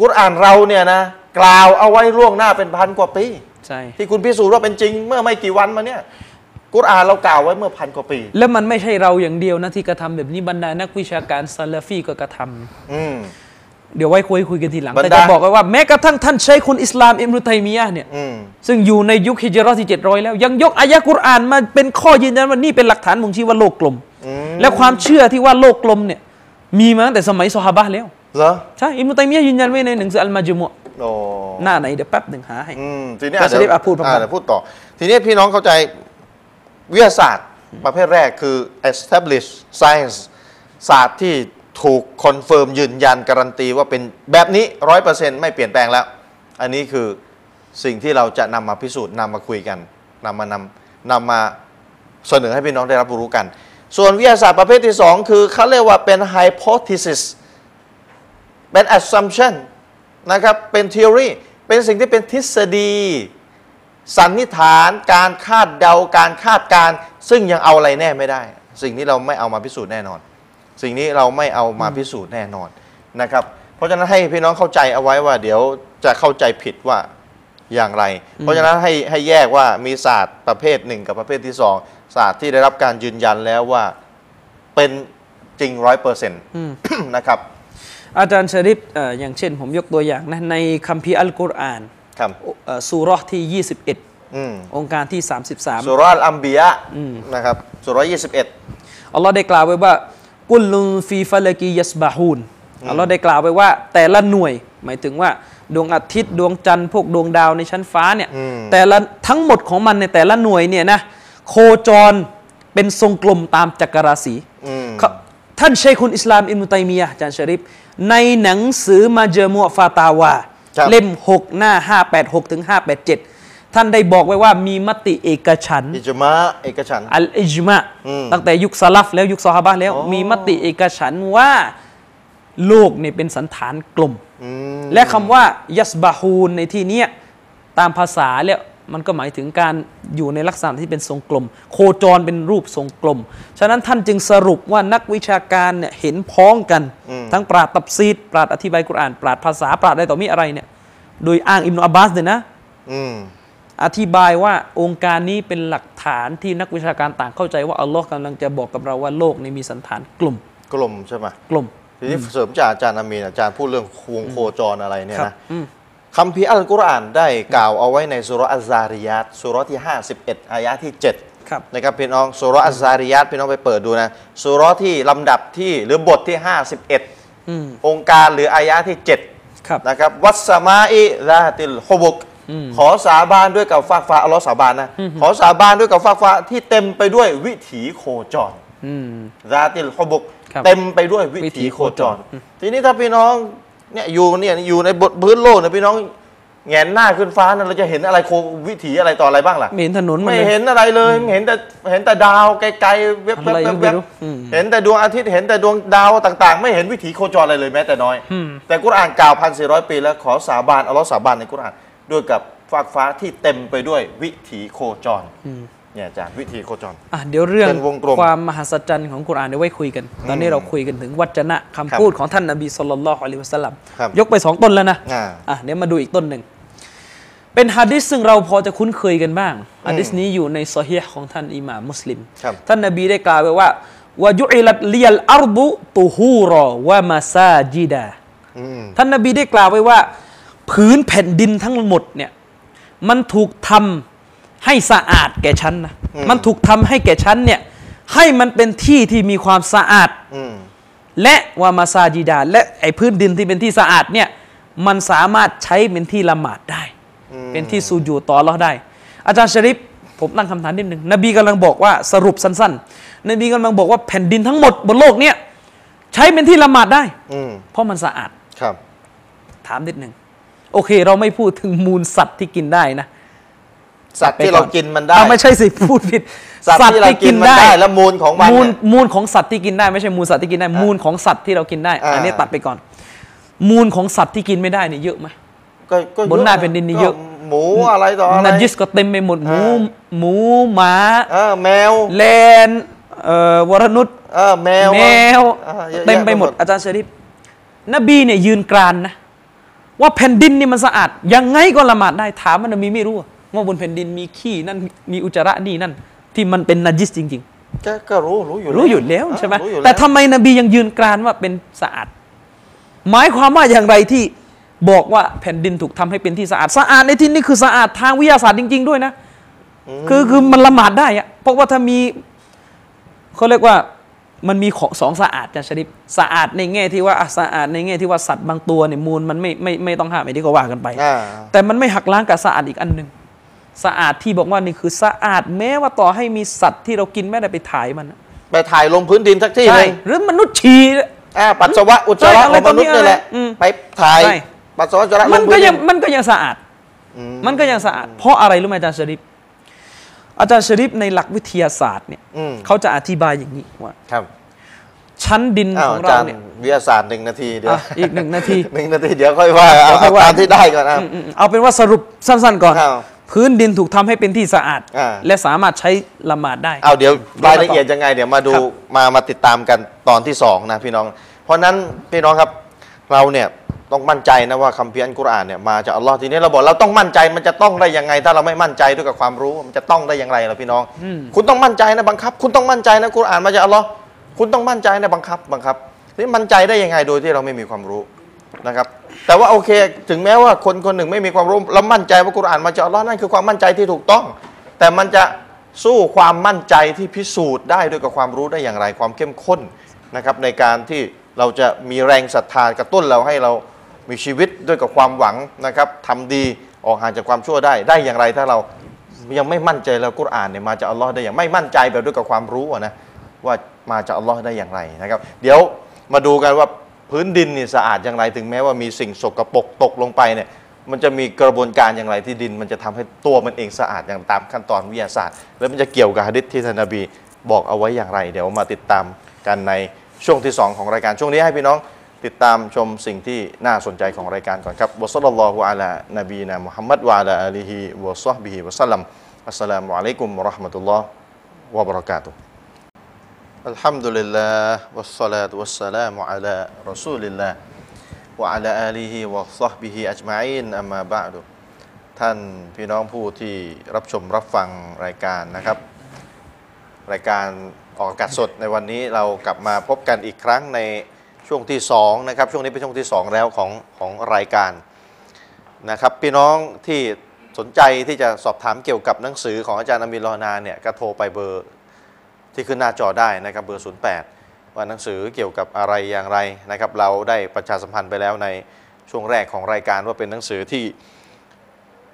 [SPEAKER 1] กุรอานเราเนี่ยนะกล่าวเอาไว้ล่วงหน้าเป็นพันกว่าปี
[SPEAKER 2] ใช่
[SPEAKER 1] ที่คุณพิสูจน์ว่าเป็นจริงเมื่อไม่กี่วันมาเนี่ยกุรอานเรากล่าวไว้เมื่อพันกว่าปี
[SPEAKER 2] แล้วมันไม่ใช่เราอย่างเดียวนะที่กระทำแบบนี้บรรดานักวิชาการซาลาฟีก็กระทำ
[SPEAKER 1] อืม
[SPEAKER 2] เดี๋ยวไว้คุยคุยกันทีหลัง
[SPEAKER 1] บรร
[SPEAKER 2] แต่
[SPEAKER 1] ดา
[SPEAKER 2] จะบอกไว้ว่าแม้กระทั่งท่านชัยคุลอิสลามอิมรุตัยมียะห์เนี่ย
[SPEAKER 1] อืม
[SPEAKER 2] ซึ่งอยู่ในยุคฮิจเราะห์ที่ 700 แล้ว ยังยกอายะกุรอานมาเป็นข้อยืนยันว่านี่เป็นหลักฐานบ่งชี้ว่าโลกกลม และความเชื่อที่ว่าโลกกลมเนี่ยมีมาตั้งแต่สมัยซอฮาบะห์แล้ว
[SPEAKER 1] เหรอ
[SPEAKER 2] ใช่อิมรุตัยมียะห์ยืนยันไว้ในหนังสืออัลมาจุมอะห์
[SPEAKER 1] โอ้
[SPEAKER 2] หน้าไหนเดี๋ยวแป๊บหนึ่งหาให้
[SPEAKER 1] อืมทีนี้
[SPEAKER 2] ท่านชะริฟ
[SPEAKER 1] เยว
[SPEAKER 2] อ่ะพูดพร้อมๆ
[SPEAKER 1] อ่าเยวพูดต่อ ทีนี้พี่น้องเข้าใจวิทยาศาสตร์ประเภทแรกคือ establish science ศาสตร์ที่ถูกคอนเฟิร์มยืนยันการันตีว่าเป็นแบบนี้ร้อยเปอร์เซ็นต์ไม่เปลี่ยนแปลงแล้ว อันนี้คือสิ่งที่เราจะนำมาพิสูจน์นำมาคุยกันนำมานำนำมาเสนอให้พี่น้องได้รับรู้กัน ส่วนวิทยาศาสตร์ประเภทที่ 2 คือเขาเรียกว่าเป็น hypothesis เป็น assumption นะครับ เป็น theory เป็นสิ่งที่เป็นทฤษฎี สันนิษฐานการคาดเดาการคาดการณ์ซึ่งยังเอาอะไรแน่ไม่ได้ สิ่งนี้เราไม่เอามาพิสูจน์แน่นอน สิ่งนี้เราไม่เอามาพิสูจน์แน่นอนนะครับ เพราะฉะนั้นให้พี่น้องเข้าใจเอาไว้ว่า เดี๋ยวจะเข้าใจผิดว่าอย่างไร เพราะฉะนั้นให้ให้แยกว่ามีศาสตร์ประเภทหนึ่งกับประเภทที่สองศาสตร์ที่ได้รับการยืนยันแล้วว่าเป็นจริงร้อยเปอร์เซ็นต์นะครับ
[SPEAKER 2] อาจารย์ชะริฟเอ่ออย่างเช่น ผมยกตัวอย่างนะในคัมภีร์อัลกุรอาน
[SPEAKER 1] ครับ
[SPEAKER 2] เอ่อซูเราะห์ที่ 21
[SPEAKER 1] อืม
[SPEAKER 2] องค์การที่ 33
[SPEAKER 1] สุราะห์อัมบียะห์นะครับสุราะห์ยี่สิบเอ็ด
[SPEAKER 2] อัลลอฮ์ได้กล่าวไว้ว่ากุลลุนฟีฟาลกียัสบาฮูนอัลลอฮ์ได้กล่าวไว้ว่า แต่ละหน่วย หมายถึงว่าดวงอาทิตย์ดวงจันทร์พวกดวงดาวในชั้นฟ้าเนี่ย
[SPEAKER 1] อืม
[SPEAKER 2] แต่ละทั้งหมดของมันในแต่ละหน่วยเนี่ยนะโคจรเป็นทรงกลมตามจักรราศี
[SPEAKER 1] อืม
[SPEAKER 2] ครับท่านชัยคุณอิสลามอิมนุตัยมียะห์อาจารย์ชะริฟในหนังสือมาเจอมัวฟาตาวา
[SPEAKER 1] ครับ
[SPEAKER 2] เล่ม 6 หน้า 586ถึง587 ท่านได้บอกไว้ว่ามีมติเอกฉันท์
[SPEAKER 1] อิจมะเอกฉันท์
[SPEAKER 2] อัลอิจมา
[SPEAKER 1] อืม
[SPEAKER 2] ตั้งแต่ยุคสลัฟแล้วยุคซอฮาบะห์แล้ว
[SPEAKER 1] อ๋อ
[SPEAKER 2] มีมติเอกฉันท์ว่าโลกเนี่ยเป็นสันฐานกลม
[SPEAKER 1] อืม
[SPEAKER 2] และคำว่ายัสบาฮูนในที่เนี้ยตามภาษาแล้วมันก็หมายถึงการอยู่ในลักษณะที่เป็นทรงกลม โคจรเป็นรูปทรงกลม ฉะนั้นท่านจึงสรุปว่านักวิชาการเนี่ยเห็นพ้องกัน
[SPEAKER 1] อืม
[SPEAKER 2] ทั้งปราดตับซีดปราดอธิบายกุรอาน ปราดภาษาปราดอะไรต่อมีอะไรเนี่ยโดยอ้างอิมนุอับบาสเนี่ยนะ
[SPEAKER 1] อืม
[SPEAKER 2] อธิบายว่าองค์การนี้เป็นหลักฐานที่นักวิชาการต่างเข้าใจว่าอัลลอฮ์กำลังจะบอกกับเราว่าโลกนี้มีสันฐานกลุ่ม
[SPEAKER 1] กลมใช่ไหม
[SPEAKER 2] กลุ่ม
[SPEAKER 1] ทีนี้เสริมจากอาจารย์อามีนอาจารย์พูดเรื่องควงโคจรอะไรเนี่ย
[SPEAKER 2] ครับ
[SPEAKER 1] นะ
[SPEAKER 2] อืม
[SPEAKER 1] คำพีร์อัลกุรอานได้กล่าวเอาไว้ในสุรอัซซาริยัตสุรที่ 51 อายะที่ 7
[SPEAKER 2] ครับ
[SPEAKER 1] นะครับพี่น้องสุรอัซซาริยัตพี่น้องไปเปิดดูนะสุรที่ลำดับที่หรือบทที่ 51
[SPEAKER 2] อืม
[SPEAKER 1] องค์การหรืออายะที่ 7
[SPEAKER 2] ครับ
[SPEAKER 1] นะครับวัสมาอิลาติลฮบุก ขอสาบานด้วยกับฟากฟ้าอัลลอฮ์สาบานนะ ขอสาบานด้วยกับฟากฟ้าที่เต็มไปด้วยวิถีโคจร
[SPEAKER 2] อืม
[SPEAKER 1] ลาติลฮบุก
[SPEAKER 2] ครับ
[SPEAKER 1] เต็มไปด้วยวิ
[SPEAKER 2] วิถี
[SPEAKER 1] ถี
[SPEAKER 2] โค
[SPEAKER 1] โค
[SPEAKER 2] จ
[SPEAKER 1] จ
[SPEAKER 2] ร
[SPEAKER 1] ร ทีนี้ถ้าพี่น้องเนี่ยอยู่เนี่ยอยู่ในบทพื้นโลกเนี่ยพี่น้อง แงนหน้าขึ้นฟ้านั้นเราจะเห็นอะไรโควิถีอะไรต่ออะไรบ้างล่ะ
[SPEAKER 2] ไม่เห็นถนนมัน
[SPEAKER 1] ไม่
[SPEAKER 2] เลย
[SPEAKER 1] เห็นอะไรเลยเห็นแต่เห็นแต่ดาวไกลๆเว็บๆ
[SPEAKER 2] อะไรก็ไม่
[SPEAKER 1] เว็บ
[SPEAKER 2] รู้
[SPEAKER 1] ๆ
[SPEAKER 2] อืม
[SPEAKER 1] เห็นแต่ดวงอาทิตย์เห็นแต่ดวงดาวต่าง ๆ ไม่เห็นวิถีโคจรอะไรเลยแม้แต่น้อย
[SPEAKER 2] อืม
[SPEAKER 1] แต่กุรอานกล่าวพันสี่ร้อยปีแล้วขอสาบานอัลลอฮ์สาบานในกุรอานด้วยกับฟากฟ้าที่เต็มไปด้วยวิถีโคจรเนี่ยอาจารย์วิถีโคจร
[SPEAKER 2] อ่ะเดี๋ยวเรื่อง
[SPEAKER 1] เป็นวงกลม
[SPEAKER 2] ความมหัศจรรย์ของกุรอานเดี๋ยวไว้คุยกัน ตอนนี้เราคุยกันถึงวัจนะคำพูดของท่านนบีสุลต่านละฮ์อะลัยฮิวะสัลลัม
[SPEAKER 1] ครับ
[SPEAKER 2] ยกไปสองต้นแล้วนะ
[SPEAKER 1] อ่า
[SPEAKER 2] อ่ะเดี๋ยวมาดูอีกต้นหนึ่ง เป็นฮะดิษซึ่งเราพอจะคุ้นเคยกันบ้างฮะดิษนี้อยู่ในซอฮีฮ์ของท่านอิหม่ามมุสลิม
[SPEAKER 1] ครับ
[SPEAKER 2] ท่านนบีได้กล่าวไว้ว่าวายุอิลัตเลียลอัรบุตูฮูรอวะมาซาจิดา
[SPEAKER 1] อืม
[SPEAKER 2] ท่านนบีได้กล่าวไว้ว่า พื้นแผ่นดินทั้งหมดเนี่ยมันถูกทำให้สะอาดแก่ฉันนะมันถูกทำให้แก่ฉันเนี่ยให้มันเป็นที่ที่มีความสะอาด
[SPEAKER 1] อืม
[SPEAKER 2] และวามาซาจิดา และไอพื้นดินที่เป็นที่สะอาดเนี่ยมันสามารถใช้เป็นที่ละหมาดได้ เป็นที่สูญูต่อเราะห์ได้ อาจารย์ชริปผมตั้งคำถามนิดหนึ่งนบีกำลังบอกว่าสรุปสั้นๆ นบีกำลังบอกว่าแผ่นดินทั้งหมดบนโลกเนี่ยใช้เป็นที่ละหมาดได้
[SPEAKER 1] อืม
[SPEAKER 2] เพราะมันสะอาด
[SPEAKER 1] ครับ
[SPEAKER 2] ถามนิดหนึ่งโอเค เราไม่พูดถึงมูลสัตว์ที่กินได้นะ
[SPEAKER 1] สัตว์ที่เรากินมันได้
[SPEAKER 2] อ่ะไม่ใช่สิพูดผิด
[SPEAKER 1] สัตว์ที่เรากินมันได้และมูลของมัน
[SPEAKER 2] มูล
[SPEAKER 1] เนี่ย
[SPEAKER 2] มูลของสัตว์ที่กินได้ไม่ใช่มูลสัตว์ที่กินได้ มูลของสัตว์ที่เรากินได้
[SPEAKER 1] อ่า
[SPEAKER 2] อันนี้ตัดไปก่อน มูลของสัตว์ที่กินไม่ได้เนี่ยเยอะไหม
[SPEAKER 1] ก็ก็ยอะ
[SPEAKER 2] บนหน้าแผ่นดินนี่เยอะ
[SPEAKER 1] ก็หมูอะไรต่ออะไร
[SPEAKER 2] นัจญิสก็เต็มไปหมดหมู
[SPEAKER 1] อ่า
[SPEAKER 2] หมูหมา
[SPEAKER 1] เออแมว
[SPEAKER 2] แลนเอ่อวรนุษย์
[SPEAKER 1] เออแมว
[SPEAKER 2] แมว
[SPEAKER 1] อ่ะยอะแยะ
[SPEAKER 2] เต็มไปหมดอาจารย์ชริปนบีเนี่ยยืนกรานนะว่าแผ่นดินนี่มันสะอาด ยังไงก็ละหมาดได้ถามมันนบีไม่รู้อะว่าบนแผ่นดินมีขี้นั่นมีอุจจาระนี่นั่น ที่มันเป็นนัจญิสจริง
[SPEAKER 1] ก็ก็รู้รู้อยู่
[SPEAKER 2] ๆ รู้อยู่แล้วใช่ไหม
[SPEAKER 1] รู้อยู่ล้ว
[SPEAKER 2] แต่ทำไมนบียังยืนกรานว่าเป็นสะอาด หมายความว่าอย่างไรที่บอกว่าแผ่นดินถูกทำให้เป็นที่สะอาดสะอาดในที่นี้คือสะอาดทางวิทยาศาสตร์จริง ๆ ด้วยนะ
[SPEAKER 1] ม
[SPEAKER 2] คือคือมันละหมาดได้อะเพราะว่าถ้ามีเขาเรียกว่ามันมีของสองสะอาดจันชริปสะอาดในแง่ที่ว่าอ่ะสะอาดในแง่ที่ว่าสัตว์บางตัวเนี่ยมูลมันไม่ไม่ไม่ต้องห้ามไอ้ที่ก็ว่ากันไป
[SPEAKER 1] อ่า
[SPEAKER 2] แต่มันไม่หักล้างกับสะอาดอีกอันหนึ่งสะอาดที่บอกว่านี่คือสะอาดแม้ว่าต่อให้มีสัตว์ที่เรากินไม่ได้ไปถ่ายมันอะ
[SPEAKER 1] ไปถ่ายลงพื้นดินสักที่ห
[SPEAKER 2] ใช่
[SPEAKER 1] นึ่ง
[SPEAKER 2] หรือมนุษย์ฉี่
[SPEAKER 1] อ่าปัสสาวะอุจจาระ
[SPEAKER 2] ใช่อะ
[SPEAKER 1] ข
[SPEAKER 2] ไร
[SPEAKER 1] องมนุษย์
[SPEAKER 2] ตรง
[SPEAKER 1] นี่แห
[SPEAKER 2] นี้
[SPEAKER 1] ละ
[SPEAKER 2] อะไรอืม
[SPEAKER 1] ไปถ่าย
[SPEAKER 2] ใช่
[SPEAKER 1] ปัสสาวะอุจจาระล
[SPEAKER 2] มัน
[SPEAKER 1] ง
[SPEAKER 2] ก็
[SPEAKER 1] พื้นดิ
[SPEAKER 2] ยัง
[SPEAKER 1] น
[SPEAKER 2] มันก็ยังสะอาด
[SPEAKER 1] อืม
[SPEAKER 2] มันก็ยังสะอาด เพราะอะไรรู้ไหมอาจารย์ชริปอาจารย์ชริปในหลักวิทยาศาสตร์เนี่ย
[SPEAKER 1] อืม
[SPEAKER 2] เขาจะอธิบายอย่างนี้ว่า
[SPEAKER 1] ครับ
[SPEAKER 2] ชั้นดิน
[SPEAKER 1] อ้าว
[SPEAKER 2] ขอ
[SPEAKER 1] อา
[SPEAKER 2] งเรา
[SPEAKER 1] จารย์
[SPEAKER 2] เนี่ย
[SPEAKER 1] วิทยาศาสตร์หนึ่งนาทีเดี๋ยว
[SPEAKER 2] อ่ะอีกหนึ่งนาที
[SPEAKER 1] หนึ่งนาทีเดี๋ยวค่อยว่าเอา
[SPEAKER 2] ค่อย
[SPEAKER 1] เอา
[SPEAKER 2] ว่า
[SPEAKER 1] ตามที่ได้ก่อนนะ
[SPEAKER 2] อืมเอาเป็นว่าสรุปสั้นๆก่อน
[SPEAKER 1] ครับ
[SPEAKER 2] พื้นดินถูกทำให้เป็นที่สะอาด
[SPEAKER 1] อ่า
[SPEAKER 2] และสามารถใช้ละหมาดได้
[SPEAKER 1] เอาเดี๋ยว
[SPEAKER 2] เดี๋ยว
[SPEAKER 1] รายละเอียดยังไงเดี๋ยวมาดู
[SPEAKER 2] ครับ
[SPEAKER 1] มามาติดตามกันตอนที่สองนะพี่น้อง เพราะนั้นพี่น้องครับเราเนี่ยต้องมั่นใจนะว่าคำเพีร์อันกุรอานเนี่ยมาจากอัลลอฮ์ทีนี้เราบอกเราต้องมั่นใจมันจะต้องได้ยังไง ถ้าเราไม่มั่นใจด้วยกับความรู้มันจะต้องได้อย่างไรล่ะพี่น้อง คุณต้องมั่นใจนะบังคับ คุณต้องมั่นใจนะกุรอานมาจากอัลลอฮ์คุณต้องมั่นใจนะบังคับบังคับนี่มั่นใจได้ยังไงโดยที่เราไม่มีความรู้นะครับ แต่ว่าโอเคถึงแม้ว่าคนคนหนึ่งไม่มีความรู้แล้วมั่นใจว่ากุรอานมาจากอัลลอฮ์นั่นคือความมั่นใจที่ถูกต้อง แต่มันจะสู้ความมั่นใจที่พิสูจน์ได้ด้วยกับความรู้ได้อย่างไรความเข้มข้นนะครับ ในการที่เราจะมีแรงศรัทธากระตุ้นเราให้เรามีชีวิตด้วยกับความหวังนะครับทำดีออกห่างจากความชั่วได้ได้อย่างไรถ้าเรายังไม่มั่นใจแล้วกุรอานเนี่ยมาจากอัลลอฮ์ได้อย่างไม่มั่นใจแบบด้วยกับความรู้อะนะว่ามาจากอัลลอฮ์ได้อย่างไรนะครับ เดี๋ยวมาดูกันว่าพื้นดินเนี่ยสะอาดอย่างไร ถึงแม้ว่ามีสิ่งสกปรกตกลงไปเนี่ย มันจะมีกระบวนการอย่างไรที่ดิน มันจะทำให้ตัวมันเองสะอาดอย่างตามขั้นตอนวิทยาศาสตร์ แล้วมันจะเกี่ยวกับฮะดิษที่ท่านนบีบอกเอาไว้อย่างไร เดี๋ยวมาติดตามกันในช่วงที่ 2 ของรายการช่วงนี้ให้พี่น้องติดตามชมสิ่งที่น่าสนใจของรายการก่อนครับวะซัลลัลลอฮุอะลานบีนะมุฮัมมัดวะอะลาอาลีฮิวะซอฮบิฮิวะสัลลัมอัสสลามุอะลัยกุมวะเราะห์มะตุลลอฮ์วะบะเราะกาตุฮ์ الحمد لله والصلاة والسلام على رسول الله وعلى آله وصحبه أجمعين أما بعد ท่านพี่น้องผู้ที่รับชมรับฟังรายการนะครับ รายการออกอากาศสดในวันนี้เรากลับมาพบกันอีกครั้งในช่วงที่สองนะครับ ช่วงนี้เป็นช่วงที่สองแล้วของของรายการ นะครับพี่น้องที่สนใจที่จะสอบถามเกี่ยวกับหนังสือของอาจารย์อามีรลอนาเนี่ยก็โทรไปเบอร์ ที่ขึ้นหน้าจอได้นะครับเบอร์ 08 ว่าหนังสือเกี่ยวกับอะไรอย่างไรนะครับเราได้ประชาสัมพันธ์ไปแล้วในช่วงแรกของรายการว่าเป็นหนังสือที่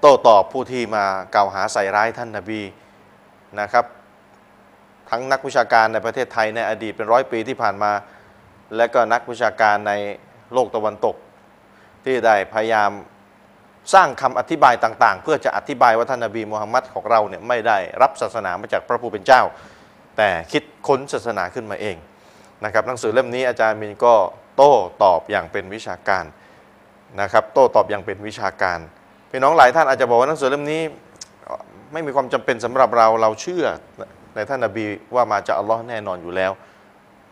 [SPEAKER 1] โต้ตอบผู้ที่มากล่าวหาใส่ร้ายท่านนบีนะครับ ทั้งนักวิชาการในประเทศไทยในอดีตเป็นร้อยปีที่ผ่านมา และก็นักวิชาการในโลกตะวันตก ที่ได้พยายาม สร้างคำอธิบายต่างๆ เพื่อจะอธิบายว่าท่านนบีมูฮัมมัดของเราเนี่ยไม่ได้รับศาสนามาจากพระผู้เป็นเจ้า แต่คิดค้นศาสนาขึ้นมาเองนะครับหนังสือเล่มนี้อาจารย์มินก็โต้ตอบอย่างเป็นวิชาการนะครับ โต้ตอบอย่างเป็นวิชาการพี่น้องหลายท่านอาจจะบอกว่าหนังสือเล่มนี้เอ่อไม่มีความจำเป็นสำหรับเราเราเชื่อในท่านนบีว่ามาจากอัลลอฮ์แน่นอนอยู่แล้ว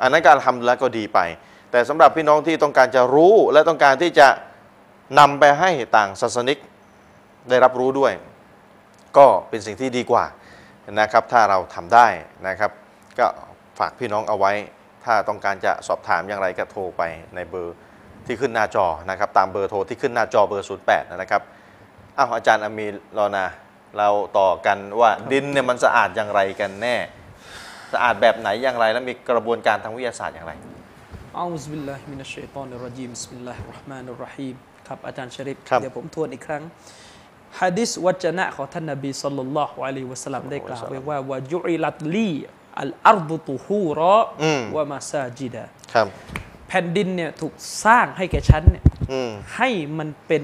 [SPEAKER 1] อันนั้นการทำแล้วก็ดีไป แต่สำหรับพี่น้องที่ต้องการจะรู้และต้องการที่จะนำไปให้ต่างศาสนิกได้รับรู้ด้วย ก็เป็นสิ่งที่ดีกว่านะครับ ถ้าเราทำได้นะครับ ก็ฝากพี่น้องเอาไว้ ถ้าต้องการจะสอบถามอย่างไรก็โทรไปในเบอร์ที่ขึ้นหน้าจอนะครับ ตามเบอร์โทรที่ขึ้นหน้าจอเบอร์ 08 นะครับอ้าวอาจารย์อามีรรอนะ เราต่อกันว่าดินเนี่ยมันสะอาดอย่างไรกันแน่ สะอาดแบบไหนอย่างไร และมีกระบวนการทางวิทยาศาสตร์อย่างไร
[SPEAKER 2] أعوذ بالله من الشيطان الرجيم بسم الله الرحمن الرحيم ครับอาจารย์ชริป
[SPEAKER 1] ครับ
[SPEAKER 2] เดี๋ยวผมทวนอีกครั้งฮะดิษวัจนะของท่านนบีสัลลัลลอฮุอะลัยฮิวะสัลลัมได้กล่าวไว้ว่าวายุอิลัตลีอัลอาร์ดุตุฮูระวะมาซาจิดะ
[SPEAKER 1] ครับ
[SPEAKER 2] แผ่นดินเนี่ยถูกสร้างให้แก่ฉันเนี่ย
[SPEAKER 1] อืม
[SPEAKER 2] ให้มันเป็น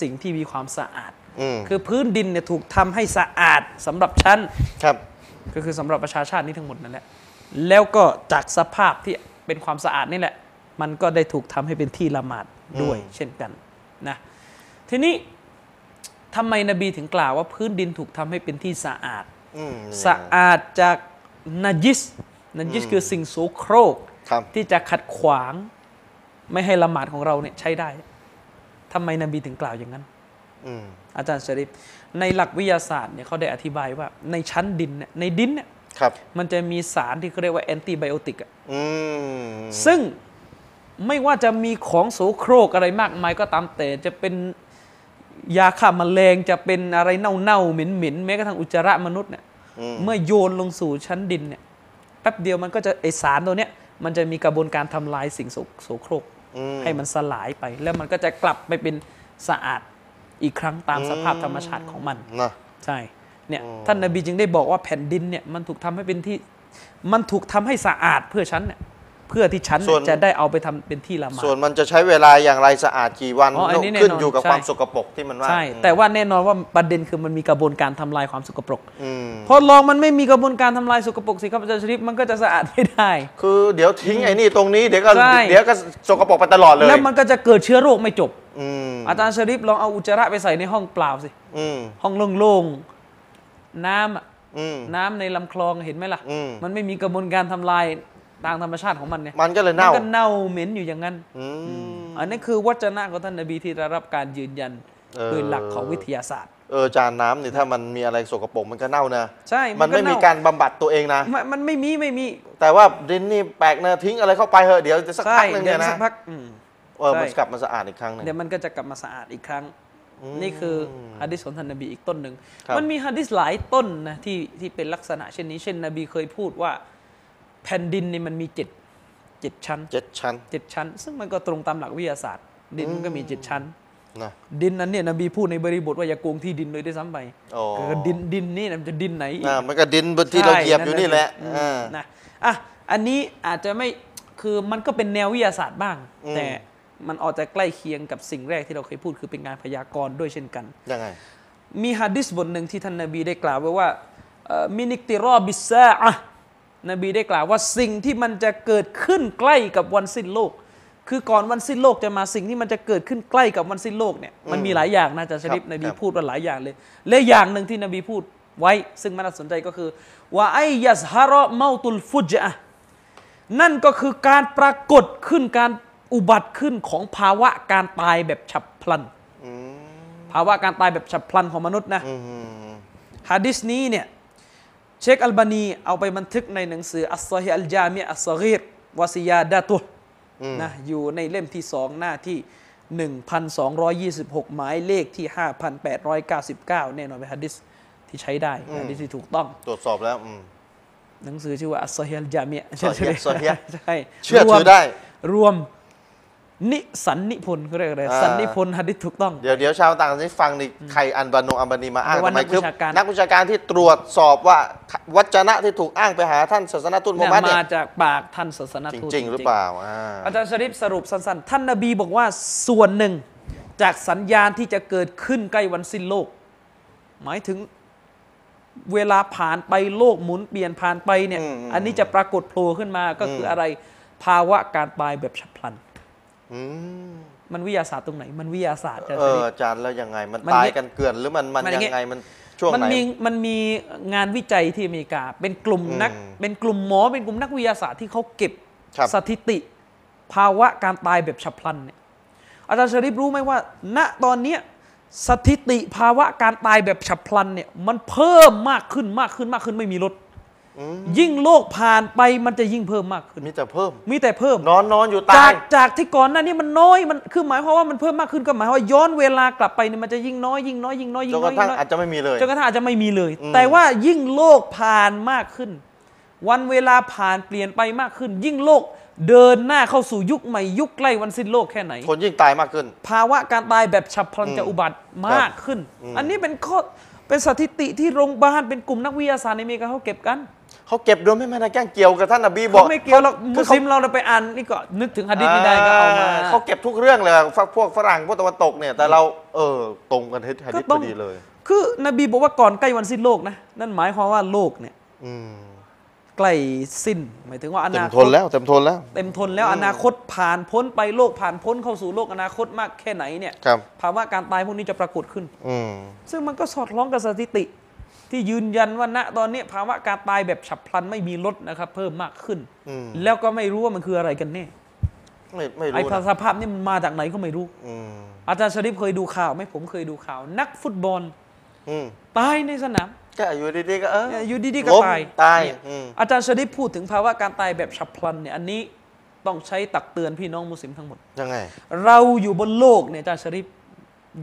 [SPEAKER 2] สิ่งที่มีความสะอาด
[SPEAKER 1] อืม
[SPEAKER 2] คือพื้นดินเนี่ยถูกทำให้สะอาดสำหรับฉัน
[SPEAKER 1] ครับ
[SPEAKER 2] ก็คือสำหรับประชาชาตินี้ทั้งหมดนั่นแหละ แล้วก็จากสภาพที่เป็นความสะอาดนี่แหละ มันก็ได้ถูกทำให้เป็นที่ละหมาดด้วยเช่นกันนะ ทีนี้ทำไมนบีถึงกล่าวว่าพื้นดินถูกทำให้เป็นที่สะอาด
[SPEAKER 1] อืม
[SPEAKER 2] สะอาดจากนาจิสนาจิสคือสิ่งโสโครก
[SPEAKER 1] ครับ
[SPEAKER 2] ที่จะขัดขวางไม่ให้ละหมาดของเราเนี่ยใช้ได้ทำไมนบีถึงกล่าวอย่างนั้น
[SPEAKER 1] อืม
[SPEAKER 2] อาจารย์ชริฟในหลักวิทยาศาสตร์เนี่ยเขาได้อธิบายว่าในชั้นดินเนี่ยในดินเนี่ย
[SPEAKER 1] ครับ
[SPEAKER 2] มันจะมีสารที่เขาเรียกว่าแอนติไบโอติกอะ
[SPEAKER 1] อืม
[SPEAKER 2] ซึ่งไม่ว่าจะมีของโสโครกอะไรมากมายก็ตามแต่จะเป็นยาฆ่าแมลงจะเป็นอะไรเน่าๆเหม็นๆแม้กระทั่งอุจจาระมนุษย์เนี่ย
[SPEAKER 1] อืม
[SPEAKER 2] เมื่อโยนลงสู่ชั้นดินเนี่ยแป๊บเดียวมันก็จะไอสารตัวเนี้ยมันจะมีกระบวนการทำลายสิ่งโสโสโครก
[SPEAKER 1] อืม
[SPEAKER 2] ให้มันสลายไป แล้วมันก็จะกลับไปเป็นสะอาดอีกครั้งตามสภาพธรรมชาติของมัน
[SPEAKER 1] นะ
[SPEAKER 2] ใช่เนี่ยท่านนบีจึงได้บอกว่าแผ่นดินเนี่ยมันถูกทำให้เป็นที่ มันถูกทำให้สะอาดเพื่อฉันเนี่ยเพื่อที่ฉันเนี่ยจะได้เอาไปทำเป็นที่ละหมาด
[SPEAKER 1] ส่วนมันจะใช้เวลาอย่างไรสะอาดกี่วัน
[SPEAKER 2] อ๋ออันนี้แน่นอน
[SPEAKER 1] ขึ้นอยู่กับ
[SPEAKER 2] ใช่
[SPEAKER 1] ความสกปรกที่มันว่า
[SPEAKER 2] ใช่ แต่ว่าแน่นอนว่าประเด็นคือมันมีกระบวนการทำลายความสกปรก
[SPEAKER 1] อืม
[SPEAKER 2] พอลองมันไม่มีกระบวนการทำลายสกปรกสิครับอาจารย์ชริปมันก็จะสะอาดไม่ได้
[SPEAKER 1] คือเดี๋ยวทิ้งไอ้นี่ตรงนี้เดี๋ยวก็
[SPEAKER 2] ใช่
[SPEAKER 1] เดี๋ยวก็สกปรกไปตลอดเลย
[SPEAKER 2] แล้วมันก็จะเกิดเชื้อโรคไม่จบ
[SPEAKER 1] อืม
[SPEAKER 2] อาจารย์ชริปลองเอาอุจจาระไปใส่ในห้องเปล่าสิ
[SPEAKER 1] อืม
[SPEAKER 2] ห้องโล่งๆน้ำอะ
[SPEAKER 1] อืม
[SPEAKER 2] น้ำในลำคลองเห็นไหมล่ะ
[SPEAKER 1] อืม
[SPEAKER 2] มันไม่มีกระบวนการทำลายตามธรรมชาติของมันเนี่ย
[SPEAKER 1] มันก็เลยเน่ามั
[SPEAKER 2] ก็เน่าเหม็นอยู่อย่างนั้น
[SPEAKER 1] อืม
[SPEAKER 2] อันนี้คือวัจนะของท่านนบีที่ได้รับการยืนยัน
[SPEAKER 1] เออ
[SPEAKER 2] โดยหลักของวิทยาศาสตร์
[SPEAKER 1] เออจานน้ำเนี่ยถ้ามันมีอะไรสกปรกมันก็เน่านะ
[SPEAKER 2] ใช่มั
[SPEAKER 1] มัน
[SPEAKER 2] นก็
[SPEAKER 1] ไม่มี
[SPEAKER 2] เน่า
[SPEAKER 1] การบำบัดตัวเองนะ
[SPEAKER 2] มันมันไม่มีไม่มี
[SPEAKER 1] แต่ว่าดินนี่แปลกนะทิ้งอะไรเข้าไปเหอะเดี๋ยวจะสัก
[SPEAKER 2] ใช่
[SPEAKER 1] พักหนึง
[SPEAKER 2] เดี๋ย
[SPEAKER 1] เนี่นะ
[SPEAKER 2] วยสักพักอืม
[SPEAKER 1] เออ
[SPEAKER 2] ใช่
[SPEAKER 1] มันกลับมาสะอาดอีกครั้งหนึ่ง
[SPEAKER 2] เดี๋ยวมันก็จะกลับมาสะอาดอีกครั้ง นี่คือฮะดิษของท่านนบีอีกต้นหนึ่ง
[SPEAKER 1] ครับ
[SPEAKER 2] มันมีฮะดิษหลายต้นนะที่ที่เป็นลักษณะเช่นนี้เช่น นบีเคยพูดว่า แผ่นดินนี่มันมีเจ็ดเจ็ดชั้น
[SPEAKER 1] เจ็ดชั้น
[SPEAKER 2] เจ็ดชั้น ซึ่งมันก็ตรงตามหลักวิทยาศาสตร์ ดินมันก็มีเจ็ดชั้น
[SPEAKER 1] นะ
[SPEAKER 2] ดินนั้นเนี่ยนบีพูดในบริบทว่าอย่าโกงที่ดินเลยด้วยซ้ำไป
[SPEAKER 1] โอ้
[SPEAKER 2] เออดินดินนี่นะมันจะดินไหนอีก
[SPEAKER 1] อ่ามันก็ดินบนที่เราเหยียบอยู่นี่แหละ
[SPEAKER 2] อืม
[SPEAKER 1] อ่า
[SPEAKER 2] นะอ่ะอันนี้อาจจะไม่คือมันก็เป็นแนววิทยาศาสตร์บ้าง
[SPEAKER 1] อืม
[SPEAKER 2] แต่มันออกจะใกล้เคียงกับสิ่งแรกที่เราเคยพูดคือเป็นงานพยากรณ์ด้วยเช่นกัน
[SPEAKER 1] ยังไง
[SPEAKER 2] มีฮะดิษบทหนึ่งที่ท่านนาบีได้กล่าวไว้ว่าเอ่อมินิกติรอบิสซาอะห์นบีได้กล่าวว่าสิ่งที่มันจะเกิดขึ้นใกล้กับวันสิ้นโลก คือก่อนวันสิ้นโลกจะมาสิ่งที่มันจะเกิดขึ้นใกล้กับวันสิ้นโลกเนี่ยมันมีหลายอย่างนะอาจารย์ชริป
[SPEAKER 1] ครับ
[SPEAKER 2] นบี
[SPEAKER 1] ครับ
[SPEAKER 2] พูดว่าหลายอย่างเลย และอย่างหนึ่งที่นบีพูดไว้ ซึ่งมันน่าสนใจก็คือว่าไอยัสฮาระเมาตุลฟุจอะห์นั่นก็คือการปรากฏขึ้นการอุบัติขึ้นของภาวะการตายแบบฉับพลัน ภาวะการตายแบบฉับพลันของมนุษย์นะฮะดิษนี้เนี่ย เชคอัลบานีเอาไปบันทึกในหนังสืออัสซอฮิอัลจามิอัสซอฮีรวาซิยาดะตุฮ์นะอยู่ในเล่มที่สองหน้าที่ 1,226 หมายเลขที่ 5,899 แน่นอนเป็นฮะดิษที่ใช้ได้ฮะดิษที่ถูกต้อง
[SPEAKER 1] ตรวจสอบแล้วอืม
[SPEAKER 2] หนังสือชื่อว่าอัสซอฮิอัลจามิอั
[SPEAKER 1] ซอฮีฮ์ซอฮีฮ์
[SPEAKER 2] ใช่
[SPEAKER 1] เชื่อถือได้
[SPEAKER 2] รวมนิสันนิพนธ์เขาเรียกอะไร
[SPEAKER 1] อ่า
[SPEAKER 2] สันนิพนธ์ฮะดิษถูกต้อง
[SPEAKER 1] เดี๋ยวเดี๋ยวชาวต่างชาติฟังนี่ใครอันบานงอันบานีมาอ้าง
[SPEAKER 2] เพราะว่า
[SPEAKER 1] ทำไม
[SPEAKER 2] นักวิชาการ
[SPEAKER 1] นักวิชาการที่ตรวจสอบว่าวัจนะที่ถูกอ้างไปหาท่านศาสนทูตมู
[SPEAKER 2] เนี่
[SPEAKER 1] ฮั
[SPEAKER 2] ย
[SPEAKER 1] มมัดเนี่ย
[SPEAKER 2] มาจากปากท่านศาสน
[SPEAKER 1] จ
[SPEAKER 2] ทูต
[SPEAKER 1] ริง ๆ หรือเปล่าอ่า
[SPEAKER 2] อาจารย์ชริปสรุปสั้นๆ ท่านนบีบอกว่าส่วนหนึ่ง จากสัญญาณที่จะเกิดขึ้นใกล้วันสิ้นโลก หมายถึงเวลาผ่านไปโลกหมุนเปลี่ยนผ่านไปเนี่ย
[SPEAKER 1] อืมอืม
[SPEAKER 2] อันนี้จะปรากฏโผล่ขึ้นมาก็คือ
[SPEAKER 1] ม
[SPEAKER 2] อะไรภาวะการตายแบบฉับพลัน
[SPEAKER 1] อืม
[SPEAKER 2] มันวิทยาศาสตร์ตรงไหน มันวิทยาศาสตร์จะ
[SPEAKER 1] เออ
[SPEAKER 2] จะได้
[SPEAKER 1] อาจารย์แล้วยังไง มัน
[SPEAKER 2] มัน
[SPEAKER 1] ตาย
[SPEAKER 2] เนี่ย
[SPEAKER 1] กันเกลื่อนหรือมันมัน
[SPEAKER 2] มันอ
[SPEAKER 1] ยัง
[SPEAKER 2] ย่างเงี้ย
[SPEAKER 1] ไงมันช่วง
[SPEAKER 2] มัน
[SPEAKER 1] ไหน
[SPEAKER 2] มีมันมีงานวิจัยที่อเมริกา เป็นกลุ่มนัก
[SPEAKER 1] อืม
[SPEAKER 2] เป็นกลุ่มหมอเป็นกลุ่มนักวิทยาศาสตร์ที่เขาเก็บ
[SPEAKER 1] ครับ
[SPEAKER 2] สถิติ ภาวะการตายแบบฉับพลันเนี่ยอาจารย์ชริปรู้ไหมว่า ณตอนเนี้ยสถิติภาวะการตายแบบฉับพลันเนี่ยมันเพิ่มมากขึ้นมากขึ้นมากขึ้นไม่มีลดยิ่งโลกผ่านไปมันจะยิ่งเพิ่มมากขึ้น
[SPEAKER 1] มีแต่เพิ่ม
[SPEAKER 2] มีแต่เพิ่ม
[SPEAKER 1] นอนนอนอยู่
[SPEAKER 2] จา
[SPEAKER 1] ตาย
[SPEAKER 2] กจากที่ก่อนหน้านี้มันน้อยมันคือหมายความว่ามันเพิ่มมากขึ้นก็หมายความว่าย้อนเวลากลับไปเนี่ยมันจะยิ่งน้อยยิ่งน้อยยิ่งน้อยยิ่
[SPEAKER 1] จน
[SPEAKER 2] ง
[SPEAKER 1] ก
[SPEAKER 2] น้อ
[SPEAKER 1] ระ
[SPEAKER 2] ย
[SPEAKER 1] ทั่ง
[SPEAKER 2] ยิ่งน้อย
[SPEAKER 1] อาจจะไม่มีเลย
[SPEAKER 2] จนกระทั่งอาจจะไม่มีเลย
[SPEAKER 1] อืม
[SPEAKER 2] แต่ว่ายิ่งโลกผ่านมากขึ้น วันเวลาผ่านเปลี่ยนไปมากขึ้น ยิ่งโลกเดินหน้าเข้าสู่ยุคใหม่ยุคใกล้วันสิ้นโลกแค่ไหน
[SPEAKER 1] คนยิ่งตายมากขึ้น
[SPEAKER 2] ภาวะการตายแบบฉับพลัน
[SPEAKER 1] อืม
[SPEAKER 2] จะอุบัติมากขึ้น
[SPEAKER 1] อืม
[SPEAKER 2] อันนี้เป็นข้อเป็นสถิติที่โรงพยาบาลเป็นกลุ่มนักวิทยาศาสตร์ในอเมริกาเขาเก็บกัน
[SPEAKER 1] เขาเก็บโดยไม่มาแกล้งเกี่ยวกับท่านนบีบอก
[SPEAKER 2] เขาไม่เกี่ยวหรอก
[SPEAKER 1] คื
[SPEAKER 2] มุ
[SPEAKER 1] อ
[SPEAKER 2] ส
[SPEAKER 1] เขา
[SPEAKER 2] ลิมเราเราไปอ่านนี่ก็นึกถึงฮะดิษไม่ได้ก็เอามา
[SPEAKER 1] เขาเก็บทุกเรื่องเลยพวกพวกฝรั่งพวกตะวันตกเนี่ย แต่เราเออตรงกันเฮ็ดฮะดิษ
[SPEAKER 2] ก็
[SPEAKER 1] พ
[SPEAKER 2] ตร
[SPEAKER 1] อง ดีเลย
[SPEAKER 2] คือนบีบอกว่าก่อนใกล้วันสิ้นโลกนะนั่นหมายความว่าโลกเนี่ย
[SPEAKER 1] อืม
[SPEAKER 2] ใกล้สิ้น หมายถึงว่าอ
[SPEAKER 1] เต็
[SPEAKER 2] นาม ค
[SPEAKER 1] ท
[SPEAKER 2] ต
[SPEAKER 1] นแล้วเต็มทนแล้ว
[SPEAKER 2] เต็มทนแล้วอนาคตผ่านพ้นไปโลกผ่านพ้นเข้าสู่โลกอนาคตมากแค่ไหนเนี่ย
[SPEAKER 1] ครับ
[SPEAKER 2] ภาวะการตายพวกนี้จะปรากฏขึ้น
[SPEAKER 1] อืม
[SPEAKER 2] ซึ่งมันก็สอดคล้องกับสถิติ ที่ยืนยันว่าณตอนนี้ภาวะการตายแบบฉับพลันไม่มีลดนะครับเพิ่มมากขึ้น
[SPEAKER 1] อืม
[SPEAKER 2] แล้วก็ไม่รู้ว่ามันคืออะไรกันแน่
[SPEAKER 1] ไม่ไม่
[SPEAKER 2] ไอ้
[SPEAKER 1] รู้
[SPEAKER 2] ภา
[SPEAKER 1] นะ
[SPEAKER 2] ษาภาพนี่มันมาจากไหนก็ไม่รู้
[SPEAKER 1] อืม
[SPEAKER 2] อาจารย์ชริปเคยดูข่าวไหมผมเคยดูข่าว นักฟุตบอล
[SPEAKER 1] อืม
[SPEAKER 2] ตายในสนาม
[SPEAKER 1] ก็อยู่ดีๆก็เออ
[SPEAKER 2] เนี่ยอ
[SPEAKER 1] อยู่
[SPEAKER 2] ดีๆก็ตาย
[SPEAKER 1] ตาย
[SPEAKER 2] เนี่ย
[SPEAKER 1] อืม
[SPEAKER 2] อาจารย์ชริปพูดถึงภาวะการตายแบบฉับพลันเนี่ยอันนี้ต้องใช้ตักเตือนพี่น้องมุสลิมทั้งหมด
[SPEAKER 1] ยังไง
[SPEAKER 2] เราอยู่บนโลกเนี่ยอาจารย์ชริป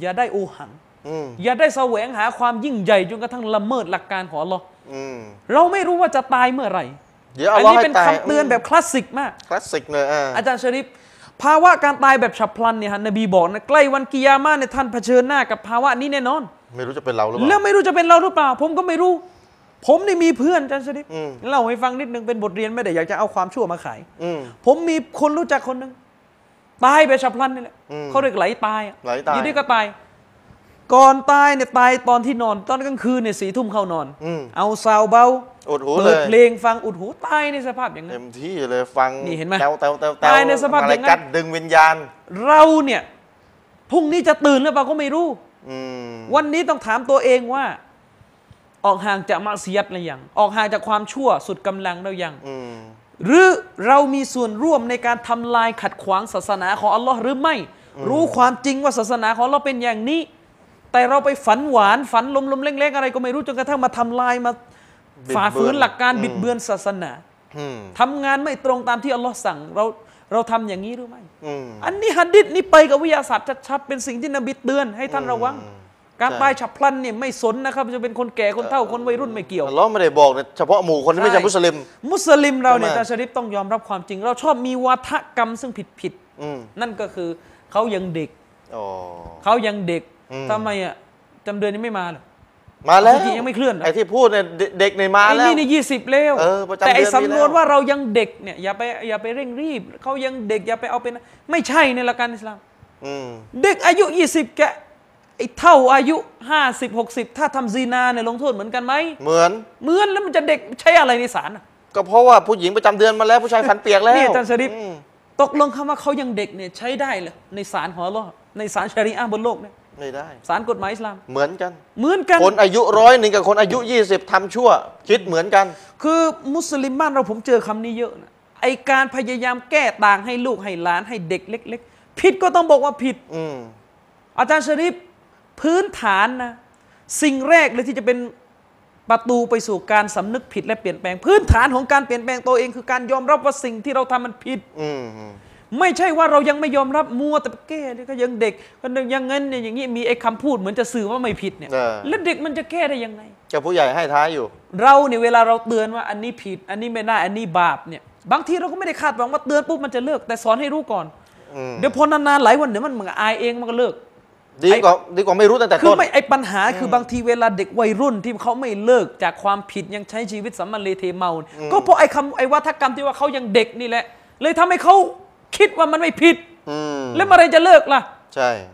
[SPEAKER 2] อย่าได้โอหัง
[SPEAKER 1] อืม
[SPEAKER 2] อย่าได้แสวงหาความยิ่งใหญ่จนกระทั่งละเมิดหลักการของอัลลอฮ์
[SPEAKER 1] อืม
[SPEAKER 2] เราไม่รู้ว่าจะตายเมื่อไหร่
[SPEAKER 1] เดี๋ยว
[SPEAKER 2] อั
[SPEAKER 1] เอา
[SPEAKER 2] น
[SPEAKER 1] ล้อ
[SPEAKER 2] นี้
[SPEAKER 1] ให้
[SPEAKER 2] เป็น
[SPEAKER 1] ตาย
[SPEAKER 2] คำเตือนแบบคลาสสิกมาก
[SPEAKER 1] คลาสสิกเลยอ่า
[SPEAKER 2] อาจารย์ชริปภาวะการตายแบบฉับพลันเนี่ยฮะนบีบอกนะใกล้วันกิยามะเนี่ยท่านเผชิญหน้ากับภาวะนี้แน่นอน
[SPEAKER 1] ไม่รู้จะเป็นเราหรือเป
[SPEAKER 2] แล้ว
[SPEAKER 1] ล่า
[SPEAKER 2] ไม่รู้จะเป็นเราหรือเปล่า ผมก็ไม่รู้ ผมนี่มีเพื่อนอาจารย์ชริป
[SPEAKER 1] อืม
[SPEAKER 2] เล่าให้ฟังนิดนึงเป็นบทเรียนไม่ได้อยากจะเอาความชั่วมาขาย
[SPEAKER 1] อืม
[SPEAKER 2] ผมมีคนรู้จักคนหนึ่งตายแบบฉับพลันนี่แหละ
[SPEAKER 1] อืม
[SPEAKER 2] เขาเรียกไหลตายอะ
[SPEAKER 1] ไหลตาย
[SPEAKER 2] อยู่ดีก็ตาย ก่อนตายเนี่ยตายตอนที่นอน ตอนกลางคืนเนี่ยสี่ทุ่มเข้านอน
[SPEAKER 1] อืม
[SPEAKER 2] เอาซาวเบา
[SPEAKER 1] อดหูเล
[SPEAKER 2] เปิด
[SPEAKER 1] ย
[SPEAKER 2] เพลงฟังอุดหูตายในสภาพอย่างนั้
[SPEAKER 1] เต็
[SPEAKER 2] น
[SPEAKER 1] มที่เลยฟัง
[SPEAKER 2] นี่เห็นไหม
[SPEAKER 1] แตวแตวแตวแตว
[SPEAKER 2] ตายในสภาพ
[SPEAKER 1] อะ
[SPEAKER 2] อ
[SPEAKER 1] ไร
[SPEAKER 2] ย่างนั้น
[SPEAKER 1] กัดดึงวิญญาณ
[SPEAKER 2] เราเนี่ยพรุ่งนี้จะตื่นหรือเปล่าก็ไม่รู้
[SPEAKER 1] อืม
[SPEAKER 2] วันนี้ต้องถามตัวเองว่า ออกห่างจากมาเสียดหรือยังออกห่างจากความชั่วสุดกำลังแล้วยัง
[SPEAKER 1] อืม
[SPEAKER 2] หรือเรามีส่วนร่วมในการทำลายขัดขวางศาสนาของอัลลอฮ์หรือไม่ รู้ความจริงว่าศาสนาของอัลลอฮ์เป็นอย่างนี้ แต่เราไปฝันหวานฝันลมๆเล็กๆอะไรก็ไม่รู้จนกระทั่งมาทำลายมา
[SPEAKER 1] บิด
[SPEAKER 2] ฝ่าฝืนหลักการบิด
[SPEAKER 1] เบื
[SPEAKER 2] เบื
[SPEAKER 1] อน
[SPEAKER 2] อนศาสนา
[SPEAKER 1] อืม
[SPEAKER 2] ทำงานไม่ตรงตามที่อัลลอฮ์สั่งเราเราทำอย่างนี้หรือไม่
[SPEAKER 1] อืม
[SPEAKER 2] อันนี้ฮัดดิษนี่ไปกับวิทยาศาสตร์ชัดๆเป็นสิ่งที่นบีเตือนให้ท่านระวัง การ
[SPEAKER 1] ใช่
[SPEAKER 2] ตายฉับพลันเนี่ยไม่สนนะครับจะเป็นคนแก่คนเฒ่าคนวัยรุ่นไม่เกี่ยว
[SPEAKER 1] เราไม่ได้บอกเนี่ยเฉพาะหมู่คนที่ไม่
[SPEAKER 2] ใช่
[SPEAKER 1] ใช่มุสลิม
[SPEAKER 2] มุสลิมเราเนี่ย
[SPEAKER 1] ทำไม
[SPEAKER 2] ตาชริปต้องยอมรับความจริง เราชอบมีวาทกรรมซึ่งผิดผิด
[SPEAKER 1] อืม
[SPEAKER 2] ๆนั่นก็คือเขายังเด็ก
[SPEAKER 1] อ๋อ
[SPEAKER 2] เขายังเด็ก
[SPEAKER 1] อืม
[SPEAKER 2] ทำไมอ่ะจำเดือนยังไม่มาเหรอ
[SPEAKER 1] มาแล้ว
[SPEAKER 2] เมื่อกี้ยังไม่เคลื่อนเหรอ
[SPEAKER 1] ไอ้ที่พูดเนี่ยเดเด็กในมา
[SPEAKER 2] ไอ้
[SPEAKER 1] แล้ว
[SPEAKER 2] นี่นี่ยี่สิบแล้ว
[SPEAKER 1] เออประจำ
[SPEAKER 2] แต่ไอ้
[SPEAKER 1] เดือนนี้
[SPEAKER 2] สำนวน
[SPEAKER 1] แล้ว
[SPEAKER 2] ว่าเรายังเด็กเนี่ยอย่าไปอย่าไปเร่งรีบเขายังเด็กอย่าไปเอาเป็นไม่ใช่ในหลักการอิสลาม
[SPEAKER 1] อืม
[SPEAKER 2] เด็กอายุ 20แกะไอ้เท่าอายุ 50 60 ถ้าทำซีนาเนี่ยลงโทษเหมือนกันไหม
[SPEAKER 1] เหมือน
[SPEAKER 2] เหมือนแล้วมันจะเด็กใช้อะไรในศาลอะ
[SPEAKER 1] ก็เพราะว่าผู้หญิงประจำเดือนมาแล้วผู้ชายฝันเปียกแล้ว
[SPEAKER 2] นี่อาจารย์ชริฟ
[SPEAKER 1] อืม
[SPEAKER 2] ตกลงคำว่าเขายังเด็กเนี่ยใช้ได้เหรอในศาลหอรอในศาลชะรีอะห์บนโลกเนี่ย
[SPEAKER 1] ไม่ได้
[SPEAKER 2] ศาลกฎหมายอิสลาม
[SPEAKER 1] เหมือนกัน
[SPEAKER 2] เหมือนกัน
[SPEAKER 1] คนอายุร้อยหนึ่งกับคนอายุยี่สิบทำชั่ว คิดเหมือนกัน
[SPEAKER 2] คือมุสลิมบ้านเราผมเจอคำนี้เยอะนะไอการพยายามแก้ต่างให้ลูกให้หลานให้เด็กเล็ก ๆ ผิดก็ต้องบอกว่าผิด
[SPEAKER 1] อืม
[SPEAKER 2] อาจารย์ชะริฟพื้นฐานนะสิ่งแรกเลยที่จะเป็นประตูไปสู่การสำนึกผิดและเปลี่ยนแปลง พื้นฐานของการเปลี่ยนแปลงตัวเองคือการยอมรับว่าสิ่งที่เราทำมันผิด
[SPEAKER 1] อืมอืม
[SPEAKER 2] ไม่ใช่ว่าเรายังไม่ยอมรับมัวแต่แก้เนี่ยก็ยังเด็กก็ยังเงินเนี่ยอย่างนี้มีไอ้คำพูดเหมือนจะสื่อว่าไม่ผิดเนี่ย
[SPEAKER 1] เออ
[SPEAKER 2] แล้วเด็กมันจะแก้ได้ยังไง
[SPEAKER 1] กับผู้ใหญ่ให้ท้ายอยู่
[SPEAKER 2] เราเนี่ยเวลาเราเตือนว่าอันนี้ผิด อันนี้ไม่ได้อันนี้บาปเนี่ยบางทีเราก็ไม่ได้คาดหวังว่าเตือนปุ๊บมันจะเลิก แต่สอนให้รู้ก่อน
[SPEAKER 1] อืม
[SPEAKER 2] เดี๋ยวพอนานๆหลายวันเดี๋ยวมันเหมือนอายเองมันก็เลิก
[SPEAKER 1] ดีกว่าดีกว่าไม่รู้ตั้งแต่
[SPEAKER 2] คือ
[SPEAKER 1] ต้น
[SPEAKER 2] ไม่ไอปัญหาคือบางทีเวลาเด็กวัยรุ่นที่เขาไม่เลิกจากความผิดยังใช้ชีวิตสัมมันเลเทเมาเนี่ยก็เพราะไอคำไอวัฒกรรมที่ว่าเขายังเด็กนี่แหละ เลยทำให้เขาคิดว่ามันไม่ผิด
[SPEAKER 1] อืม
[SPEAKER 2] แล้วเมื่อไหรจะเลิกล่ะ
[SPEAKER 1] ใช่
[SPEAKER 2] ถ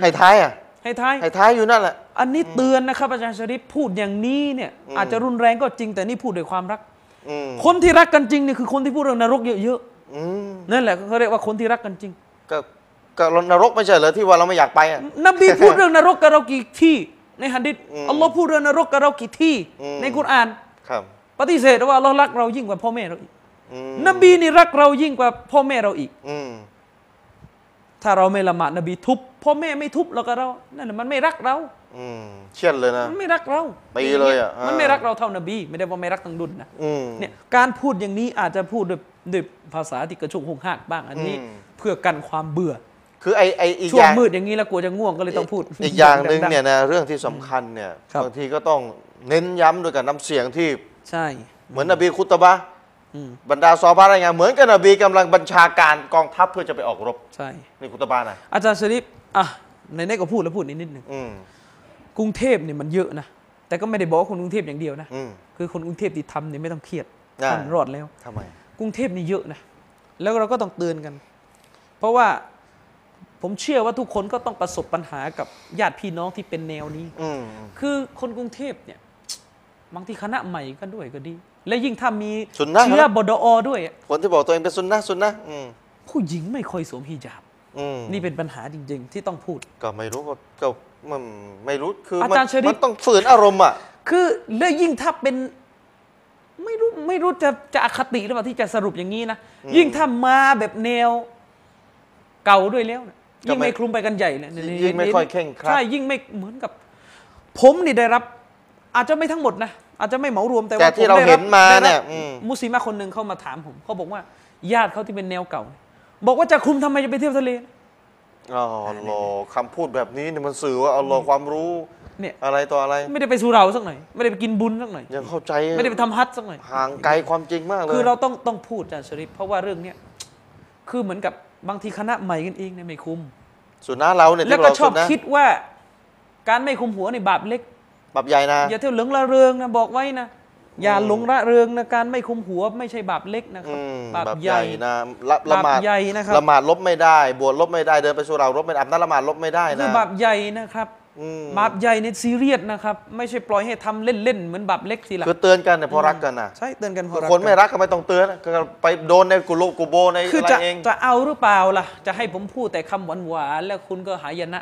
[SPEAKER 1] ให้ท้ายอ่ะ
[SPEAKER 2] ให้ท้าย
[SPEAKER 1] ให้ท้ายอยู่นั่นแหละ
[SPEAKER 2] อันนี้เตือนนะครับอาจารย์ชริปพูดอย่างนี้เนี่ย อาจจะรุนแรงก็จริงแต่นี่พูดด้วยความรัก
[SPEAKER 1] อืม
[SPEAKER 2] คนที่รักกันจริงเนี่ยคือคนที่พูดเรื่องนรกเยอะ
[SPEAKER 1] อืม
[SPEAKER 2] ๆนั่นแหละเขาเรียกว่าคนที่รักกันจริง
[SPEAKER 1] ก็ก็นรกไม่ใช่เหรอที่ว่าเราไม่อยากไปอ่ะ
[SPEAKER 2] นบีพูดเรื่องนรกกับเรากี่ที่ ในฮัดดิษอัลลอฮ์พูดเรื่องนรกกับเรากี่ที่
[SPEAKER 1] อืม
[SPEAKER 2] ในกุรอาน
[SPEAKER 1] ครับ
[SPEAKER 2] ปฏิเสธว่าเรารักเรายิ่งกว่าพ่อแม่เราอีก
[SPEAKER 1] อืม
[SPEAKER 2] นบีนี่รักเรายิ่งกว่าพ่อแม่เราอีก
[SPEAKER 1] อืม
[SPEAKER 2] ถ้าเราไม่ละหมาดนบีทุบพ่อแม่ไม่ทุบเราก็เรา นั่นแหละมันไม่รักเรา
[SPEAKER 1] อืมเชี่ยนเลยนะ
[SPEAKER 2] มันไม่รักเรา
[SPEAKER 1] ตีเลยอะ
[SPEAKER 2] มัน
[SPEAKER 1] อ่า
[SPEAKER 2] ไม่รักเราเท่านบี ไม่ได้ว่าไม่รักทั้งดุนนะ
[SPEAKER 1] อืม
[SPEAKER 2] เนี่ยการพูดอย่างนี้อาจจะพูดด้วยด้วยภาษาที่กระชุกหุกหักบ้างอันนี้
[SPEAKER 1] อืม
[SPEAKER 2] เพื่อกันความเบื่อ
[SPEAKER 1] คือไอไออีกอ
[SPEAKER 2] ช่วง
[SPEAKER 1] ย่าง
[SPEAKER 2] มืดอย่างนี้แล้วกลัวจะง่วงก็เลยต้องพูด
[SPEAKER 1] อีกอย่างหนึ่งเนี่ยนะเรื่องที่สำคัญเนี่ย
[SPEAKER 2] ครับ
[SPEAKER 1] บางทีก็ต้องเน้นย้ำด้วยกับน้ำเสียงที่
[SPEAKER 2] ใช่
[SPEAKER 1] เหมือนนบีคุตบะห์
[SPEAKER 2] อืม
[SPEAKER 1] บรรดาซอฮาบะห์อะไรเงี้ยเหมือนกับนบีกำลังบัญชาการกองทัพเพื่อจะไปออกรบ
[SPEAKER 2] ใช่
[SPEAKER 1] นี่คุตบะห์นะ
[SPEAKER 2] อาจารย์ชริปอ่ะในนี้ก็พูดแล้วพูดอีกนิดหนึ่ง
[SPEAKER 1] อืม
[SPEAKER 2] กรุงเทพเนี่ยมันเยอะนะแต่ก็ไม่ได้บอกว่าคนกรุงเทพอย่างเดียวนะ
[SPEAKER 1] อืม
[SPEAKER 2] คือคนกรุงเทพที่ทำเนี่ยไม่ต้องเครียด
[SPEAKER 1] อ่า
[SPEAKER 2] ทำรอดแล้ว
[SPEAKER 1] ทำไม
[SPEAKER 2] กรุงเทพนี่เยอะนะ แล้วเราก็ต้องเตือนกัน เพราะว่าผมเชื่อว่าทุกคนก็ต้องประสบปัญหากับญาติพี่น้องที่เป็นแนวนี้
[SPEAKER 1] อืม
[SPEAKER 2] คือคนกรุงเทพเนี่ย บางทีคณะใหม่ก็ด้วยก็ดี และยิ่งถ้ามี
[SPEAKER 1] สุนนะห์
[SPEAKER 2] เชื้อบดอด้วยอะ
[SPEAKER 1] คนที่บอกตัวเองเป็นซุนนะห์ซุนนะห์อืม
[SPEAKER 2] ผู้หญิงไม่ค่อยสวมฮิญาบ
[SPEAKER 1] อืม
[SPEAKER 2] นี่เป็นปัญหาจริง ๆ ที่ต้องพูด
[SPEAKER 1] ก็ไม่รู้ก็ก็มันไม่รู้คืออา
[SPEAKER 2] จารย์เชอรี่
[SPEAKER 1] มันต้องฝืนอารมณ์อ่ะ
[SPEAKER 2] คือและยิ่งถ้าเป็นไม่รู้ไม่รู้จะจะอคติหรือเปล่าที่จะสรุปอย่างนี้นะ ยิ่งถ้ามาแบบแนวเก่าด้วยแล้วนะ
[SPEAKER 1] ก็ไม่
[SPEAKER 2] ยิ่งไม่คลุมไปกันใหญ่เลยใน
[SPEAKER 1] ยิ่งไม่ค่อยเคร่งครัด
[SPEAKER 2] ใช่ยิ่งไม่เหมือนกับ ผมนี่ได้รับ อาจจะไม่ทั้งหมดนะ อาจจะไม่เหมารวมแต่
[SPEAKER 1] แต่
[SPEAKER 2] ว่า
[SPEAKER 1] ที่
[SPEAKER 2] ผม
[SPEAKER 1] เรา
[SPEAKER 2] ได้
[SPEAKER 1] เห็
[SPEAKER 2] บ
[SPEAKER 1] นมา
[SPEAKER 2] ได้รับ
[SPEAKER 1] เนี่ยอืม
[SPEAKER 2] มุสลิมะคนหนึ่งเขามาถามผมเขาบอกว่า ญาติเขาที่เป็นแนวเก่า บอกว่าจะคุมทำไมจะไปเที่ยวทะเล
[SPEAKER 1] อ๋ออัลลอฮ์คำพูดแบบนี้เนี่ยมันสื่อว่าอัลลอฮ์ความรู้
[SPEAKER 2] เนี่ย
[SPEAKER 1] อะไรต่ออะไร
[SPEAKER 2] ไม่ได้ไปสู่เราสักหน่อย ไม่ได้ไปกินบุญสักหน่อย
[SPEAKER 1] ยังเข้าใจ
[SPEAKER 2] ไม่ได้ไปทำฮัทสักหน่อย
[SPEAKER 1] ห่างไกลความจริงมากเลย
[SPEAKER 2] คือเราต้องต้องพูดอาจารย์ชริปเพราะว่าเรื่องเนี้ยคือเหมือนกับบางทีคณะใหม่กันเองเนี่ยไม่คุม
[SPEAKER 1] สุนัขเราเนี่ย
[SPEAKER 2] แล้ว
[SPEAKER 1] ที่
[SPEAKER 2] ก็
[SPEAKER 1] เรา
[SPEAKER 2] ชอบ
[SPEAKER 1] สุนัข
[SPEAKER 2] คิดว่า การไม่คุมหัวในบาปเล็ก
[SPEAKER 1] ปรับใหญ่นะ
[SPEAKER 2] อย่าเที่ยวเหลืองละเริงนะบอกไว้นะอย่าหลงละเริงนะการไม่คุมหัวไม่ใช่บาปเล็กนะครั
[SPEAKER 1] อื
[SPEAKER 2] บ
[SPEAKER 1] ม
[SPEAKER 2] บาป
[SPEAKER 1] แบบ
[SPEAKER 2] ให
[SPEAKER 1] ให
[SPEAKER 2] ญ่
[SPEAKER 1] ญ่นะละละหมาด
[SPEAKER 2] บาปใหญ่นะครับ
[SPEAKER 1] ละหมาดลบไม่ได้บวชลบไม่ได้เดินไปสู่เราลบไม่ได้อาบน้ำละหมาดลบไม่ได้นะ
[SPEAKER 2] คือบาปใหญ่นะครับ
[SPEAKER 1] อืม
[SPEAKER 2] บาปใหญ่เนี่ยซีเรียสนะครับ ไม่ใช่ปล่อยให้ทำเล่น ๆ เหมือนบาปเล็กทีหลัง
[SPEAKER 1] คือเตือนกันเนี่ยเพราะรักกันนะ
[SPEAKER 2] ใช่เตือนกันพอรัก
[SPEAKER 1] คนไม่
[SPEAKER 2] กั
[SPEAKER 1] รักก็ไม่ต้องเตือนก็ไปโดนในกุโลกุโบใน
[SPEAKER 2] คือ
[SPEAKER 1] อะไร
[SPEAKER 2] จะ
[SPEAKER 1] เอง
[SPEAKER 2] จะเอาหรือเปล่าล่ะ จะให้ผมพูดแต่คำหวานๆแล้วคุณก็หายนะ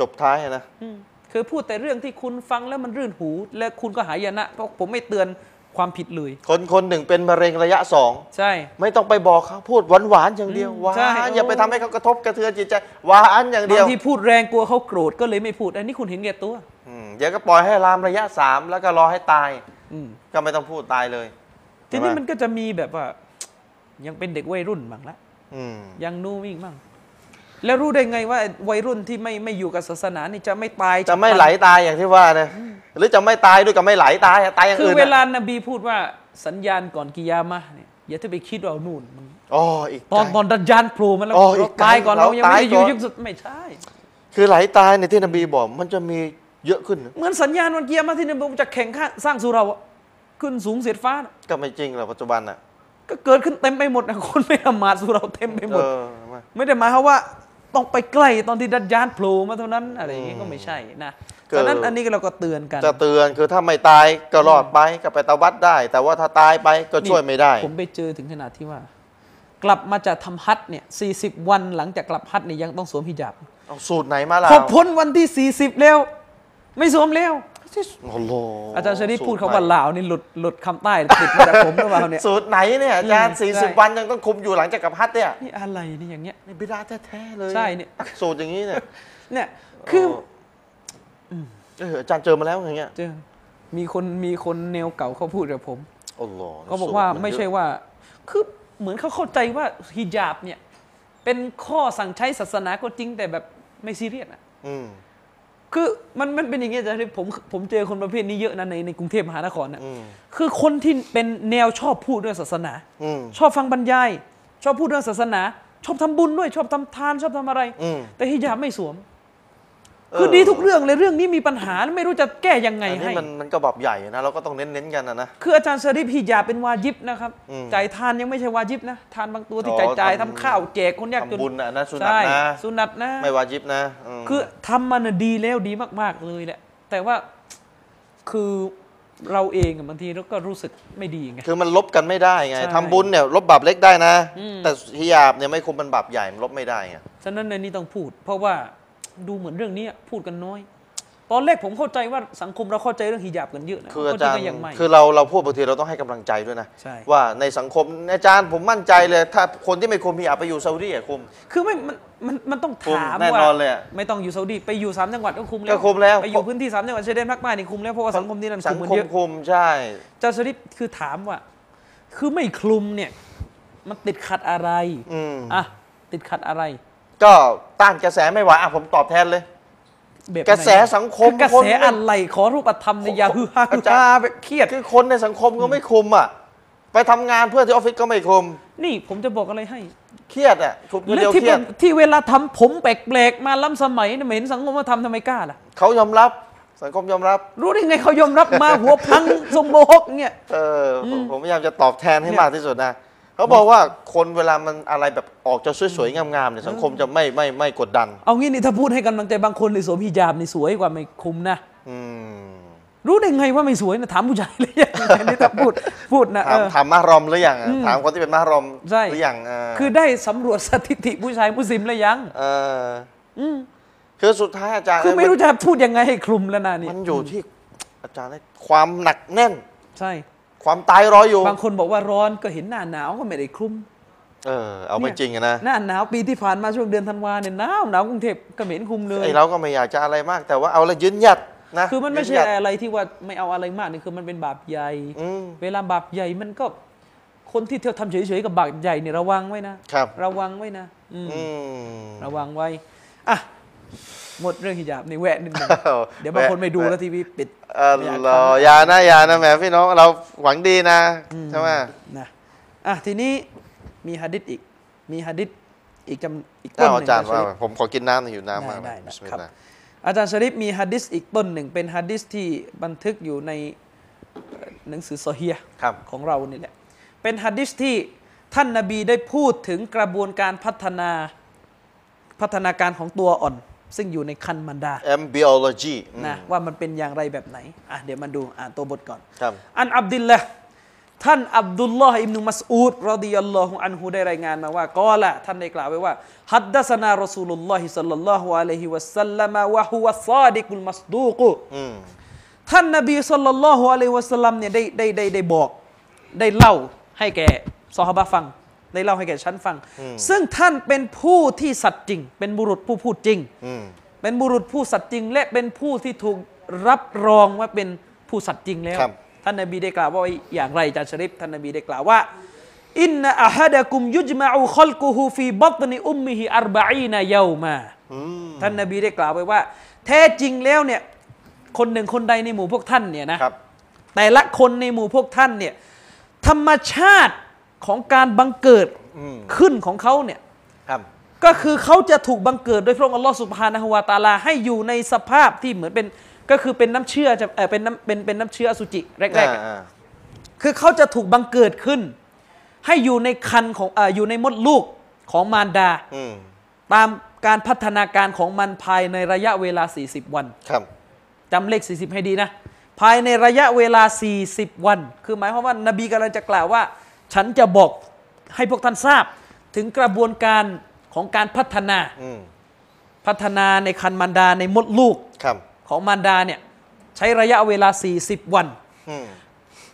[SPEAKER 1] จบท้ายนะ
[SPEAKER 2] อืมคือพูดแต่เรื่องที่คุณฟังแล้วมันรื่นหู และคุณก็หายนะ เพราะผมไม่เตือนความผิดเลย
[SPEAKER 1] คนคนหนึ่งเป็นมะเร็งระยะสอง
[SPEAKER 2] ใช่
[SPEAKER 1] ไม่ต้องไปบอกเขาพูดหวานหวานๆอย่างเดียวหวา
[SPEAKER 2] ใช่
[SPEAKER 1] นอย่าไป
[SPEAKER 2] โอ้
[SPEAKER 1] ทำให้เขากระทบกระเทือนจิตใจหวานอย่างเดี
[SPEAKER 2] บาย ง
[SPEAKER 1] ว
[SPEAKER 2] ทีพูดแรงกลัวเขาโกรธก็เลยไม่พูด อันนี้คุณเห็นแก่ตัว
[SPEAKER 1] อืมเดี๋ยวก็ปล่อยให้ลามระยะสามแล้วก็รอให้ตาย
[SPEAKER 2] อืม
[SPEAKER 1] ก็ไม่ต้องพูดตายเลย
[SPEAKER 2] ทีนี้
[SPEAKER 1] ใช่ไห
[SPEAKER 2] มันก็จะมีแบบว่า ยังเป็นเด็กวัยรุ่นบ้างละ
[SPEAKER 1] อืม
[SPEAKER 2] ยังนู่นนี่มั่งแล้วรู้ได้ไงว่าวัยรุ่นที่ไม่ไม่อยู่กับศาสนานี่จะไม่ตาย
[SPEAKER 1] จะไม่ไหลตายอย่างที่ว่านะหรือจะไม่ตายด้วยกับไม่ไหลตายอะตายอย่าง
[SPEAKER 2] คือ
[SPEAKER 1] อื่น
[SPEAKER 2] เว
[SPEAKER 1] อะ
[SPEAKER 2] ลานบีพูดว่าสัญญาณก่อนกิยามะห์เนี่ยอย่าที่ไปคิดว่าเอานู่นมัน
[SPEAKER 1] อ๋ออีก
[SPEAKER 2] ตอน
[SPEAKER 1] ใจ
[SPEAKER 2] ตอนดัจญานโผล่มาแล้ว
[SPEAKER 1] อ๋ออี
[SPEAKER 2] เรา
[SPEAKER 1] ก
[SPEAKER 2] ตายก่อน
[SPEAKER 1] เรา
[SPEAKER 2] เรายังไม่ได้อยู่
[SPEAKER 1] ตายก่อน
[SPEAKER 2] ยุคสุดไม่ใช่
[SPEAKER 1] คือไหลตายในยที่นบีบอกมันจะมีเยอะขึ้นนะ
[SPEAKER 2] เหมือนสัญญาณวันกิยามะห์ที่นบีบอกจะแข่งข้าสร้างสุเราอะขึ้นสูงเสียดฟ้าน่ะ
[SPEAKER 1] ก็ไม่จริงหรอกปัจจุบันอ่ะ
[SPEAKER 2] ก็เกิดขึ้นเต็มไปหมดนะคนไม่ละหมาดสุเราเต็มไปหม
[SPEAKER 1] เอ
[SPEAKER 2] ด
[SPEAKER 1] อมา
[SPEAKER 2] ไม่ได้หมายความว่าต้องไปใกล้ตอนที่ดัจญานโผล่มาเท่านั้นอะไรอย่างงี้ก็ไม่ใช่นะฉะนั้นอันนี้เราก็เตือนกัน
[SPEAKER 1] จะเตือนคือถ้าไม่ตายก็รอดไปก็ไปตะวัดได้ แต่ว่าถ้าตายไปก็ช่วยไม่ได้
[SPEAKER 2] ผมไปเจอถึงขนาดที่ว่า กลับมาจากทำฮัทเนี่ยสี่สิบวันหลังจากกลับฮัทเนี่ยยังต้องสวมฮิญาบ
[SPEAKER 1] เอาสูตรไหนมาล่ะ
[SPEAKER 2] พอพ้นวันที่สี่สิบแล้ว ไม่สวมแล้ว
[SPEAKER 1] โอ้โห
[SPEAKER 2] อาจารย์ชริปพูด
[SPEAKER 1] สูต
[SPEAKER 2] คำว่า
[SPEAKER 1] ไหน
[SPEAKER 2] ลาวนี่หลุดหลุดคำใต้ติดมาจากผมหรือเปล่าเนี่ย
[SPEAKER 1] สูตรไหนเนี่ยอาจารย์
[SPEAKER 2] ใช่
[SPEAKER 1] สี่สิบวันยังต้องคุมอยู่หลังจากกับพัดเนี่ย
[SPEAKER 2] นี่อะไรนี่อย่างเงี้ย
[SPEAKER 1] นี่บิดาแท้ๆเลย
[SPEAKER 2] ใช่เนี่ย
[SPEAKER 1] สูตรอย่างนี้เนี่ย
[SPEAKER 2] เนี่ยคือ
[SPEAKER 1] เอออาจารย์เจอมาแล้วอย่างเงี้ย
[SPEAKER 2] เจอมีคนมีคนแนวเก่าเขาพูดกับผม
[SPEAKER 1] โอ้โห
[SPEAKER 2] เขาบอกว่าไม่ใช่ว่า คือเหมือนเขาเข้าใจว่าฮิญาบเนี่ยเป็นข้อสั่งใช้ศาสนาก็จริงแต่แบบไม่ซีเรียสอะ
[SPEAKER 1] อืม
[SPEAKER 2] คือมันมันเป็นอย่างเงี้ยอาจารย์ผมผมเจอคนประเภทนี้เยอะนะในในกรุงเทพมหานครนะ
[SPEAKER 1] อืม
[SPEAKER 2] คือคนที่เป็นแนวชอบพูดเรื่องศาสนา
[SPEAKER 1] อืม
[SPEAKER 2] ชอบฟังบรรยาย ชอบพูดเรื่องศาสนา ชอบทำบุญด้วยชอบทำทานชอบทำอะไร
[SPEAKER 1] อืม
[SPEAKER 2] แต่ฮิญาบไม่สวม คือดีทุกเรื่องเลยเรื่องนี้มีปัญหาแล้วไม่รู้จะแก้ยังไง
[SPEAKER 1] อันนี้
[SPEAKER 2] ให้
[SPEAKER 1] มันมันกระบอกใหญ่นะเราก็ต้องเน้นๆกันนะนะ
[SPEAKER 2] คืออาจารย์ชริฟฮิญาบเป็นวาญิบนะครับ
[SPEAKER 1] อืม
[SPEAKER 2] จ่ายทานยังไม่ใช่วาญิบนะทานบางตัวที่
[SPEAKER 1] อ๋อ
[SPEAKER 2] จ่ายจ่ายๆ
[SPEAKER 1] ทำ
[SPEAKER 2] ทำข้าวแจกคนยากจน
[SPEAKER 1] ทำบุญนะนะสุนัต
[SPEAKER 2] ใช่
[SPEAKER 1] นะ
[SPEAKER 2] สุนัตนะ
[SPEAKER 1] ไม่วาจิบนะอืม
[SPEAKER 2] คือทำมันน่ะดีแล้วดีมาก ๆ เลยแหละ แต่ว่าคือเราเองอะบางทีเราก็รู้สึกไม่ดีไง
[SPEAKER 1] คือมันลบกันไม่ได้ไง
[SPEAKER 2] ใช่
[SPEAKER 1] ทำบุญเนี่ยลบบาปเล็กได้นะ แต่ฮิยาบเนี่ยไม่คุมเป็นบาปใหญ่มันลบไม่ได้ไง
[SPEAKER 2] ฉะนั้นในนี้ต้องพูด เพราะว่าดูเหมือนเรื่องนี้พูดกันน้อย ตอนแรกผมเข้าใจว่าสังคมเราเข้าใจเรื่องฮิญาบกันเยอะนะ
[SPEAKER 1] คืออาจารย์
[SPEAKER 2] เข้ใจกันยังไม่
[SPEAKER 1] คือเราเราพูดบางทีเราต้องให้กำลังใจด้วยนะ
[SPEAKER 2] ใช่
[SPEAKER 1] ว่าในสังคมอาจารย์ผมมั่นใจเลย ถ้าคนที่ไม่คุมฮิยาบไปอยู่ซาอุดีอะคุม
[SPEAKER 2] คือไม่มันมันมันต้องถาม
[SPEAKER 1] คุมแน่
[SPEAKER 2] ว่าน
[SPEAKER 1] อนเลยอะ
[SPEAKER 2] ไม่ต้องอยู่ซาอุดีไปอยู่สามจังหวัดก็คุมแล้ว
[SPEAKER 1] ก็คุมแล้ว
[SPEAKER 2] ไปอยู่พื้นที่สามจังหวัดชายแดนภาคใต้นี่คุมแล้วเพราะว่าสังคมนี่นั่น
[SPEAKER 1] สั
[SPEAKER 2] คุ
[SPEAKER 1] ง
[SPEAKER 2] มกัน
[SPEAKER 1] คม
[SPEAKER 2] เยอะ
[SPEAKER 1] คุมใช่
[SPEAKER 2] เจ้าชริปคือถามว่า คือไม่คลุมเนี่ย มันติดขัดอะไร
[SPEAKER 1] อืม
[SPEAKER 2] อ่ะติดขัดอะไร
[SPEAKER 1] ก็ต้านกระแสไม่ไหวอ่ะผมตอบแทนเลย
[SPEAKER 2] แบบไหน
[SPEAKER 1] กระแสสังคม
[SPEAKER 2] คือกระ
[SPEAKER 1] คน
[SPEAKER 2] แสอะไรขอรูปธรรมในอยาฮือฮา
[SPEAKER 1] อาจารย์
[SPEAKER 2] ฮือฮาแบบเครียด
[SPEAKER 1] คือคนในสังคมก็ไม่คุมอ่ะไปทำงานเพื่อนที่ออฟฟิศก็ไม่คุม
[SPEAKER 2] นี่ผมจะบอกอะไรให้
[SPEAKER 1] เครียดอ่ะคุณคน
[SPEAKER 2] แล้
[SPEAKER 1] เดียว ว
[SPEAKER 2] ที่
[SPEAKER 1] เครียด
[SPEAKER 2] ผมที่เวลาทำผมแปลกๆมาล้ำสมัยเนี่ยไม่เห็นสังคมมาทำทำไมกล้าล่ะ
[SPEAKER 1] เขายอมรับสังคมยอมรับ
[SPEAKER 2] รู้ได้ไงเขายอมรับมา หัวพังสมโบกเนี่ย
[SPEAKER 1] เออผมผมพยายามจะตอบแทนให้
[SPEAKER 2] เนี่ย
[SPEAKER 1] มากที่สุดนะเขาบอกว่าคนเวลามันอะไรแบบออกจะสวยๆงามๆเนี่ยสังคมจะไม่ไม่ไม่กดดัน
[SPEAKER 2] เอางี้นี่ถ้าพูดให้กำลังใจบางคนในสวมฮิญาบนี่สวยกว่าไม่คุมนะ
[SPEAKER 1] อืม
[SPEAKER 2] รู้ได้ไงว่าไม่สวยนะถามผู้ชายเลยอย่างนี้ถ้าพูดพูดนะ
[SPEAKER 1] ถาม
[SPEAKER 2] เออ
[SPEAKER 1] ถามมารอมหรือยังอะถามคนที่เป็นมารอม
[SPEAKER 2] ใช่
[SPEAKER 1] หรือยังเ
[SPEAKER 2] คือได้สำรวจสถิติผู้ชายมุสลิมแล้วยัง
[SPEAKER 1] เอออคือสุดท้ายอาจารย์
[SPEAKER 2] คือไม่รู้จะพูดยังไงให้คลุมแล้วนะนี่
[SPEAKER 1] มันอยู่ที่อาจารย์นะความหนักแน่น
[SPEAKER 2] ใช่
[SPEAKER 1] ความตายรออยู่
[SPEAKER 2] บางคนบอกว่าร้อนก็เห็นหน้าหนาวก็ไม่ได้คลุม
[SPEAKER 1] เออ เอาไม่จริงอะนะ
[SPEAKER 2] หน้าหนาวปีที่ผ่านมาช่วงเดือนธันวาเนี่ยหนาวหนาวกรุงเทพก็ไม่เห็นคลุมเลย
[SPEAKER 1] ไอเราก็ไม่อยากจะอะไรมาก แต่ว่าเอาละยืนหยัดนะ
[SPEAKER 2] คือมันไม่
[SPEAKER 1] ยื
[SPEAKER 2] ใช่
[SPEAKER 1] หยัด
[SPEAKER 2] อะไรที่ว่าไม่เอาอะไรมากนี่คือมันเป็นบาปใหญ่
[SPEAKER 1] อืม
[SPEAKER 2] เวลาบาปใหญ่มันก็ คนที่เที่ยวทำเฉยๆกับบาปใหญ่เนี่ยระวังไว้นะครับ ระวังไว้นะอืม
[SPEAKER 1] อืม
[SPEAKER 2] ระวังไว้อ่ะหมดเรื่องหิญาบในแวะนิดหนึง
[SPEAKER 1] เอา
[SPEAKER 2] เดี๋ยวบางคนไม่ดู
[SPEAKER 1] แวะ
[SPEAKER 2] แล้วทีวีปิด
[SPEAKER 1] เออรออย่านะอย่านะแหมพี่น้องเราหวังดีนะใช่ไหม
[SPEAKER 2] นะอ่ะทีนี้มีฮะดิษอีก มีฮะดิษอีกจำอีกต้
[SPEAKER 1] อ้าน
[SPEAKER 2] ห
[SPEAKER 1] ว
[SPEAKER 2] นึ่ง
[SPEAKER 1] อาจารย์
[SPEAKER 2] นะ
[SPEAKER 1] ว่า
[SPEAKER 2] ชะ
[SPEAKER 1] ไปผมขอกินน้ำหน่อยหิวน้ำมาก
[SPEAKER 2] ได้
[SPEAKER 1] นะ
[SPEAKER 2] ได้
[SPEAKER 1] บิสมิล
[SPEAKER 2] ครับ
[SPEAKER 1] ลาห์
[SPEAKER 2] อาจารย์ชริปมีฮะดิษอีกต้นหนึ่งเป็นฮะดิษที่บันทึกอยู่ในเอ่อหนังสือโซอเฮียห์
[SPEAKER 1] ครับ
[SPEAKER 2] ของเรานี่แหละ เป็นฮัดดิสที่ท่านนาบีได้พูดถึงกระบวนการพัฒนาพัฒนาการของตัวอ่อน ซึ่งอยู่ในคันมันดา
[SPEAKER 1] embryology อืม
[SPEAKER 2] นะว่ามันเป็นอย่างไรแบบไหน อ่ะเดี๋ยวมาดูอ่านตัวบทก่อน
[SPEAKER 1] ครับ
[SPEAKER 2] อันอับดุลละท่านอับดุลลอฮ์อิมนุมัสอูดรอดิยัลลอฮุอันฮุได้รายงานมาว่ากอละท่านได้กล่าวไว้ว่าฮัดดัสนารอสูลุลลอฮิสัลลัลลอฮุอะลัยฮิวะสัลลัมวะฮุวะซาดิกุลมัสดูกุ
[SPEAKER 1] อืม
[SPEAKER 2] ท่านนบีสุลต่านละฮ์อะลัยฮิวะสัลลัมเนี่ยได้ได้ได้ได้บอก ได้เล่าให้แก่ซอฮาบะฟัง ได้เล่าให้แก่ฉันฟัง ซึ่งท่านเป็นผู้ที่สัตย์จริง เป็นบุรุษผู้พูดจริง
[SPEAKER 1] อืม
[SPEAKER 2] เป็นบุรุษผู้สัตย์จริง และเป็นผู้ที่ถูกรับรองว่าเป็นผู้สัตย์จริงแล้ว
[SPEAKER 1] ครับ
[SPEAKER 2] ท่านนบีได้กล่าวว่าอย่างไรอาจารย์ชริฟท่านนบีได้กล่าวว่าอินนะอะฮะดะกุมยุจมาอูคอลกูฮูฟีบัตนิอุมมิฮิอัรบะอีนะเยามา
[SPEAKER 1] อืม
[SPEAKER 2] ท่านนบีได้กล่าวไว้ว่า แท้จริงแล้วเนี่ยคนหนึ่งคนใดในหมู่พวกท่านเนี่ยนะครับ แต่ละคนในหมู่พวกท่านเนี่ยธรรมชาติของการบังเกิดขึ้นของเขาเนี่ย
[SPEAKER 1] ครับ
[SPEAKER 2] ก็คือเขาจะถูกบังเกิดโดยพระองค์อัลลอฮ์สุบฮานะฮวาตาลาให้อยู่ในสภาพที่เหมือนเป็นก็คือเป็นน้ำเชื่อจะเออเป็นน้ำเป็นเป็นน้ำเชื่ออสุจิแรกๆอะ
[SPEAKER 1] อ่า
[SPEAKER 2] คือเขาจะถูกบังเกิดขึ้น ให้อยู่ในคันของเอ่ออยู่ในมดลูกของมารดา
[SPEAKER 1] ๆอืม
[SPEAKER 2] ตามการพัฒนาการของมันภายในระยะเวลา 40 วัน
[SPEAKER 1] ครับ
[SPEAKER 2] จำเลข 40 ให้ดีนะ ภายในระยะเวลา 40 วัน คือหมายความว่านบีกำลังจะกล่าวว่า ฉันจะบอกให้พวกท่านทราบ ถึงกระบวนการของการพัฒนา
[SPEAKER 1] อืม
[SPEAKER 2] พัฒนาในคันมันดาในมดลูก
[SPEAKER 1] ครับ
[SPEAKER 2] ของมันดาเนี่ยใช้ระยะเวลา 40 วัน
[SPEAKER 1] อืม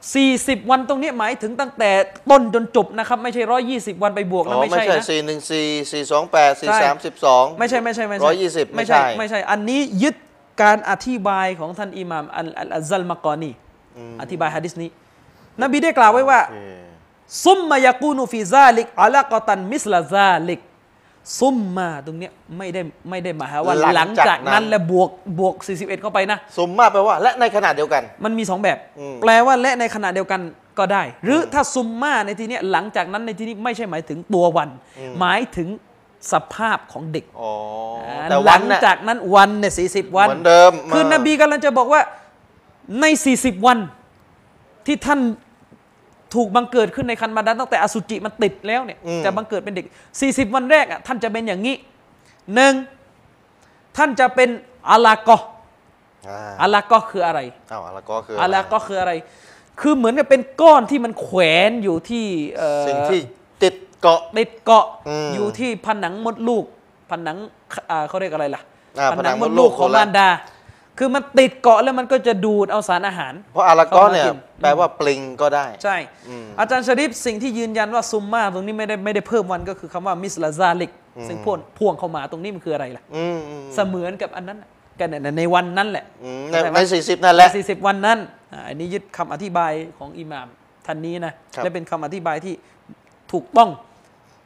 [SPEAKER 2] 40 วันตรงนี้หมายถึงตั้งแต่ต้นจนจบนะครับ ไม่ใช่ 120 วันไปบวก
[SPEAKER 1] อ๋
[SPEAKER 2] นะ
[SPEAKER 1] อ
[SPEAKER 2] ไม่
[SPEAKER 1] ไม่
[SPEAKER 2] ใช่
[SPEAKER 1] ใช่
[SPEAKER 2] นะ
[SPEAKER 1] สี่หนึ่งสี่สี่สองแปดสี่สามสิบสอง
[SPEAKER 2] ไม่ใช่ไม่ใช่ไม่ใช่
[SPEAKER 1] ร้อยยี่สิบไม่
[SPEAKER 2] ไม่ใช่
[SPEAKER 1] ใช่
[SPEAKER 2] ไม่ใช่ อันนี้ยึดการอธิบายของท่านอิหม่ามอัลอัลอัลซัลมะกอนีอธิบายฮะดิษนี้ นบีได้กล่าวไว้ว่า
[SPEAKER 1] โอเค
[SPEAKER 2] ซุมมายากูนูฟิซาลิกอัลากอตันมิสลาซาลิกซุมมาตรงเนี้ยไม่ได้ไม่ได้หมายว่าหลังจากนั้นและบวกบวก 41 เข้าไปนะ
[SPEAKER 1] สมมาแปลว่า และในขนาดเดียวกัน
[SPEAKER 2] มันมีสองแบบ แปลว่าและในขณะเดียวกันก็ได้ หรืออถ้าซุมมาในที่เนี้ยหลังจากนั้นในที่นี้ไม่ใช่หมายถึงตัววัน หมายถึงสภาพของเด็ก
[SPEAKER 1] อ๋อ
[SPEAKER 2] อ่า
[SPEAKER 1] แต่
[SPEAKER 2] ห
[SPEAKER 1] วั
[SPEAKER 2] ลั
[SPEAKER 1] น
[SPEAKER 2] ง
[SPEAKER 1] น่ะ
[SPEAKER 2] จากนั้นวันเนี่ยสี่สิบวัน
[SPEAKER 1] เหมือนเดิม
[SPEAKER 2] คือ
[SPEAKER 1] เออ
[SPEAKER 2] นบีกำลังจะบอกว่าใน 40 วันที่ท่านถูกบังเกิดขึ้นในคันมาดันตั้งแต่อสุจิมันติดแล้วเนี่ยจะบังเกิดเป็นเด็ก 40 วันแรกอ่ะท่านจะเป็นอย่างนี้หนึ่ง ท่านจะเป็นอะลากอห์
[SPEAKER 1] อ่า
[SPEAKER 2] อะลากอห์คืออะไร
[SPEAKER 1] อ้าวอะลากอคือ
[SPEAKER 2] อะ
[SPEAKER 1] อะไร
[SPEAKER 2] ลากอคืออะไร คือเหมือนกับเป็นก้อนที่มันแขวนอยู่ที่เอ่อ
[SPEAKER 1] สิ่งที่ติดเกาะ
[SPEAKER 2] ติดเกาะ
[SPEAKER 1] อืม
[SPEAKER 2] อยู่ที่ผนังมดลูก ผนังอ่าเขาเรียกอะไรล่ะ
[SPEAKER 1] อ่าผนังมดลูก
[SPEAKER 2] ของ
[SPEAKER 1] โคลา
[SPEAKER 2] มารดา คือมันติดเกาะแล้วมันก็จะดูดเอาสารอาหาร
[SPEAKER 1] เพราะอะลากอ
[SPEAKER 2] เข้ามา
[SPEAKER 1] เนี่ย
[SPEAKER 2] กิน
[SPEAKER 1] แปลว่าปลิงก็ได้
[SPEAKER 2] ใช่ อาจารย์ชริฟสิ่งที่ยืนยันว่าซุมมาตรงนี้ไม่ได้ไม่ได้เพิ่มวันก็คือคำว่ามิสลาซาลิก ซึ่งพ่วงพ่วงเข้ามาตรงนี้มันคืออะไรล่ะ
[SPEAKER 1] อืมอืม
[SPEAKER 2] เสมือนกับอันนั้นน่ะกันน่ะในวันนั้นแหละ
[SPEAKER 1] อืมใน
[SPEAKER 2] เข้าจไห
[SPEAKER 1] ใน
[SPEAKER 2] ม
[SPEAKER 1] สี่สิบนั่นแหละ
[SPEAKER 2] สี่สิบวันนั้นอ่าอันนี้ยึดคำอธิบายของอิหม่ามท่านนี้นะ
[SPEAKER 1] ครับ
[SPEAKER 2] และเป็นคำอธิบายที่ถูกต้อง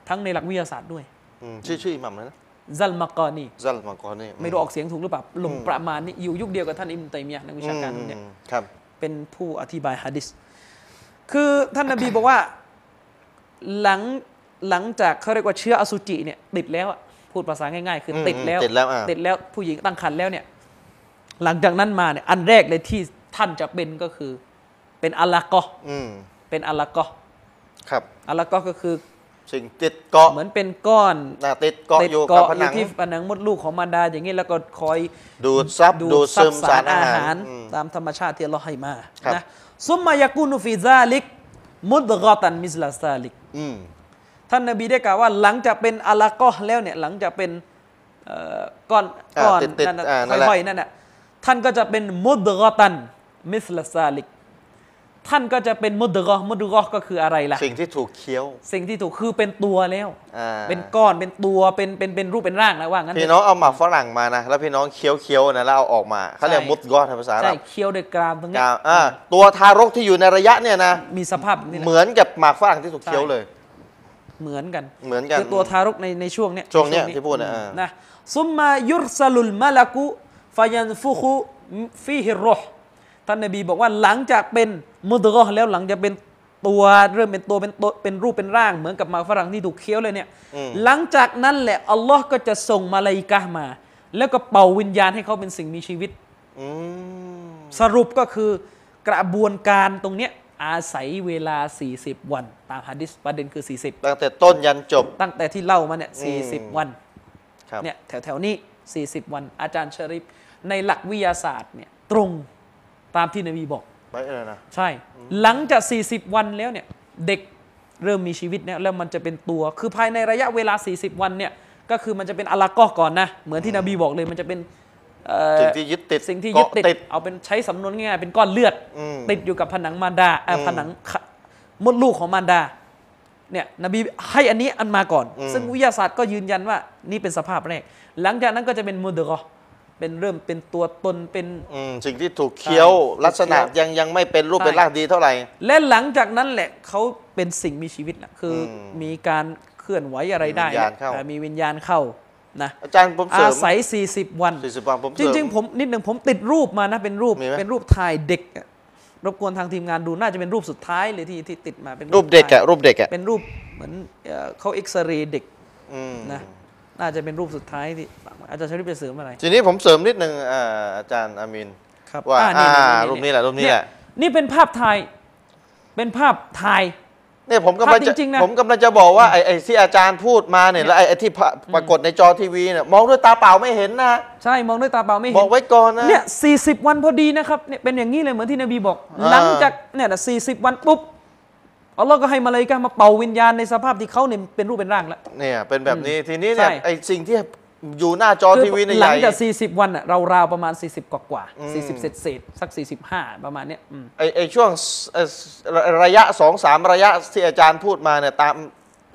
[SPEAKER 2] ทั้งในหลักวิทยาศาสตร์ด้วย
[SPEAKER 1] อืมชื่อชื่ออิหมัมเลยนะ
[SPEAKER 2] ซัลมากอนี
[SPEAKER 1] ซัลมากอนี่
[SPEAKER 2] ไม่รู้ออกเสียงถูกหรือเปล่าลงประมาณนี้อยู่ยุคเดียวกับท่านอิมตัยมียะห์นักวิชาการคนเนี้ย
[SPEAKER 1] อืมครับ
[SPEAKER 2] เป็นผู้อธิบายฮะดิษคือท่านนบีบอกว่าหลังหลังจากเขาเรียกว่าเชื้ออสุจิเนี่ยติดแล้วอะพูดภาษาง่ายๆ คืออ
[SPEAKER 1] ม
[SPEAKER 2] ติดแล้ว
[SPEAKER 1] ติดแล้วอ่ะ
[SPEAKER 2] ติดแล้วผู้หญิงตั้งครรภ์แล้วเนี่ยหลังจากนั้นมาเนี่ยอันแรกเลยที่ท่านจะเป็นก็คือ เป็นอัลลากอฮ์
[SPEAKER 1] อืม
[SPEAKER 2] เป็นอัลลากอฮ์
[SPEAKER 1] ครับ
[SPEAKER 2] อัลลากอฮ์ก็คือ
[SPEAKER 1] สิ่งติดเกาะ
[SPEAKER 2] เหมือนเป็นก้อน
[SPEAKER 1] น่ะติดเกาะ
[SPEAKER 2] ติด
[SPEAKER 1] อยู่กับ
[SPEAKER 2] เกาะ
[SPEAKER 1] ผ
[SPEAKER 2] อ
[SPEAKER 1] นั
[SPEAKER 2] ยู่
[SPEAKER 1] ง
[SPEAKER 2] ที่ผนังมดลูกของมารดาอย่างนี้แล้วก็คอย
[SPEAKER 1] ดูดซับดูดซึมสารอาหารอืม
[SPEAKER 2] ตามธรรมชาติที่เราให้มา
[SPEAKER 1] ครับ
[SPEAKER 2] นะซุมมายากูนุฟิซาลิก มุดกอตันมิสลาซาลิก
[SPEAKER 1] อืม
[SPEAKER 2] ท่านนบีได้กล่าวว่าหลังจากเป็นอะลากอฮ์แล้วเนี่ยหลังจากเป็นเอ่อก้อน
[SPEAKER 1] อ่า
[SPEAKER 2] ก้อน
[SPEAKER 1] ติดติด
[SPEAKER 2] นั่นน่ะ
[SPEAKER 1] อ่านั่นแหละ
[SPEAKER 2] ค่อยๆนั่นน่ะท่านก็จะเป็นมุดกอตันมิสลาซาลิก ท่านก็จะเป็นมุดกอมุดกอก็คืออะไรล่ะ
[SPEAKER 1] สิ่งที่ถูกเคี้ยว
[SPEAKER 2] สิ่งที่ถูกคือเป็นตัวแล้ว
[SPEAKER 1] อ่า
[SPEAKER 2] เป็นก้อนเป็นตัวเป็นเป็นเป็นรูปเป็นร่างนะว่างั้นเถ
[SPEAKER 1] พี่
[SPEAKER 2] อะ
[SPEAKER 1] น้องเอาหมากฝรั่งมานะแล้วพี่น้องเคี้ยวเคี้ยวๆนะแล้วเอาออกมาเขาเรียก
[SPEAKER 2] ใช่
[SPEAKER 1] มุดกอทางภาษาอาห
[SPEAKER 2] ใช่
[SPEAKER 1] รับ
[SPEAKER 2] เคี้ยวด้วยกรามตรงเนี้ย
[SPEAKER 1] อ่าอ่าตัวทารกที่อยู่ในระยะเนี่ยนะ
[SPEAKER 2] มีสภาพแบบนี้แหละ
[SPEAKER 1] เหมือนกับหมากฝรั่งที่ถูกเคี้ยวเลย
[SPEAKER 2] เหมือนกัน
[SPEAKER 1] เหมือนกัน
[SPEAKER 2] คือตัวทารกในในช่วงเนี้ย
[SPEAKER 1] ช่วงเนี้ยที่พูดน่ะ
[SPEAKER 2] อืม
[SPEAKER 1] อ่าน
[SPEAKER 2] นะซุมมายุรสลุลมาลักุฟายันฟุคุฟีฮิรรอฮ์ท่านนบีบอกว่าหลังจากเป็นมุดกอฮ์แล้วหลังจากเป็นตัวเริ่มเป็นตัวเป็นตัวเป็นรูปเป็นร่าง เหมือนกับหมาฝรั่งที่ถูกเคี้ยวเลยเนี่ยหลังจากนั้นแหละอัลลอฮ์ก็จะส่งมาลาอิกะฮ์มา แล้วก็เป่าวิญญาณให้เขาเป็นสิ่งมีชีวิต
[SPEAKER 1] อืม
[SPEAKER 2] สรุปก็คือกระบวนการตรงเนี้ยอาศัยเวลา 40 วัน ตามฮะดิษประเด็นคือ 40
[SPEAKER 1] ตั้งแต่ต้นยันจบ
[SPEAKER 2] ตั้งแต่ที่เล่ามาเนี่ยสี่สิบ
[SPEAKER 1] อืม
[SPEAKER 2] วัน
[SPEAKER 1] ครับ
[SPEAKER 2] เนี่ยแถวแถวๆนี้สี่สิบวัน อาจารย์ชริปในหลักวิทยาศาสตร์เนี่ยตรงตามที่นบีบอก
[SPEAKER 1] ไปเลยนะ
[SPEAKER 2] ใช่ หลังจาก 40 วันแล้วเนี่ยเด็กเริ่มมีชีวิตแล้วแล้วมันจะเป็นตัว คือภายในระยะเวลา 40 วันเนี่ยก็คือมันจะเป็นอะลากอฮ์ก่อนนะ เหมือนที่นบีบอกเลยมันจะเป็นเอ่อ
[SPEAKER 1] สิ่งที่ยึดติด
[SPEAKER 2] สิ่งที่ยึดติด
[SPEAKER 1] เกาะติด
[SPEAKER 2] เอาเป็นใช้สำนวนง่ายๆเป็นก้อนเลือด
[SPEAKER 1] อืม
[SPEAKER 2] ติดอยู่กับผนังมารดาเอ่ออผนังขะมดลูกของมารดาเนี่ยนบีให้อันนี้อันมาก่อน
[SPEAKER 1] อืม
[SPEAKER 2] ซึ่งวิทยาศาสตร์ก็ยืนยันว่านี่เป็นสภาพแรก หลังจากนั้นก็จะเป็นมุดกอฮ์เป็นเริ่มเป็นตัวตนเป็น
[SPEAKER 1] อืมสิ่งที่ถูกเคี้ยว
[SPEAKER 2] ใช่
[SPEAKER 1] ลักษณะ
[SPEAKER 2] ถูกเคี้ย
[SPEAKER 1] ยั
[SPEAKER 2] ว
[SPEAKER 1] งยังไม่เป็นรูป
[SPEAKER 2] ใช่
[SPEAKER 1] เป็นร่างดีเท่าไหร่
[SPEAKER 2] และหลังจากนั้นแหละเขาเป็นสิ่งมีชีวิตละคืออ
[SPEAKER 1] ม
[SPEAKER 2] มีการเคลื่อนไหวอะไรได้
[SPEAKER 1] มีวิญญาณเข้า
[SPEAKER 2] แต่มีวิญญาณเข้านะ
[SPEAKER 1] อาจารย์ผมเสริ
[SPEAKER 2] อาม ศัย 40 วัน
[SPEAKER 1] สี่สิบวันผมเส
[SPEAKER 2] จ
[SPEAKER 1] ริม
[SPEAKER 2] ริง ๆ ผมนิดหนึ่งผมติดรูปมานะ เป็นรูป
[SPEAKER 1] มีไหม
[SPEAKER 2] เป็นรูปถ่ายเด็กอะรบกวนทางทีมงานดูน่าจะเป็นรูปสุดท้ายเลยที่ที่ติดมาเป็น
[SPEAKER 1] รูปเด็กอะ
[SPEAKER 2] ถ่าย
[SPEAKER 1] รูปเด็กอะ
[SPEAKER 2] เป็นรูปเหมือนเอ่อเขาเอ็กซเรย์เด็ก
[SPEAKER 1] อืม
[SPEAKER 2] นะน่าจะเป็นรูปสุดท้ายที่อาจารย์ชลิปจะเสริมอะไร
[SPEAKER 1] ทีนี้ผมเสริมนิดนึงอ่าอาจารย์อามิน
[SPEAKER 2] ครับ
[SPEAKER 1] ว่า
[SPEAKER 2] นี่
[SPEAKER 1] อ่า
[SPEAKER 2] นี่
[SPEAKER 1] รูปนี้แหละรูปนี้แหละ
[SPEAKER 2] เยนี่เป็นภาพถ่ายเป็นภาพถ่าย
[SPEAKER 1] เนี่ยผมกำลัง
[SPEAKER 2] ภาพจริงๆนะ
[SPEAKER 1] ผมกำลังจะบอกว่าไอ้ไอ้ที่อาจารย์พูดมาเนี่ยแล้วไอ้ไอ้ที่ปรากฏในจอทีวีเนี่ยมองด้วยตาเปล่าไม่เห็นนะ
[SPEAKER 2] ใช่มองด้วยตาเปล่าไม่เห็
[SPEAKER 1] บ
[SPEAKER 2] น
[SPEAKER 1] อกไว้ก่อนนะ
[SPEAKER 2] เนี่ยสี่สิบวันพอดีนะครับเนี่ยเป็นอย่างนี้เลยเหมือนที่นบีบอก
[SPEAKER 1] อ่า
[SPEAKER 2] หลังจากเนี่ยสี่สิบวันปุ๊บอัลลอฮ์ก็ให้มาเลยกามาเป่าวิญญาณในสภาพที่เขาเนี่ยเป็นรูปเป็นร่างแล้ว
[SPEAKER 1] เนี่ยเป็นแบบนี้ทีนี้เนี่ย
[SPEAKER 2] ใช่
[SPEAKER 1] ไอ้สิ่งที่อยู่หน้าจอทีวีในย
[SPEAKER 2] ห
[SPEAKER 1] ให
[SPEAKER 2] ลั
[SPEAKER 1] ญ่
[SPEAKER 2] งจากสี่สิบวันอะเราราวๆประมาณสี่สิบกว่ากว่า
[SPEAKER 1] อืม
[SPEAKER 2] สี่สิบเศษเศษๆสักสี่สิบห้าประมาณเนี้ยอืม
[SPEAKER 1] ไอ้ไอ้ช่วงเอ่อระยะสองสามระยะที่อาจารย์พูดมาเนี่ยตาม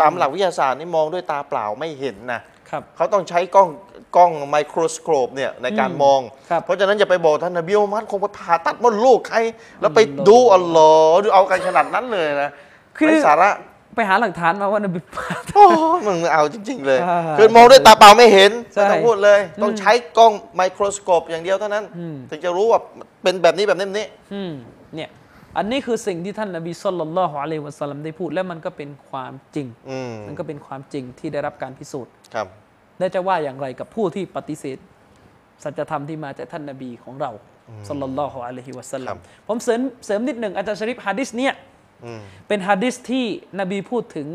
[SPEAKER 1] ตามหลักวิทยาศาสตร์นี่มองด้วยตาเปล่าไม่เห็นนะ
[SPEAKER 2] ครับ
[SPEAKER 1] เขาต้องใช้กล้องกล้องไมโครสโคปเนี่ยในการ
[SPEAKER 2] อืม
[SPEAKER 1] มอง
[SPEAKER 2] ครับ
[SPEAKER 1] เพราะฉะนั้นอย่าไปบอกท่านนบีอุมัดคงไปผ่าตัดมดลูกใคร แล้วไปดูอัลลอฮ์ดูเอากันขนาดนั้นเลยนะ
[SPEAKER 2] คือ
[SPEAKER 1] ไร้สาระ
[SPEAKER 2] ไปหาหลักฐานมาว่านบี
[SPEAKER 1] โอ้มึงเอาจริง ๆ เลย
[SPEAKER 2] อ่า
[SPEAKER 1] คือมองด้วยตาเปล่าไม่เห็น
[SPEAKER 2] ใช่
[SPEAKER 1] ไม่ต้องพูดเลย ต้องใช้กล้องไมโครสโคปอย่างเดียวเท่านั้น ถึงจะรู้ว่าเป็นแบบนี้แบบนี้แบบนี้
[SPEAKER 2] อืมเนี่ยอันนี้คือสิ่งที่ท่านนบีสุลต่านละฮ์อะลัยฮิวะสัลลัมได้พูด และมันก็เป็นความจริง
[SPEAKER 1] อืม
[SPEAKER 2] มันก็เป็นความจริงที่ได้รับการพิสูจน์
[SPEAKER 1] ครับ
[SPEAKER 2] และจะว่าอย่างไรกับผู้ที่ปฏิเสธ สัจธรรมที่มาจากท่านนาบีของเราสัลลัลลอฮุอะลัยฮิวะสัล
[SPEAKER 1] ค
[SPEAKER 2] ลั
[SPEAKER 1] รั
[SPEAKER 2] ม
[SPEAKER 1] บ
[SPEAKER 2] ผมเสริมเสริมนิดหนึ่งอาจารย์ชริฟฮะดิษเนี่ย
[SPEAKER 1] อืม
[SPEAKER 2] เป็นฮะดิษที่นบีพูดถึง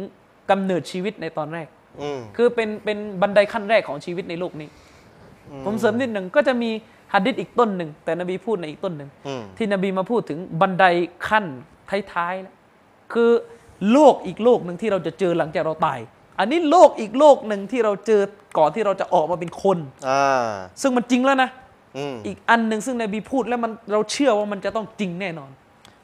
[SPEAKER 2] กำเนิดชีวิตในตอนแรก
[SPEAKER 1] อืม
[SPEAKER 2] คือเป็นเป็นบันไดขั้นแรกของชีวิตในโลกนี้ ผมเสริมนิดหนึ่งก็จะมีหัดดิษอีกต้นหนึ่งแต่นบีพูดในอีกต้นหนึ่ง
[SPEAKER 1] อืม
[SPEAKER 2] ที่นบีมาพูดถึงบันไดขั้นท้ายๆแล้วคือโลกอีกโลกหนึ่งที่เราจะเจอหลังจากเราตาย อันนี้โลกอีกโลกหนึ่งที่เราเจอก่อนที่เราจะออกมาเป็นคน
[SPEAKER 1] อ่า
[SPEAKER 2] ซึ่งมันจริงแล้วนะ
[SPEAKER 1] อืม
[SPEAKER 2] อีกอันหนึ่งซึ่งนบีพูดแล้วมันเราเชื่อว่ามันจะต้องจริงแน่นอน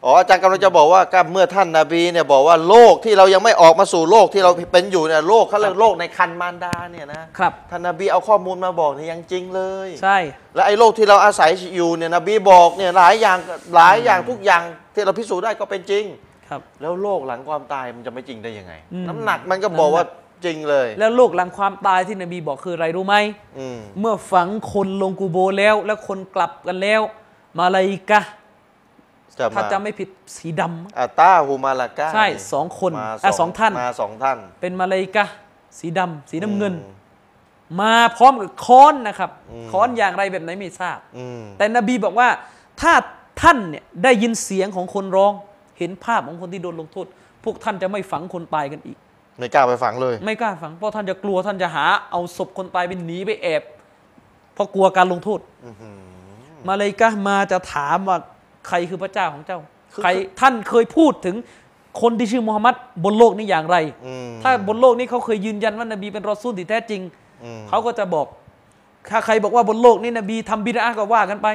[SPEAKER 1] อ๋ออาจารย์กำลังจะบอกว่าก็เมื่อท่านนาบีเนี่ยบอกว่าโลกที่เรายังไม่ออกมาสู่โลกที่เราเป็นอยู่เนี่ยโลกเขาเรียกโลกในคันมารดาเนี่ยนะครับ ท่านนาบีเอาข้อมูลมาบอกเนี่ยยังจริงเลย
[SPEAKER 2] ใช่
[SPEAKER 1] และไอ้โลกที่เราอาศัยอยู่เนี่ยนบีบอกเนี่ยหลายอย่างหลายอย่างทุกอย่างที่เราพิสูจน์ได้ก็เป็นจริง
[SPEAKER 2] ครับ
[SPEAKER 1] แล้วโลกหลังความตายมันจะไม่จริงได้ยังไง
[SPEAKER 2] อืม
[SPEAKER 1] น้ำหนักมันก็บอก
[SPEAKER 2] น้ำหนัก
[SPEAKER 1] ว่าจริงเลย
[SPEAKER 2] แล้วโลกหลังความตายที่นบีบอกคืออะไรรู้ไหม
[SPEAKER 1] อืม
[SPEAKER 2] เมื่อฝังคนลงกูโบแล้ว และคนกลับกันแล้ว มาลาอิกะห์
[SPEAKER 1] จะ
[SPEAKER 2] ถ้า
[SPEAKER 1] มา
[SPEAKER 2] จำไม่ผิดสีดำมั้ง
[SPEAKER 1] อาตาฮูมาลากา
[SPEAKER 2] ใช่สองคน
[SPEAKER 1] มา
[SPEAKER 2] อ่ะสองท่าน
[SPEAKER 1] มาสองท่าน
[SPEAKER 2] เป็นมาลาอิกะห์สีดำสีน้ำเงิน
[SPEAKER 1] อืม
[SPEAKER 2] มาพร้อมกับค้อนนะครับ
[SPEAKER 1] อืม
[SPEAKER 2] ค้อนอย่างไรแบบไหนไม่ทราบ
[SPEAKER 1] อืม
[SPEAKER 2] แต่นบีบอกว่าถ้าท่านเนี่ยได้ยินเสียงของคนร้อง เห็นภาพของคนที่โดนลงโทษ พวกท่านจะไม่ฝังคนตายกันอีก
[SPEAKER 1] ไม่กล้าไปฝังเลย
[SPEAKER 2] ไม่กล้าฝังเพราะท่านจะกลัวท่านจะหาเอาศพคนตายไปหนีไปแอบเพราะกลัวการลงโทษ มาเลยกะห์มาจะถามว่าใครคือพระเจ้าของเจ้า
[SPEAKER 1] คือ
[SPEAKER 2] ใครท่านเคยพูดถึงคนที่ชื่อมูฮัมหมัดบนโลกนี้อย่างไร
[SPEAKER 1] อืม
[SPEAKER 2] ถ้าบนโลกนี้เขาเคยยืนยันว่านบีเป็นรอซูลที่แท้จริง
[SPEAKER 1] อืม
[SPEAKER 2] เขาก็จะบอก ถ้าใครบอกว่าบนโลกนี้นบีทำบิดาก็ว่ากัน ไป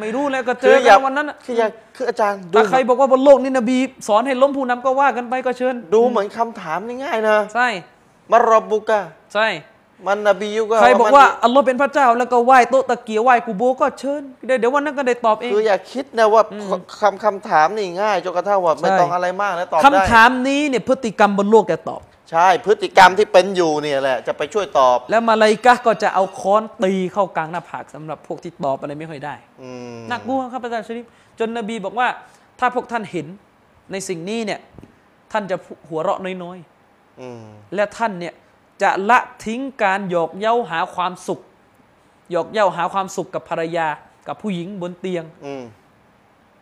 [SPEAKER 2] ไม่รู้แล้วก็เจอกันวันนั้นน่ะ
[SPEAKER 1] คืออยากคืออาจารย์ดู
[SPEAKER 2] ถ้าใครบอกว่าบนโลกนี้นบีสอนให้ล้มผู้นำก็ว่ากันไปก็เชิญ
[SPEAKER 1] ดูเหมือนคำถามนี่ง่ายนะ
[SPEAKER 2] ใช่
[SPEAKER 1] มารอบบุกะ
[SPEAKER 2] ใช่
[SPEAKER 1] มันนบียุกะ
[SPEAKER 2] ใครบอกว่าอัลลอฮ์เป็นพระเจ้า แล้วก็ไหว้โต๊ะตะเกียร์ไหว้กูโบก็เชิญเดี๋ยวเดี๋ยววันนั้นก็ได้ตอบเอง
[SPEAKER 1] คืออย่าคิดนะว่าคำคำถามนี่ง่ายจนกระทั่งว่าไม่
[SPEAKER 2] ใช่
[SPEAKER 1] ต้องอะไรมากนะตอบ
[SPEAKER 2] คำ
[SPEAKER 1] ได้
[SPEAKER 2] ถามนี้เนี่ยพฤติกรรมบนโลกจะตอบ
[SPEAKER 1] ใช่พฤติกรรมที่เป็นอยู่เนี่ยแหละ จะไปช่วยตอบ
[SPEAKER 2] แล้วมาลาอิกะห์ก็จะเอาค้อนตีเข้ากลางหน้าผากสำหรับพวกที่ตอบอะไรไม่ค่อยได้
[SPEAKER 1] อืม
[SPEAKER 2] หนักกลัวครับอาจารย์ชริฟจนนบีบอกว่า ถ้าพวกท่านเห็นในสิ่งนี้เนี่ยท่านจะหัวเราะน้อย
[SPEAKER 1] อืม
[SPEAKER 2] ๆ และท่านเนี่ยจะละทิ้งการหยอกเย้าหาความสุข หยอกเย้าหาความสุขกับภรรยากับผู้หญิงบนเตียง
[SPEAKER 1] อืม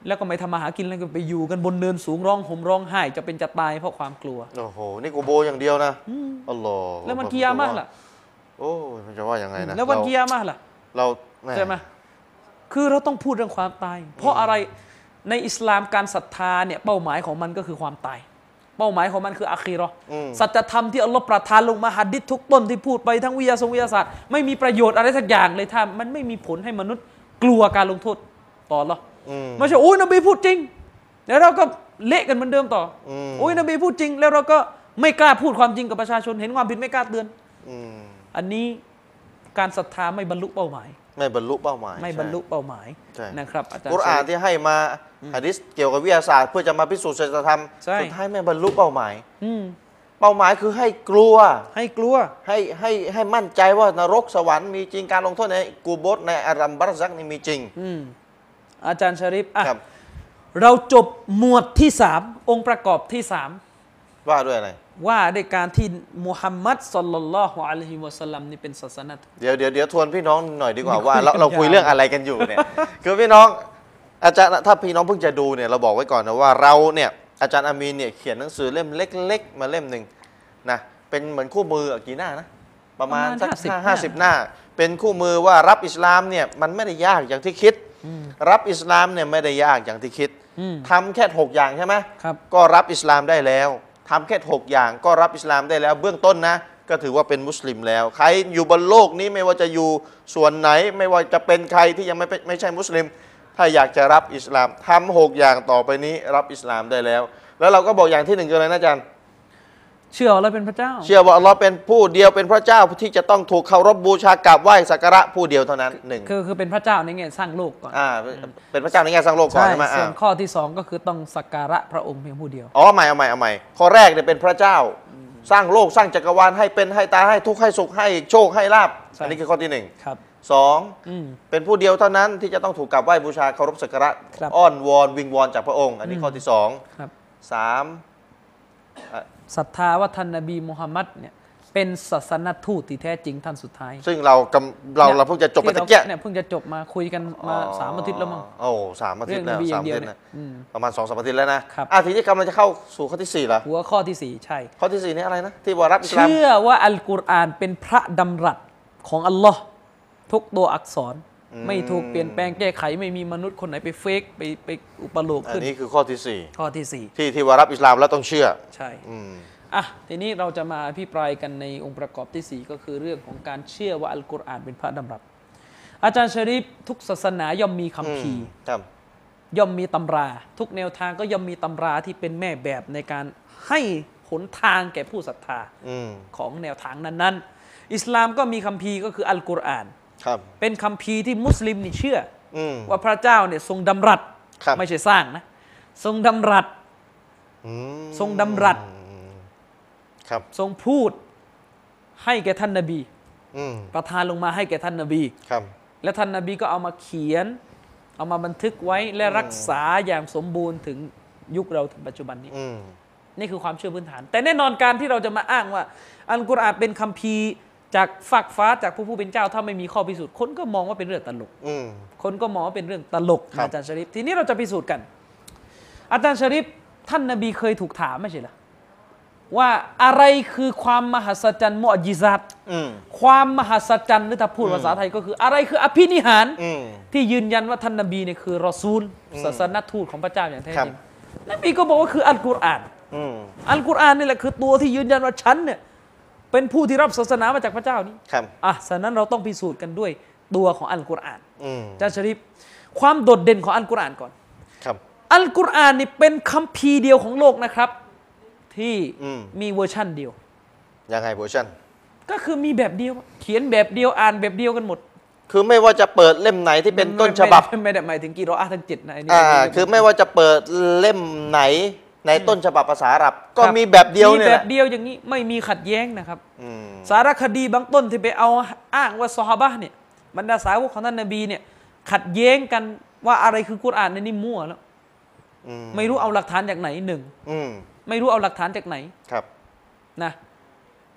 [SPEAKER 2] แล้วก็ไม่ทำมาหากินแล้วก็ไปอยู่กันบนเนินสูงร้องห่มร้องไห้จะเป็นจะตายเพราะความกลัว
[SPEAKER 1] โอ้โห นี่กูโบอย่างเดียวนะอัลลอฮ์
[SPEAKER 2] แล้วมันกิยามะห์ล่ะ
[SPEAKER 1] โอ้ยมันจะว่ายังไงนะ
[SPEAKER 2] แล้ววัน
[SPEAKER 1] เรา
[SPEAKER 2] กิยามะห์ล่ะ
[SPEAKER 1] เราแ
[SPEAKER 2] ใช่ไหมคือเราต้องพูดเรื่องความตาย เพราะอะไร ในอิสลามการศรัทธาเนี่ยเป้าหมายของมันก็คือความตาย เป้าหมายของมันคืออาคีเราะห์
[SPEAKER 1] อืม
[SPEAKER 2] สัจธรรมที่อัลลอฮ์ประทานลงมาหัดดิษทุกต้นที่พูดไปทั้งวิทยาศาสตร์วิทยาศาสตร์ ไม่มีประโยชน์อะไรสักอย่างเลยถ้ามันไม่มีผลให้มนุษย์กลัวการลงโทษต่ออัลลอฮ์
[SPEAKER 1] อืม
[SPEAKER 2] ไม่ใช่โอ้ยนบีพูดจริง แล้วเราก็เละกันเหมือนเดิมต่ออ
[SPEAKER 1] ม
[SPEAKER 2] โอ้ยนบีพูดจริง แล้วเราก็ไม่กล้าพูดความจริงกับประชาชน เห็นความผิดไม่กล้าเตือน
[SPEAKER 1] อืม
[SPEAKER 2] อันนี้การศรัทธาไม่บรรลุเป้าหมาย
[SPEAKER 1] ไม่บรรลุเป้าหมาย
[SPEAKER 2] ไม่
[SPEAKER 1] ใช่
[SPEAKER 2] บรรลุเป้าหมาย
[SPEAKER 1] ใช่
[SPEAKER 2] นะครับอาจารย์
[SPEAKER 1] กุรอาน
[SPEAKER 2] เสรี
[SPEAKER 1] ที่ให้มาหะดิษเกี่ยวกับวิทยาศาสตร์ เพื่อจะมาพิสูจน์ศัจธรรม
[SPEAKER 2] ใช่
[SPEAKER 1] สุดท้ายไม่บรรลุเป้าหมาย
[SPEAKER 2] อืม
[SPEAKER 1] เป้าหมายคือให้กลัว
[SPEAKER 2] ให้กลัว
[SPEAKER 1] ให้ให้ให้มั่นใจว่านรกสวรรค์มีจริงการลงโทษในกูโบสในอารัมบารซักนี่มีจริง
[SPEAKER 2] อืมอาจารย์ชริปอ่ะ
[SPEAKER 1] ครับ
[SPEAKER 2] เราจบหมวดที่สามองค์ประกอบที่สาม
[SPEAKER 1] ว่าด้วยอะไร
[SPEAKER 2] ว่าด้วยการที่มุฮัมมัดสลลัลลอฮุอะลัยฮิวะสัลลัมนี่เป็นศาสนาทูต
[SPEAKER 1] เดี๋ยวเดี๋ยวเดี๋ยวทวนพี่น้องหน่อยดีกว่าว่า
[SPEAKER 2] คุยกัน
[SPEAKER 1] เราเรา
[SPEAKER 2] ยาว
[SPEAKER 1] คุยเรื่องอะไรกันอยู่ เนี่ย คือพี่น้องอาจารย์ถ้าพี่น้องเพิ่งจะดูเนี่ยเราบอกไว้ก่อนนะว่าเราเนี่ยอาจารย์อามีนเนี่ยเขียนหนังสือเล่มเล็ก ๆ มาเล่มหนึ่งนะเป็นเหมือนคู่มืออ่ะกี่หน้านะประมาณสัก
[SPEAKER 2] ประมาณ
[SPEAKER 1] ห้าสิบ
[SPEAKER 2] 50
[SPEAKER 1] หน้า เป็นคู่มือว่ารับอิสลามเนี่ยมันไม่ได้ยากอย่างที่คิด รับอิสลามเนี่ยไม่ได้ยากอย่างที่คิด
[SPEAKER 2] อืม
[SPEAKER 1] ทำแค่หกอย่างใช่ไหม
[SPEAKER 2] ครับ
[SPEAKER 1] ก็รับอิสลามได้แล้วทำแค่ 6 อย่างก็รับอิสลามได้แล้ว เบื้องต้นนะ ก็ถือว่าเป็นมุสลิมแล้ว ใครอยู่บนโลกนี้ไม่ว่าจะอยู่ส่วนไหน ไม่ว่าจะเป็นใครที่ยังไม่เป็นไม่ใช่มุสลิม ถ้าอยากจะรับอิสลามทำหกอย่างต่อไปนี้รับอิสลามได้แล้ว แล้วเราก็บอกอย่างที่หนึ่งคืออะไรนะอาจารย์
[SPEAKER 2] เชื่อเราเป็นพระเจ้า
[SPEAKER 1] เชื่อว่าอัลลอฮ์เป็นผู้เดียวเป็นพระเจ้าที่จะต้องถูกเคารพบูชากราบไหว้สักการะผู้เดียวเท่านั้นหนึ่ง
[SPEAKER 2] คือคือเป็นพระเจ้าในแง่สร้างโลกก่อน
[SPEAKER 1] อ่าเป็นพระเจ้าในแง่สร้างโลกก่อน
[SPEAKER 2] ใช่
[SPEAKER 1] ใช่ไหม
[SPEAKER 2] ส่ว
[SPEAKER 1] อ่าน
[SPEAKER 2] ข้อที่สองก็คือต้องสักการะพระองค์เพียงผู้เดียว
[SPEAKER 1] อ๋อใหม่เอาใหม่เอาใหม่ข้อแรกเนี่ยเป็นพระเจ้า สร้างโลกสร้างจักรวาลให้เป็นให้ตายให้ทุกข์ให้สุขให้โชคให้ลาบ
[SPEAKER 2] ใช่
[SPEAKER 1] อันนี้คือข้อที่หนึ่ง
[SPEAKER 2] ครับ
[SPEAKER 1] สอง
[SPEAKER 2] อืม
[SPEAKER 1] เป็นผู้เดียวเท่านั้นที่จะต้องถูกกราบไหว้บูชาเคารพสักการะ
[SPEAKER 2] ครับ
[SPEAKER 1] อ้อนวอนวิงวอนจากพระองค์ อันนี้
[SPEAKER 2] อืม
[SPEAKER 1] ข้อที่สอง
[SPEAKER 2] ครับ
[SPEAKER 1] สาม
[SPEAKER 2] ศรัทธาว่าท่านนบีมุฮัมมัดเนี่ยเป็นศาสนทูตที่แท้จริงท่านสุดท้าย
[SPEAKER 1] ซึ่งเรากำเรา
[SPEAKER 2] เนี่ย
[SPEAKER 1] เราเพิ่งจะจบไป
[SPEAKER 2] ที่
[SPEAKER 1] ตะเกีย
[SPEAKER 2] ราเนี่ยเพิ่งจะจบมาคุยกันมาสามอาทิตย์แล้วมั้ง
[SPEAKER 1] โอ้สามอาทิต
[SPEAKER 2] เรื่อ
[SPEAKER 1] ย์แล้
[SPEAKER 2] งน
[SPEAKER 1] ว
[SPEAKER 2] บีอ
[SPEAKER 1] สา
[SPEAKER 2] ย่าม ง
[SPEAKER 1] อา
[SPEAKER 2] เดียว
[SPEAKER 1] ทิตย์
[SPEAKER 2] เนี่
[SPEAKER 1] นะ
[SPEAKER 2] ยอืม
[SPEAKER 1] ประมาณสองสามอาทิตย์แล้วนะครับ อ่ะทีนี้กำลังจะเข้าสู่ข้อที่สี่ละ
[SPEAKER 2] หัวข้อที่สี่ใช่
[SPEAKER 1] ข้อที่สี่นี่อะไรนะที่ว่ารับอิสลาม
[SPEAKER 2] เชื่อว่าอัลกุรอานเป็นพระดำรัสของอัลลอฮ์ ทุกตัวอักษร ไม่ถูกเปลี่ยนแปลงแก้ไขไม่มีมนุษย์คนไหนไปเฟกไปไปอุปโลก
[SPEAKER 1] อัน
[SPEAKER 2] ขึ้น
[SPEAKER 1] นี้คือข้อที่สี่
[SPEAKER 2] ข้อที่สี่
[SPEAKER 1] ที่ที่ว่ารับอิสลามแล้วต้องเชื่อ
[SPEAKER 2] ใช่
[SPEAKER 1] อืม
[SPEAKER 2] อ่ะทีนี้เราจะมาอภิปรายกันในองค์ประกอบที่สี่ก็คือเรื่องของการเชื่อว่าอัลกุรอานเป็นพระดำรับ อาจารย์ชะริฟทุกศาสนาย่อมมีคัมภีร์
[SPEAKER 1] ครับ
[SPEAKER 2] ย่อมมีตำรา ทุกแนวทางก็ย่อมมีตำราที่เป็นแม่แบบในการให้หนทางแก่ผู้ศรัทธา
[SPEAKER 1] อืม
[SPEAKER 2] ของแนวทางนั้นๆ อิสลามก็มีคัมภีร์ก็คืออัลกุรอาน
[SPEAKER 1] ครับ
[SPEAKER 2] เป็นคัมภีร์ที่มุสลิมนี่เชื่อ
[SPEAKER 1] อืม
[SPEAKER 2] อว่าพระเจ้าเนี่ยทรงดำรัส
[SPEAKER 1] ครับ
[SPEAKER 2] ไม่ใช่สร้างนะทรงดำรัส
[SPEAKER 1] อืม
[SPEAKER 2] ทรงดำรัส
[SPEAKER 1] ครับ
[SPEAKER 2] ทรงพูดให้แก่ท่านนบี
[SPEAKER 1] อืม
[SPEAKER 2] ประทานลงมาให้แก่ท่านนบี
[SPEAKER 1] ครับ
[SPEAKER 2] และท่านนบีก็เอามาเขียน เอามาบันทึกไว้และรักษาอย่างสมบูรณ์ถึงยุคเราถึงปัจจุบันนี้
[SPEAKER 1] อืม
[SPEAKER 2] นี่คือความเชื่อพื้นฐาน แต่แน่นอนการที่เราจะมาอ้างว่า อัลกุรอานเป็นคัมภีร์จากฝากฟ้าจากผู้ผู้เป็นเจ้า ถ้าไม่มีข้อพิสูจน์คนก็มองว่าเป็นเรื่องตลก
[SPEAKER 1] อืม
[SPEAKER 2] คนก็มองว่าเป็นเรื่องตลก
[SPEAKER 1] ครั
[SPEAKER 2] นะ
[SPEAKER 1] บ
[SPEAKER 2] อาจารย์ชริฟทีนี้เราจะพิสูจน์กัน อาจารย์ชริฟท่านนบีเคยถูกถามไม่ใช่เหรอว่าอะไรคือความมหัศจรรย์มอญิซัต
[SPEAKER 1] อืม
[SPEAKER 2] ความมหัศจรรย์หรือถ้าพูดภาษาไทยก็คือ อะไรคืออภินิหาร
[SPEAKER 1] อืม
[SPEAKER 2] ที่ยืนยันว่าท่านนบีเนี่ยคือรอซูล ศาสนทูตของพระเจ้าอย่างแท้จริง
[SPEAKER 1] ครับ
[SPEAKER 2] นบีก็บอกว่าคืออัลกุรอาน
[SPEAKER 1] อืม
[SPEAKER 2] อัลกุรอานนี่แหละคือตัวที่ยืนยันว่าฉันเนี่ยเป็นผู้ที่รับศาสนามาจากพระเจ้านี้
[SPEAKER 1] ครับ
[SPEAKER 2] อ่ะฉะนั้นเราต้องพิสูจน์กันด้วยตัวของอัลกุรอาน
[SPEAKER 1] อืม
[SPEAKER 2] อาจารย์ชริฟความโดดเด่นของอัลกุรอานก่อน
[SPEAKER 1] ครับ
[SPEAKER 2] อัลกุรอานนี่เป็นคัมภีร์เดียวของโลกนะครับ ที่
[SPEAKER 1] อืม
[SPEAKER 2] มีเวอร์ชั่นเดียว
[SPEAKER 1] ยังไงเวอร์ชัน
[SPEAKER 2] ก็คือมีแบบเดียว เขียนแบบเดียวอ่านแบบเดียวกันหมด
[SPEAKER 1] คือไม่ว่าจะเปิดเล่มไหนที่เป็นต้นฉบับ
[SPEAKER 2] ไม่ไม่ได้หมายถึงกีรออาทั้งเจ็ดนะอันนี้
[SPEAKER 1] อ่า
[SPEAKER 2] นนี้
[SPEAKER 1] คือไม่ว่าจะเปิดเล่มไหนในต้นฉบับภาษาอาหรับ ก็
[SPEAKER 2] ครับ
[SPEAKER 1] มีแบบเดียวเนี่ย
[SPEAKER 2] มี
[SPEAKER 1] แห
[SPEAKER 2] แบ
[SPEAKER 1] ละ
[SPEAKER 2] บเดียวอย่างนี้ไม่มีขัดแย้งนะครับ
[SPEAKER 1] อืม
[SPEAKER 2] สารคดีบางต้นที่ไปเอาอ้างว่าซอฮาบะห์เนี่ยบรรดาสาวกของท่านนบีเนี่ยขัดแย้งกันว่าอะไรคือกุรอานในยนี่มั่วแล้ว
[SPEAKER 1] อืม
[SPEAKER 2] ไม่รู้เอาหลักฐานจากไหนหนึ่ง
[SPEAKER 1] อืม
[SPEAKER 2] ไม่รู้เอาหลักฐานจากไหน
[SPEAKER 1] ครับ
[SPEAKER 2] นะ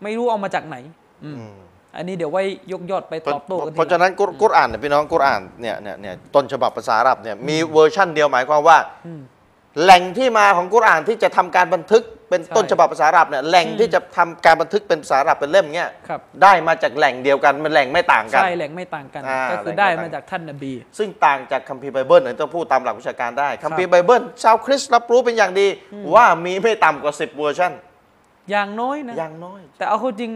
[SPEAKER 2] ไม่รู้เอามาจากไหนอืม
[SPEAKER 1] อืม
[SPEAKER 2] อันนี้เดี๋ยวไว้ยกยอดไป
[SPEAKER 1] เพราะ
[SPEAKER 2] ตอบโต้กันที
[SPEAKER 1] เพราะ
[SPEAKER 2] หลั
[SPEAKER 1] ฉะ
[SPEAKER 2] ง
[SPEAKER 1] นั้นกุรกุรอานเนี่ยพี่น้องกุรอานเนี่ยเนี่ยเนี่ยต้นฉบับภาษาอาหรับเนี่ยมีเวอร์ชั่นเดียวหมายความว่า แหล่งที่มาของกุรอานที่จะทำการบันทึกเป็นต้นฉบับภาษาอาหรับเนี่ยแหล่งที่จะทำการบันทึกเป็นภาษาอาหรับเป็นเล่มเงี้ย
[SPEAKER 2] ครับ
[SPEAKER 1] ได้มาจากแหล่งเดียวกันมันแหล่งไม่ต่างกัน
[SPEAKER 2] ใช่แหล่งไม่ต่างกัน
[SPEAKER 1] อ่า
[SPEAKER 2] ก็คื
[SPEAKER 1] แห
[SPEAKER 2] อ
[SPEAKER 1] ล่
[SPEAKER 2] ได้
[SPEAKER 1] งไม่ต่าง
[SPEAKER 2] มาจากท่านนบี
[SPEAKER 1] ซึ่งต่างจากคัมภีร์ไบเบิลเนี่ยต้องพูดตามหลักวิชาการได้คัมภีร์ไบเบิลชาวคริสต์รับรู้เป็นอย่างดี ว่ามีไม่ต่ำกว่า 10เวอร์ชัน
[SPEAKER 2] อย่างน้อยนะ
[SPEAKER 1] อย่างน้อย
[SPEAKER 2] แต่เอาเข้าจริง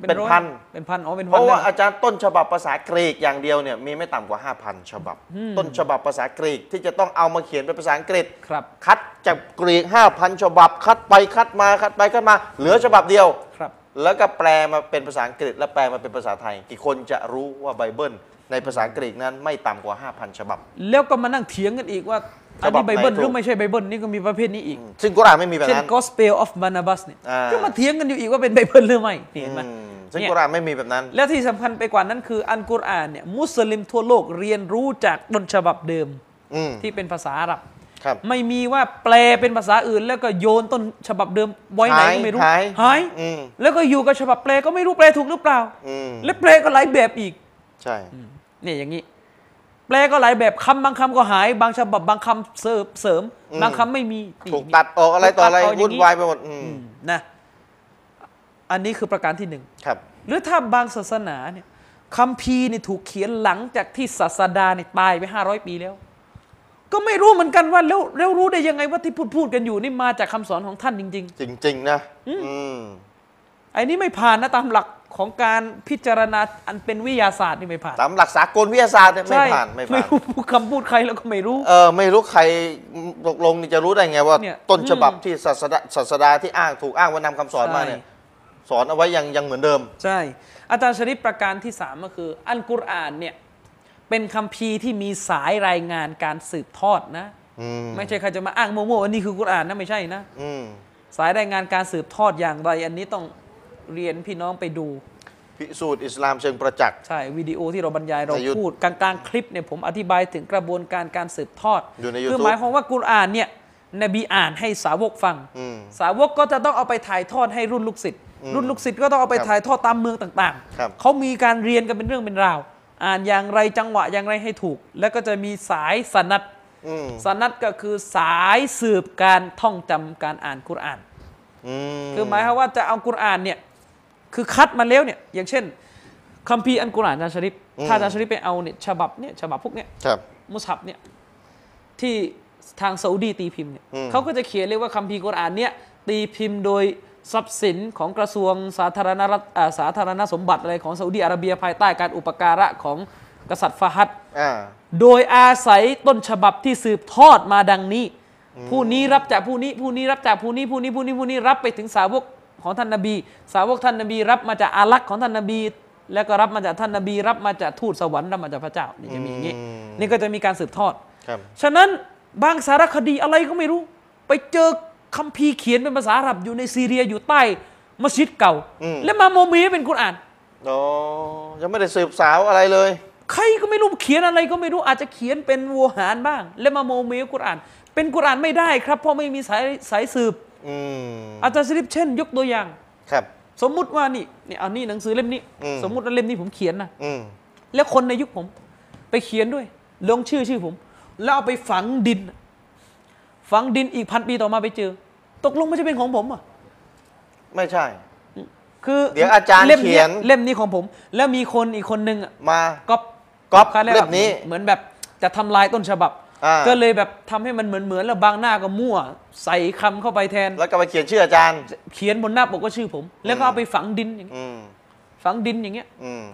[SPEAKER 2] เป็น
[SPEAKER 1] เป็น
[SPEAKER 2] ร้อย
[SPEAKER 1] พัน
[SPEAKER 2] เป็นพันอ๋อเป็น
[SPEAKER 1] เพ
[SPEAKER 2] พัน
[SPEAKER 1] ราะว่า
[SPEAKER 2] เลย
[SPEAKER 1] อาจารย์ต้นฉบับภาษากรีกอย่างเดียวเนี่ยมีไม่ต่ำกว่า 5,000 ฉบับ ต้นฉบับภาษากรีกที่จะต้องเอามาเขียนเป็นภาษาอังกฤษ
[SPEAKER 2] ครับ
[SPEAKER 1] คัดจากกรีก 5,000 ฉบับ คัดไปคัดมาคัดไปคัดมา เหลือฉบับเดียว
[SPEAKER 2] ครับ
[SPEAKER 1] แล้วก็แปลมาเป็นภาษาอังกฤษ และแปลมาเป็นภาษาไทย กี่คนจะรู้ว่าไบเบิลในภาษากรีกนั้นไม่ต่ำกว่า 5,000 ฉบับ
[SPEAKER 2] แล้วก็มานั่งเถียงกันอีกว่าอัน
[SPEAKER 1] ฉบั
[SPEAKER 2] นี้
[SPEAKER 1] บไหน
[SPEAKER 2] ไบเบิลห
[SPEAKER 1] ถู
[SPEAKER 2] รือก ไม่ใช่ไบเบิลนี่ก็มีประเภทนี้อีก
[SPEAKER 1] ซึ่งกุรอานไม่มีแบบ
[SPEAKER 2] เช่น
[SPEAKER 1] นั้น
[SPEAKER 2] Gospel of Barnabas เนี่ย
[SPEAKER 1] อ่า
[SPEAKER 2] ก็มาเถียงกันอยู่อีกว่าเป็นไบเบิลหรือไม่นี่เห็นไหม
[SPEAKER 1] อืมซึ่ง
[SPEAKER 2] เนี่ย
[SPEAKER 1] กุรอานไม่มีแบบนั้น
[SPEAKER 2] และที่สำคัญไปกว่านั้นคืออันกุรอานเนี่ยมุสลิมทั่วโลกเรียนรู้จากต้นฉบับเดิม
[SPEAKER 1] อืม
[SPEAKER 2] ที่เป็นภาษาอาหรับ
[SPEAKER 1] ครับ
[SPEAKER 2] ไม่มีว่าแปลเป็นภาษาอื่น แล้วก็โยนต้นฉบับเดิมไว้ไหน
[SPEAKER 1] หาย
[SPEAKER 2] ก็ไม่รู้
[SPEAKER 1] หาย
[SPEAKER 2] หาย
[SPEAKER 1] อืม
[SPEAKER 2] แล้วก็อยู่กับฉบับแปลก็ไม่รู้แปลถูกหรือเปล่า
[SPEAKER 1] อืม
[SPEAKER 2] และแปลก็หลายแบบอีก
[SPEAKER 1] ใช่
[SPEAKER 2] เนี่ยอย่างนี้ แปลก็หลายแบบคำบางคำก็หาย บางฉบับบางคำเสริมเสริม บางคำไม่มีนี่
[SPEAKER 1] ถูกตัดออกอะไรต่ออะไร
[SPEAKER 2] ถูกดก
[SPEAKER 1] วุ่น
[SPEAKER 2] ง
[SPEAKER 1] วายไปหมดอืม
[SPEAKER 2] อืมนะ อันนี้คือประการที่หนึ่ง
[SPEAKER 1] ครับ
[SPEAKER 2] หรือถ้าบางศาสนาเนี่ยคำพีร์เนี่ยถูกเขียนหลังจากที่ศาสดาเนี่ยตายไปห้าร้อยปีแล้ว ก็ไม่รู้เหมือนกันว่าแล้วแล้วรู้ได้ยังไงว่าที่พูดพูดกันอยู่นี่มาจากคำสอนของท่านจริง
[SPEAKER 1] จริง ๆ นะ อืม
[SPEAKER 2] ๆ ไอ้นี่ไม่ผ่านนะตามหลักของการพิจารณาอันเป็นวิทยาศาสตร์นี่ไม่ผ่าน
[SPEAKER 1] ตามหลักสากลวิทยาศาสตร์เนี่ยไม่ผ่าน
[SPEAKER 2] ใช่
[SPEAKER 1] ไม่ผ่า
[SPEAKER 2] ไม่
[SPEAKER 1] น
[SPEAKER 2] รู้คำพูดใครแล้วก็ไม่รู้
[SPEAKER 1] เออ ไม่รู้ใครตกลงนี่จะรู้ได้ไงว่า
[SPEAKER 2] เนี่ย
[SPEAKER 1] ต้น
[SPEAKER 2] อืม
[SPEAKER 1] ฉบับที่ศาสดาศาสดาที่อ้างถูกอ้างว่านำคำสอนมาเนี่ย สอนเอาไว้ยังยังเหมือนเดิม
[SPEAKER 2] ใช่ อาจารย์ชริปประการที่ 3 ก็คือ อัลกุรอานเนี่ย เป็นคัมภีร์ที่มีสายรายงานการสืบทอดนะ
[SPEAKER 1] อืม
[SPEAKER 2] ไม่ใช่ใครจะมาอ้างโมโม่วๆว่านี่คือกุรอานนะ ไม่ใช่นะ
[SPEAKER 1] อืม
[SPEAKER 2] สายรายงานการสืบทอดอย่างไร อันนี้ต้องเรียนพี่น้องไปดู
[SPEAKER 1] พิสูจน์อิสลามเชิงประจักษ์
[SPEAKER 2] ใช่ วิดีโอที่เราบรรยายเรา
[SPEAKER 1] ใน YouTube
[SPEAKER 2] พูดกลางๆคลิปเนี่ยผมอธิบายถึงกระบวนการการสืบทอด
[SPEAKER 1] อยู่ใน
[SPEAKER 2] คือ
[SPEAKER 1] YouTube
[SPEAKER 2] หมายความว่ากุรอานเนี่ยนบีอ่านให้สาวกฟัง
[SPEAKER 1] อืม
[SPEAKER 2] สาวกก็จะต้องเอาไปถ่ายทอดให้รุ่นลูกศิษย์รุ่นลูกศิษย์ก็ต้องเอาไป
[SPEAKER 1] ครับ
[SPEAKER 2] ถ่ายทอดตามเมืองต่าง
[SPEAKER 1] ครับ
[SPEAKER 2] ๆ เขามีการเรียนกันเป็นเรื่องเป็นราว อ่านอย่างไรจังหวะอย่างไรให้ถูก แล้วก็จะมีสายสนัด
[SPEAKER 1] อืม
[SPEAKER 2] สนัดก็คือสายสืบการท่องจำการอ่านกุรอาน
[SPEAKER 1] อืม
[SPEAKER 2] คือหมายความว่าจะเอากุรอานเนี่ยคือคัดมาแล้วเนี่ยอย่างเช่น คัมภีร์อันกุรอานอาจารย์ชริป
[SPEAKER 1] อืม
[SPEAKER 2] ถ้าอาจารย์ชริปไปเอาเนี่ยฉบับเนี่ยฉบับพวกเนี่ย
[SPEAKER 1] ครับ
[SPEAKER 2] มุสฮับเนี่ยที่ทางซาอุดีตีพิมพ์เนี่ย
[SPEAKER 1] อืม
[SPEAKER 2] เขาก็จะเขียนเลยว่าคัมภีร์กุรอานเนี่ยตีพิมพ์โดยทรัพย์สินของกระทรวงสาธารณรัฐอ่าสาธารณสมบัติอะไรของซาอุดีอาระเบียภายใต้การอุปการะของกษัตริย์ฟาฮัด
[SPEAKER 1] อ่า
[SPEAKER 2] โดยอาศัยต้นฉบับที่สืบทอดมาดังนี้ ผู้นี้รับจากผู้นี้ผู้นี้รับจากผู้นี้ผู้นี้ผู้นี้ผู้นี้รับไปถึงสาวกของท่านนบี สาวกท่านนบี รับมาจากอาลักษ์ของท่านนบี แล้วก็รับมาจากท่านนบี รับมาจากทูตสวรรค์รับมาจากพระเจ้านี่จะมีอย่างนี้
[SPEAKER 1] อืม
[SPEAKER 2] นี่ก็จะมีการสืบทอด
[SPEAKER 1] ครับ
[SPEAKER 2] ฉะนั้นบางสารคดีอะไรก็ไม่รู้ ไปเจอคัมภีร์เขียนเป็นภาษาอาหรับอยู่ในซีเรียอยู่ใต้มัสยิดเก่า แล้วมาโมมีให้เป็นกุรอาน
[SPEAKER 1] อ๋อยังไม่ได้สืบสาวอะไรเลย
[SPEAKER 2] ใครก็ไม่รู้เขียนอะไรก็ไม่รู้อาจจะเขียนเป็นวัวหารบ้าง แล้วมาโมเมกุรอาน เป็นกุรอานไม่ได้ครับ เพราะไม่มีสายสายสืบ
[SPEAKER 1] อืม
[SPEAKER 2] อาจารย์สลิปเช่น ยกตัวอย่าง
[SPEAKER 1] ครับ
[SPEAKER 2] สมมุติว่านี่นี่เอานี่หนังสือเล่มนี้
[SPEAKER 1] อืม
[SPEAKER 2] สมมุติว่าเล่มนี้ผมเขียนนะ
[SPEAKER 1] อืม
[SPEAKER 2] แล้วคนในยุคผม ไปเขียนด้วย ลงชื่อชื่อผม แล้วเอาไปฝังดิน ฝังดินอีกพันปีต่อมาไปเจอ ตกลงไม่ใช่เป็นของผมอ่ะ
[SPEAKER 1] ไม่ใช่
[SPEAKER 2] คือ
[SPEAKER 1] เดี๋ยวอาจารย์
[SPEAKER 2] ล่ม
[SPEAKER 1] เขียน
[SPEAKER 2] เล่มนี้ของผม แล้วมีคนอีกคนนึงอะ
[SPEAKER 1] มา
[SPEAKER 2] ก๊อป
[SPEAKER 1] ก๊อป
[SPEAKER 2] เขาเรียก
[SPEAKER 1] เล่
[SPEAKER 2] ว่าม
[SPEAKER 1] นี้
[SPEAKER 2] เหมือนแบบจะทำลายต้นฉบับ
[SPEAKER 1] อ่า
[SPEAKER 2] ก็เลยแบบทำให้มันเหมือนเหมือนๆแล้วบางหน้าก็มั่ว ใส่คำเข้าไปแทน
[SPEAKER 1] แล้วก็มาเขียนชื่ออาจารย์
[SPEAKER 2] เขียนบนหน้าปกก็ชื่อผม แล้วก็เอาไปฝังดินอย่างเงี้ย
[SPEAKER 1] อืม
[SPEAKER 2] ฝังดินอย่างเงี้ย
[SPEAKER 1] อืม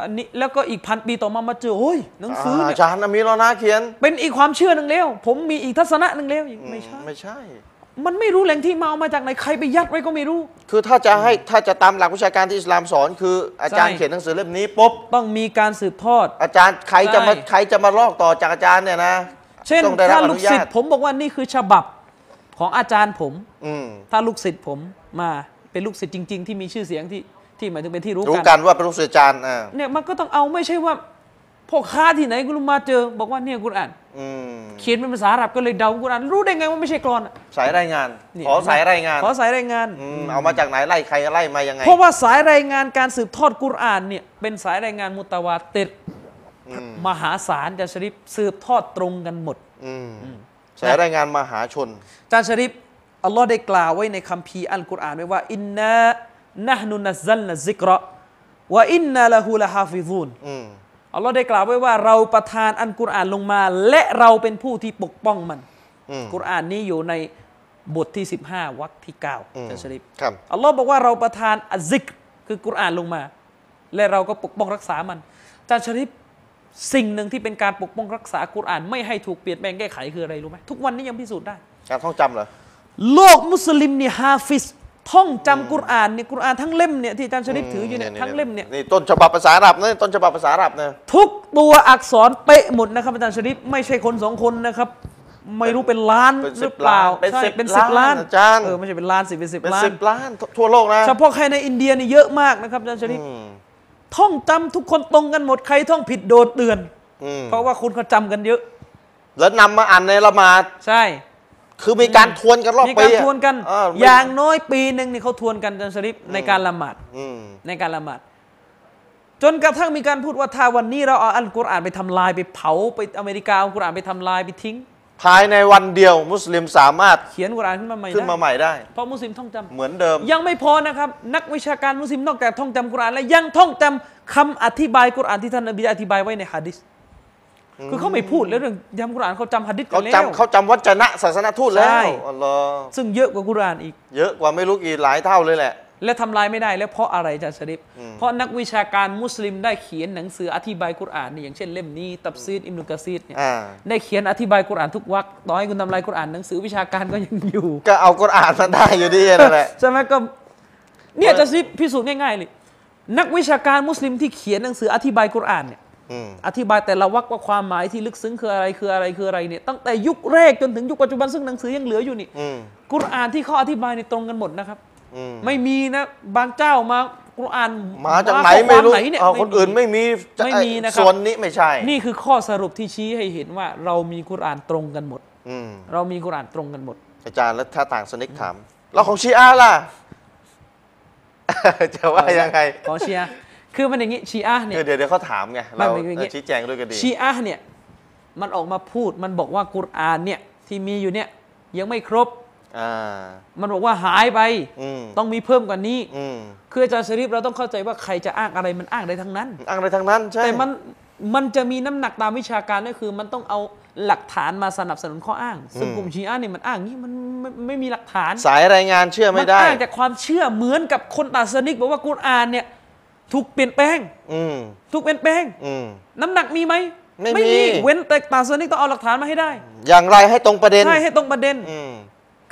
[SPEAKER 2] อันนี้แล้วก็อีกพันปีต่อมามาเจอโอ้ยหนังสือ
[SPEAKER 1] อา
[SPEAKER 2] เนี่ย
[SPEAKER 1] อาจารย์นะมีแล้วนะเขียน
[SPEAKER 2] เป็นอีกความเชื่อหนึ่งแล้ว ผมมีอีกทัศนะหนึ่งแล้วอย่างเงี้ยไม่ใช่
[SPEAKER 1] อืไม่ใช่
[SPEAKER 2] มันไม่รู้แหล่งที่มาเอามาจากไหนใครไปยัดไว้ก็ไม่รู้
[SPEAKER 1] คือถ้าจะให้ถ้าจะตามหลักวิชาการที่อิสลามสอนคืออาจารย์
[SPEAKER 2] ใช่
[SPEAKER 1] เขียนหนังสือเล่มนี้ปุ๊บ
[SPEAKER 2] ต้องมีการสืบทอด
[SPEAKER 1] อาจารย์ใครจะมา
[SPEAKER 2] ใช่
[SPEAKER 1] ใครจะมาลอกต่อจากอาจารย์เนี่ยนะ
[SPEAKER 2] เช่น
[SPEAKER 1] ต้องได้รับ
[SPEAKER 2] ถ้า
[SPEAKER 1] อ
[SPEAKER 2] ลู
[SPEAKER 1] นุ
[SPEAKER 2] ก
[SPEAKER 1] ญา
[SPEAKER 2] ศิษ
[SPEAKER 1] ต
[SPEAKER 2] ย์ผมบอกว่านี่คือฉบับของอาจารย์ผม
[SPEAKER 1] อืม
[SPEAKER 2] ถ้าลูกศิษย์ผมมาเป็นลูกศิษย์จริง ๆ ที่มีชื่อเสียงที่ที่หมายถึงเป็นที่รู้
[SPEAKER 1] รู้
[SPEAKER 2] กั
[SPEAKER 1] กัน นว่าเป็นลูกศิษย์อาจารย์อ่า
[SPEAKER 2] เนี่ยมันก็ต้องเอาไม่ใช่ว่าพ่อค้าที่ไหนก็รู้มาเจอ บอกว่าเนี่ยกุรอาน
[SPEAKER 1] อืม
[SPEAKER 2] เขียนเป็นภาษาอาหรับก็เลยเดากุรอานรู้ได้ไงว่าไม่ใช่กรอนอะ
[SPEAKER 1] สายรายงาน
[SPEAKER 2] เนี่
[SPEAKER 1] ขอสายรายงาน
[SPEAKER 2] ขอสายรายงาน
[SPEAKER 1] อืมเอามาจากไหนไล่ใครไล่มายังไง
[SPEAKER 2] เพราะว่าสายรายงานการสืบทอดกุรอานเนี่ยเป็นสายรายงานมุตาวาติดมหาศาลจารย์ชริปสืบทอดตรงกันหมด
[SPEAKER 1] อืมสายรายงานมหาชน
[SPEAKER 2] จารย์ชริปอัลลอฮ์ได้กล่าวไว้ในคัมภีร์อัลกุรอานไว้ว่าอินนานะฮ์นุนัซซัลนะซิกเราะห์วะอินนาละฮูละฮาฟิซูน
[SPEAKER 1] อืม
[SPEAKER 2] อัลลอฮ์ได้กล่าวไว้ว่าเราประทานอัลกุรอานลงมา และเราเป็นผู้ที่ปกป้องมัน
[SPEAKER 1] อืม
[SPEAKER 2] กุรอานนี้อยู่ในบทที่ 15วรรคที่9อาจารย์ชริป
[SPEAKER 1] ครับ
[SPEAKER 2] อัลลอฮ์บอกว่าเราประทานอัซซิกรคือกุรอานลงมา และเราก็ปกป้องรักษามันอาจารย์ชริปสิ่งหนึ่งที่เป็นการปกป้องรักษากุรอานไม่ให้ถูกเปลี่ยนแปลงแก้ไขคืออะไรรู้ไหมทุกวันนี้ยังพิสูจน์ได้
[SPEAKER 1] การท่องจำเหรอ
[SPEAKER 2] โลกมุสลิมเนี่ยฮาฟิสท่องจำกุรอานเนี่ยกุรอานทั้งเล่มเนี่ยที่อาจารย์ชริปถืออยู่เนี่ยทั้งเล่มเนี่ย
[SPEAKER 1] นี่ต้นฉบับภาษาอาหรับนะต้นฉบับภาษาอาหรับนะ
[SPEAKER 2] ทุกตัวอักษรเป๊ะหมดนะครับอาจารย์ชริปไม่ใช่คนสองคนนะครับ ไม่รู้เป็นล้าน
[SPEAKER 1] เป็น
[SPEAKER 2] ห
[SPEAKER 1] สิ
[SPEAKER 2] รื
[SPEAKER 1] บ
[SPEAKER 2] อเปล่า
[SPEAKER 1] ล้านเป็น
[SPEAKER 2] ใช่
[SPEAKER 1] สิบ
[SPEAKER 2] เป็นสิบล้าน
[SPEAKER 1] อาจารย์
[SPEAKER 2] เออไม่ใช่เป็นล้านสิเป็นสิบ
[SPEAKER 1] เป็น
[SPEAKER 2] ล้าน
[SPEAKER 1] สิบล้านทั่วทั่วโลกนะ
[SPEAKER 2] เฉพาะใครในอินเดียนี่เยอะมากนะครับอาจารย์ชริป
[SPEAKER 1] อืม
[SPEAKER 2] ท่องจำทุกคนตรงกันหมดใครท่องผิดโดนเตือน
[SPEAKER 1] อืม
[SPEAKER 2] เพราะว่าคนเขาจำกันเยอะ
[SPEAKER 1] แล้วนำมาอ่านในละหมาด
[SPEAKER 2] ใช่
[SPEAKER 1] คือมีการทวนกันรอบ
[SPEAKER 2] มี
[SPEAKER 1] ปี
[SPEAKER 2] การ
[SPEAKER 1] อะ
[SPEAKER 2] ทวนกัน
[SPEAKER 1] เออ
[SPEAKER 2] อ
[SPEAKER 1] ไม่
[SPEAKER 2] ย่างน้อยปีหนึ่งนี่เขาทวนกันอาจารย์ชริปในการละหมาด
[SPEAKER 1] อืม
[SPEAKER 2] ในการละหมาดจนกระทั่งมีการพูดว่าถ้าวันนี้เราเอาอัลกุรอานไปทำลายไปเผาไปอเมริกาเอากุรอานไปทำลายไปทิ้ง
[SPEAKER 1] ภายในวันเดียวมุสลิมสามารถ
[SPEAKER 2] เขียนกุรอานขึ้นมาใหม่
[SPEAKER 1] ขึ้นมา
[SPEAKER 2] นะ
[SPEAKER 1] ใหม่ได้
[SPEAKER 2] เพราะมุสลิมท่องจำ
[SPEAKER 1] เหมือนเดิม
[SPEAKER 2] ยังไม่พอนะครับ นักวิชาการมุสลิมนอกจากท่องจำกุรอานแล้วยังท่องจำคำอธิบายกุรอานที่ท่านนบีอธิบายไว้ในฮะดิษคือเขาไม่พูดแล้วเรื่องจำกุรอานเขาจำฮะดิษกั
[SPEAKER 1] เขา
[SPEAKER 2] นแล้ว
[SPEAKER 1] จำเขาจำวัจนะศาสนทูตแล้
[SPEAKER 2] ใช่
[SPEAKER 1] วอัลลอฮ์
[SPEAKER 2] ซึ่งเยอะกว่ากุรอานอีก
[SPEAKER 1] เยอะกว่าไม่รู้กี่หลายเท่าเลยแหละ
[SPEAKER 2] และทำลายไม่ได้แล้วเพราะอะไรอาจารย์ชริปเพราะนักวิชาการมุสลิมได้เขียนหนังสืออธิบายกุรอานเนี่ยอย่างเช่นเล่มนี้ตับซีดอิมนุกะซีดเนี่ย
[SPEAKER 1] อ่า
[SPEAKER 2] ได้เขียนอธิบายกุรอานทุกวรรคต่อให้คุณทำลายกุรอานหนังสือวิชาการก็ยังอยู่
[SPEAKER 1] ก็เอากุรอานมาได้อยู่ดีนั่ นแหละ
[SPEAKER 2] ใช่ไหมก็เนี่ยจะซิพิสูจน์ง่ายๆเลยนักวิชาการมุสลิมที่เขียนหนังสืออธิบายกุรอานเนี่ย
[SPEAKER 1] อืม
[SPEAKER 2] อธิบายแต่ละวรรคว่าความหมายที่ลึกซึ้งคืออะไรคืออะไรคืออะไรเนี่ยตั้งแต่ยุคแรกจนถึงยุคปัจจุบันซึ่งหนังสือยังเหลืออยู่นี่
[SPEAKER 1] อืม
[SPEAKER 2] กุรอานที่เขาอธิบายในตรงกันหมดนะครับ
[SPEAKER 1] อืม
[SPEAKER 2] ไม่มีนะบางเจ้ามากุรอาน
[SPEAKER 1] มาจากไหนไม่รู้
[SPEAKER 2] าข้อควาเย
[SPEAKER 1] เอาคนอื่นไม่มี
[SPEAKER 2] ไม่มีนะครับ
[SPEAKER 1] ส่วนนี้ไม่ใช่
[SPEAKER 2] นี่คือข้อสรุปที่ชี้ให้เห็นว่าเรามีกุรอานตรงกันหมด
[SPEAKER 1] อืม
[SPEAKER 2] เรามีกุรอานตรงกันหมด
[SPEAKER 1] อาจารย์แล้วถ้าต่างสนิกถาม เราของชีอาล่ะ จะว่ายังไง
[SPEAKER 2] ขอเชียร์คือมันอย่างนี้ชีอะห์เนี่ย
[SPEAKER 1] คือเดี๋ยวเดี๋ยวเขาถามไง เรา
[SPEAKER 2] ไม่เป็นอย่างงี้
[SPEAKER 1] ชี้แจงด้วยก็ดี
[SPEAKER 2] ชีอะห์เนี่ย มันออกมาพูดมันบอกว่ากุรอานเนี่ย ที่มีอยู่เนี่ย ยังไม่ครบ
[SPEAKER 1] อ่า
[SPEAKER 2] มันบอกว่าหายไป
[SPEAKER 1] อืม
[SPEAKER 2] ต้องมีเพิ่มกว่านี้
[SPEAKER 1] อืม
[SPEAKER 2] คืออาจารย์ชริฟเราต้องเข้าใจว่าใครจะอ้างอะไรมันอ้างได้ทั้งนั้น
[SPEAKER 1] อ้างอะไรทางนั้นใช่
[SPEAKER 2] แต่มันมันจะมีน้ำหนักตามวิชาการก็คือ มันต้องเอาหลักฐานมาสนับสนุนข้ออ้าง ซึ่งกลุ่มชีอะห์เนี่ยมันอ้างงี้มันไม่ไม่มีหลักฐาน
[SPEAKER 1] สายรายงานเชื่อไม่ได้
[SPEAKER 2] นอ้างจากความเชื่อเหมือนกับคนตัสนิกบอกว่ากุรอานเนี่ยถูกเปลี่ยนแปลง
[SPEAKER 1] อืม
[SPEAKER 2] ถูกเปลี่ยนแปลง
[SPEAKER 1] อืม
[SPEAKER 2] น้ำหนักมีไหม
[SPEAKER 1] ไม่มี
[SPEAKER 2] เว้นแต่ตัสนิกต้องเอาหลักฐานมาให้ได้
[SPEAKER 1] อย่างไรให้ตรงประเด็น
[SPEAKER 2] ใช่ให้ตรงประเด็น
[SPEAKER 1] อืม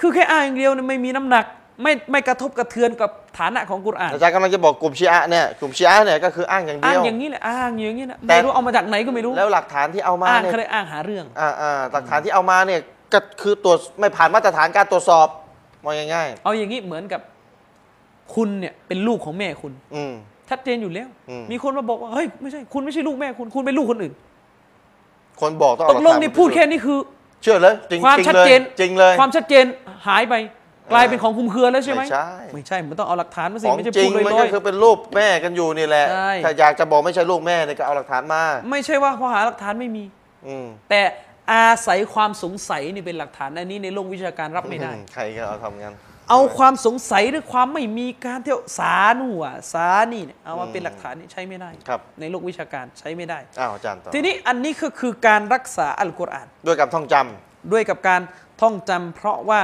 [SPEAKER 2] คือแค่อ้างอย่างเดียวเนี่ยไม่มีน้ำหนัก ไม่ไม่กระทบกระเทือนกับฐานะของกุรอาน
[SPEAKER 1] อาจารย์กำลังจะบอกกลุ่มชีอะห์เนี่ยกลุ่มชีอะห์เนี่ยก็คืออ้างอย่าง
[SPEAKER 2] อ้า
[SPEAKER 1] เดีย
[SPEAKER 2] ง
[SPEAKER 1] ว
[SPEAKER 2] อย่างนี้แหละอ้างอย่างนี้นะ
[SPEAKER 1] แต่
[SPEAKER 2] ไม่รู้เอามาจากไหนก็ไม่รู้
[SPEAKER 1] แล้วหลักฐานที่เอามา
[SPEAKER 2] อ้าง
[SPEAKER 1] เนี่ย
[SPEAKER 2] เคยอ้างหาเรื่อง
[SPEAKER 1] อ่าอ่าหลักฐานที่เอามาเนี่ยก็คือตรวจไม่ผ่านมาตรฐานการตรวจสอบมองง่าย
[SPEAKER 2] เอาอย่างนี้เหมือนกับคุณเนี่ยเป็นลูกของแม่คุณ
[SPEAKER 1] ๆอืม
[SPEAKER 2] ชัดเจนอยู่แล้ว
[SPEAKER 1] อืม
[SPEAKER 2] มีคนมาบอกว่าเฮ้ยไม่ใช่คุณไม่ใช่ลูกแม่คุณคุณเป็นลูกคนอื่น
[SPEAKER 1] คนบอกต้อง
[SPEAKER 2] ต
[SPEAKER 1] เอาห
[SPEAKER 2] ก
[SPEAKER 1] ก
[SPEAKER 2] ลง
[SPEAKER 1] ฐา
[SPEAKER 2] นี่
[SPEAKER 1] มา
[SPEAKER 2] พูด
[SPEAKER 1] พิสูจ
[SPEAKER 2] แค่นี้คือ
[SPEAKER 1] เชื่อเลยจริง
[SPEAKER 2] ความ
[SPEAKER 1] จริง
[SPEAKER 2] ชัด
[SPEAKER 1] เลย
[SPEAKER 2] เจน
[SPEAKER 1] จริงเลย
[SPEAKER 2] ความชัดเจนหายไป กลายเป็นของคลุมเครือแล้วใช่ไหม
[SPEAKER 1] ไม่ใช่
[SPEAKER 2] ไม่ใช่มันต้องเอาหลักฐานมาสิ
[SPEAKER 1] ของ
[SPEAKER 2] ไม่ใช่
[SPEAKER 1] จริ
[SPEAKER 2] พู
[SPEAKER 1] ง
[SPEAKER 2] ดล
[SPEAKER 1] มัน
[SPEAKER 2] อ
[SPEAKER 1] ก็
[SPEAKER 2] ย
[SPEAKER 1] คือเป็นรูปแม่กันอยู่นี่แหละ
[SPEAKER 2] ใช่
[SPEAKER 1] ถ้าอยากจะบอกไม่ใช่ลูกแม่เนี่ยก็เอาหลักฐานมา
[SPEAKER 2] ๆไม่ใช่ว่าพอหาหลักฐานไม่มี
[SPEAKER 1] อืม
[SPEAKER 2] แต่อาศัยความสงสัยนี่เป็นหลักฐานอันนี้ในโลกวิชาการรับไม่ได้
[SPEAKER 1] อืใครก็เอาทำงั้น
[SPEAKER 2] เอาความสงสัยหรือความไม่มีการเที่ยวสารหัวสารนี่เนี่ยเอามาเป็นหลักฐานนี่ใช้ไม่ได้
[SPEAKER 1] ครับ
[SPEAKER 2] ในโลกวิชาการใช้ไม่ได้
[SPEAKER 1] อ้าวอาจารย์ต่อ
[SPEAKER 2] ทีนี้อันนี้ก็คือการรักษาอัลกุรอาน
[SPEAKER 1] ด้วยกับท่องจำ
[SPEAKER 2] ด้วยกับการท่องจำเพราะว่า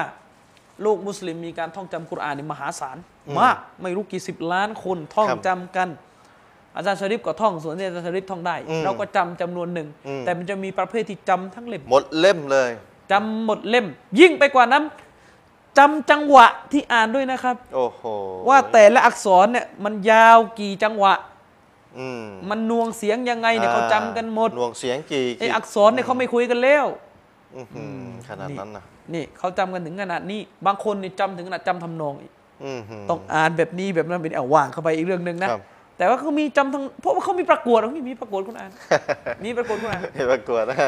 [SPEAKER 2] โลกมุสลิมมีการท่องจำกุรอานในมหาศาลมากไม่รู้กี่สิบล้านคนท่อง
[SPEAKER 1] ครับ
[SPEAKER 2] จำกัน อาจารย์ชริปก็ท่องส่วนที่อาจารย์ชริปท่องได้
[SPEAKER 1] อืม
[SPEAKER 2] เราก็จำจำนวนหนึ่ง
[SPEAKER 1] อืม
[SPEAKER 2] แต่มันจะมีประเภทที่จำทั้งเล่ม
[SPEAKER 1] หมดเล่มเลย
[SPEAKER 2] จำหมดเล่ม ยิ่งไปกว่านั้นจำจังหวะที่อ่านด้วยนะครับ
[SPEAKER 1] โอ้โห
[SPEAKER 2] ว่าแต่ละอักษรเนี่ยมันยาวกี่จังหวะ
[SPEAKER 1] อืม
[SPEAKER 2] มันนวงเสียงยังไงเนี่ยเขาจำกันหมด
[SPEAKER 1] หน่วงเสียงกี่
[SPEAKER 2] ไออักษรเนี่ยเขาไม่คุยกันแล้ว
[SPEAKER 1] อื้อหือขนาดนั้นนะ
[SPEAKER 2] นี่เขาจำกันถึงขนาดนี้ บางคนนี่จำถึงขนาดจำทำนองอีก
[SPEAKER 1] อื้อหื
[SPEAKER 2] ต้องอ่านแบบนี้แบบนั้นเป็นเอาว่างเข้าไปอีกเรื่องหนึ่งนะครับ แต่ว่าเขามีจำทั้งเพราะว่าเขามีประกวดเขามีประกวดคุณอ่าน มีประกวดคุณอ่าน
[SPEAKER 1] เห็นประกวดนะ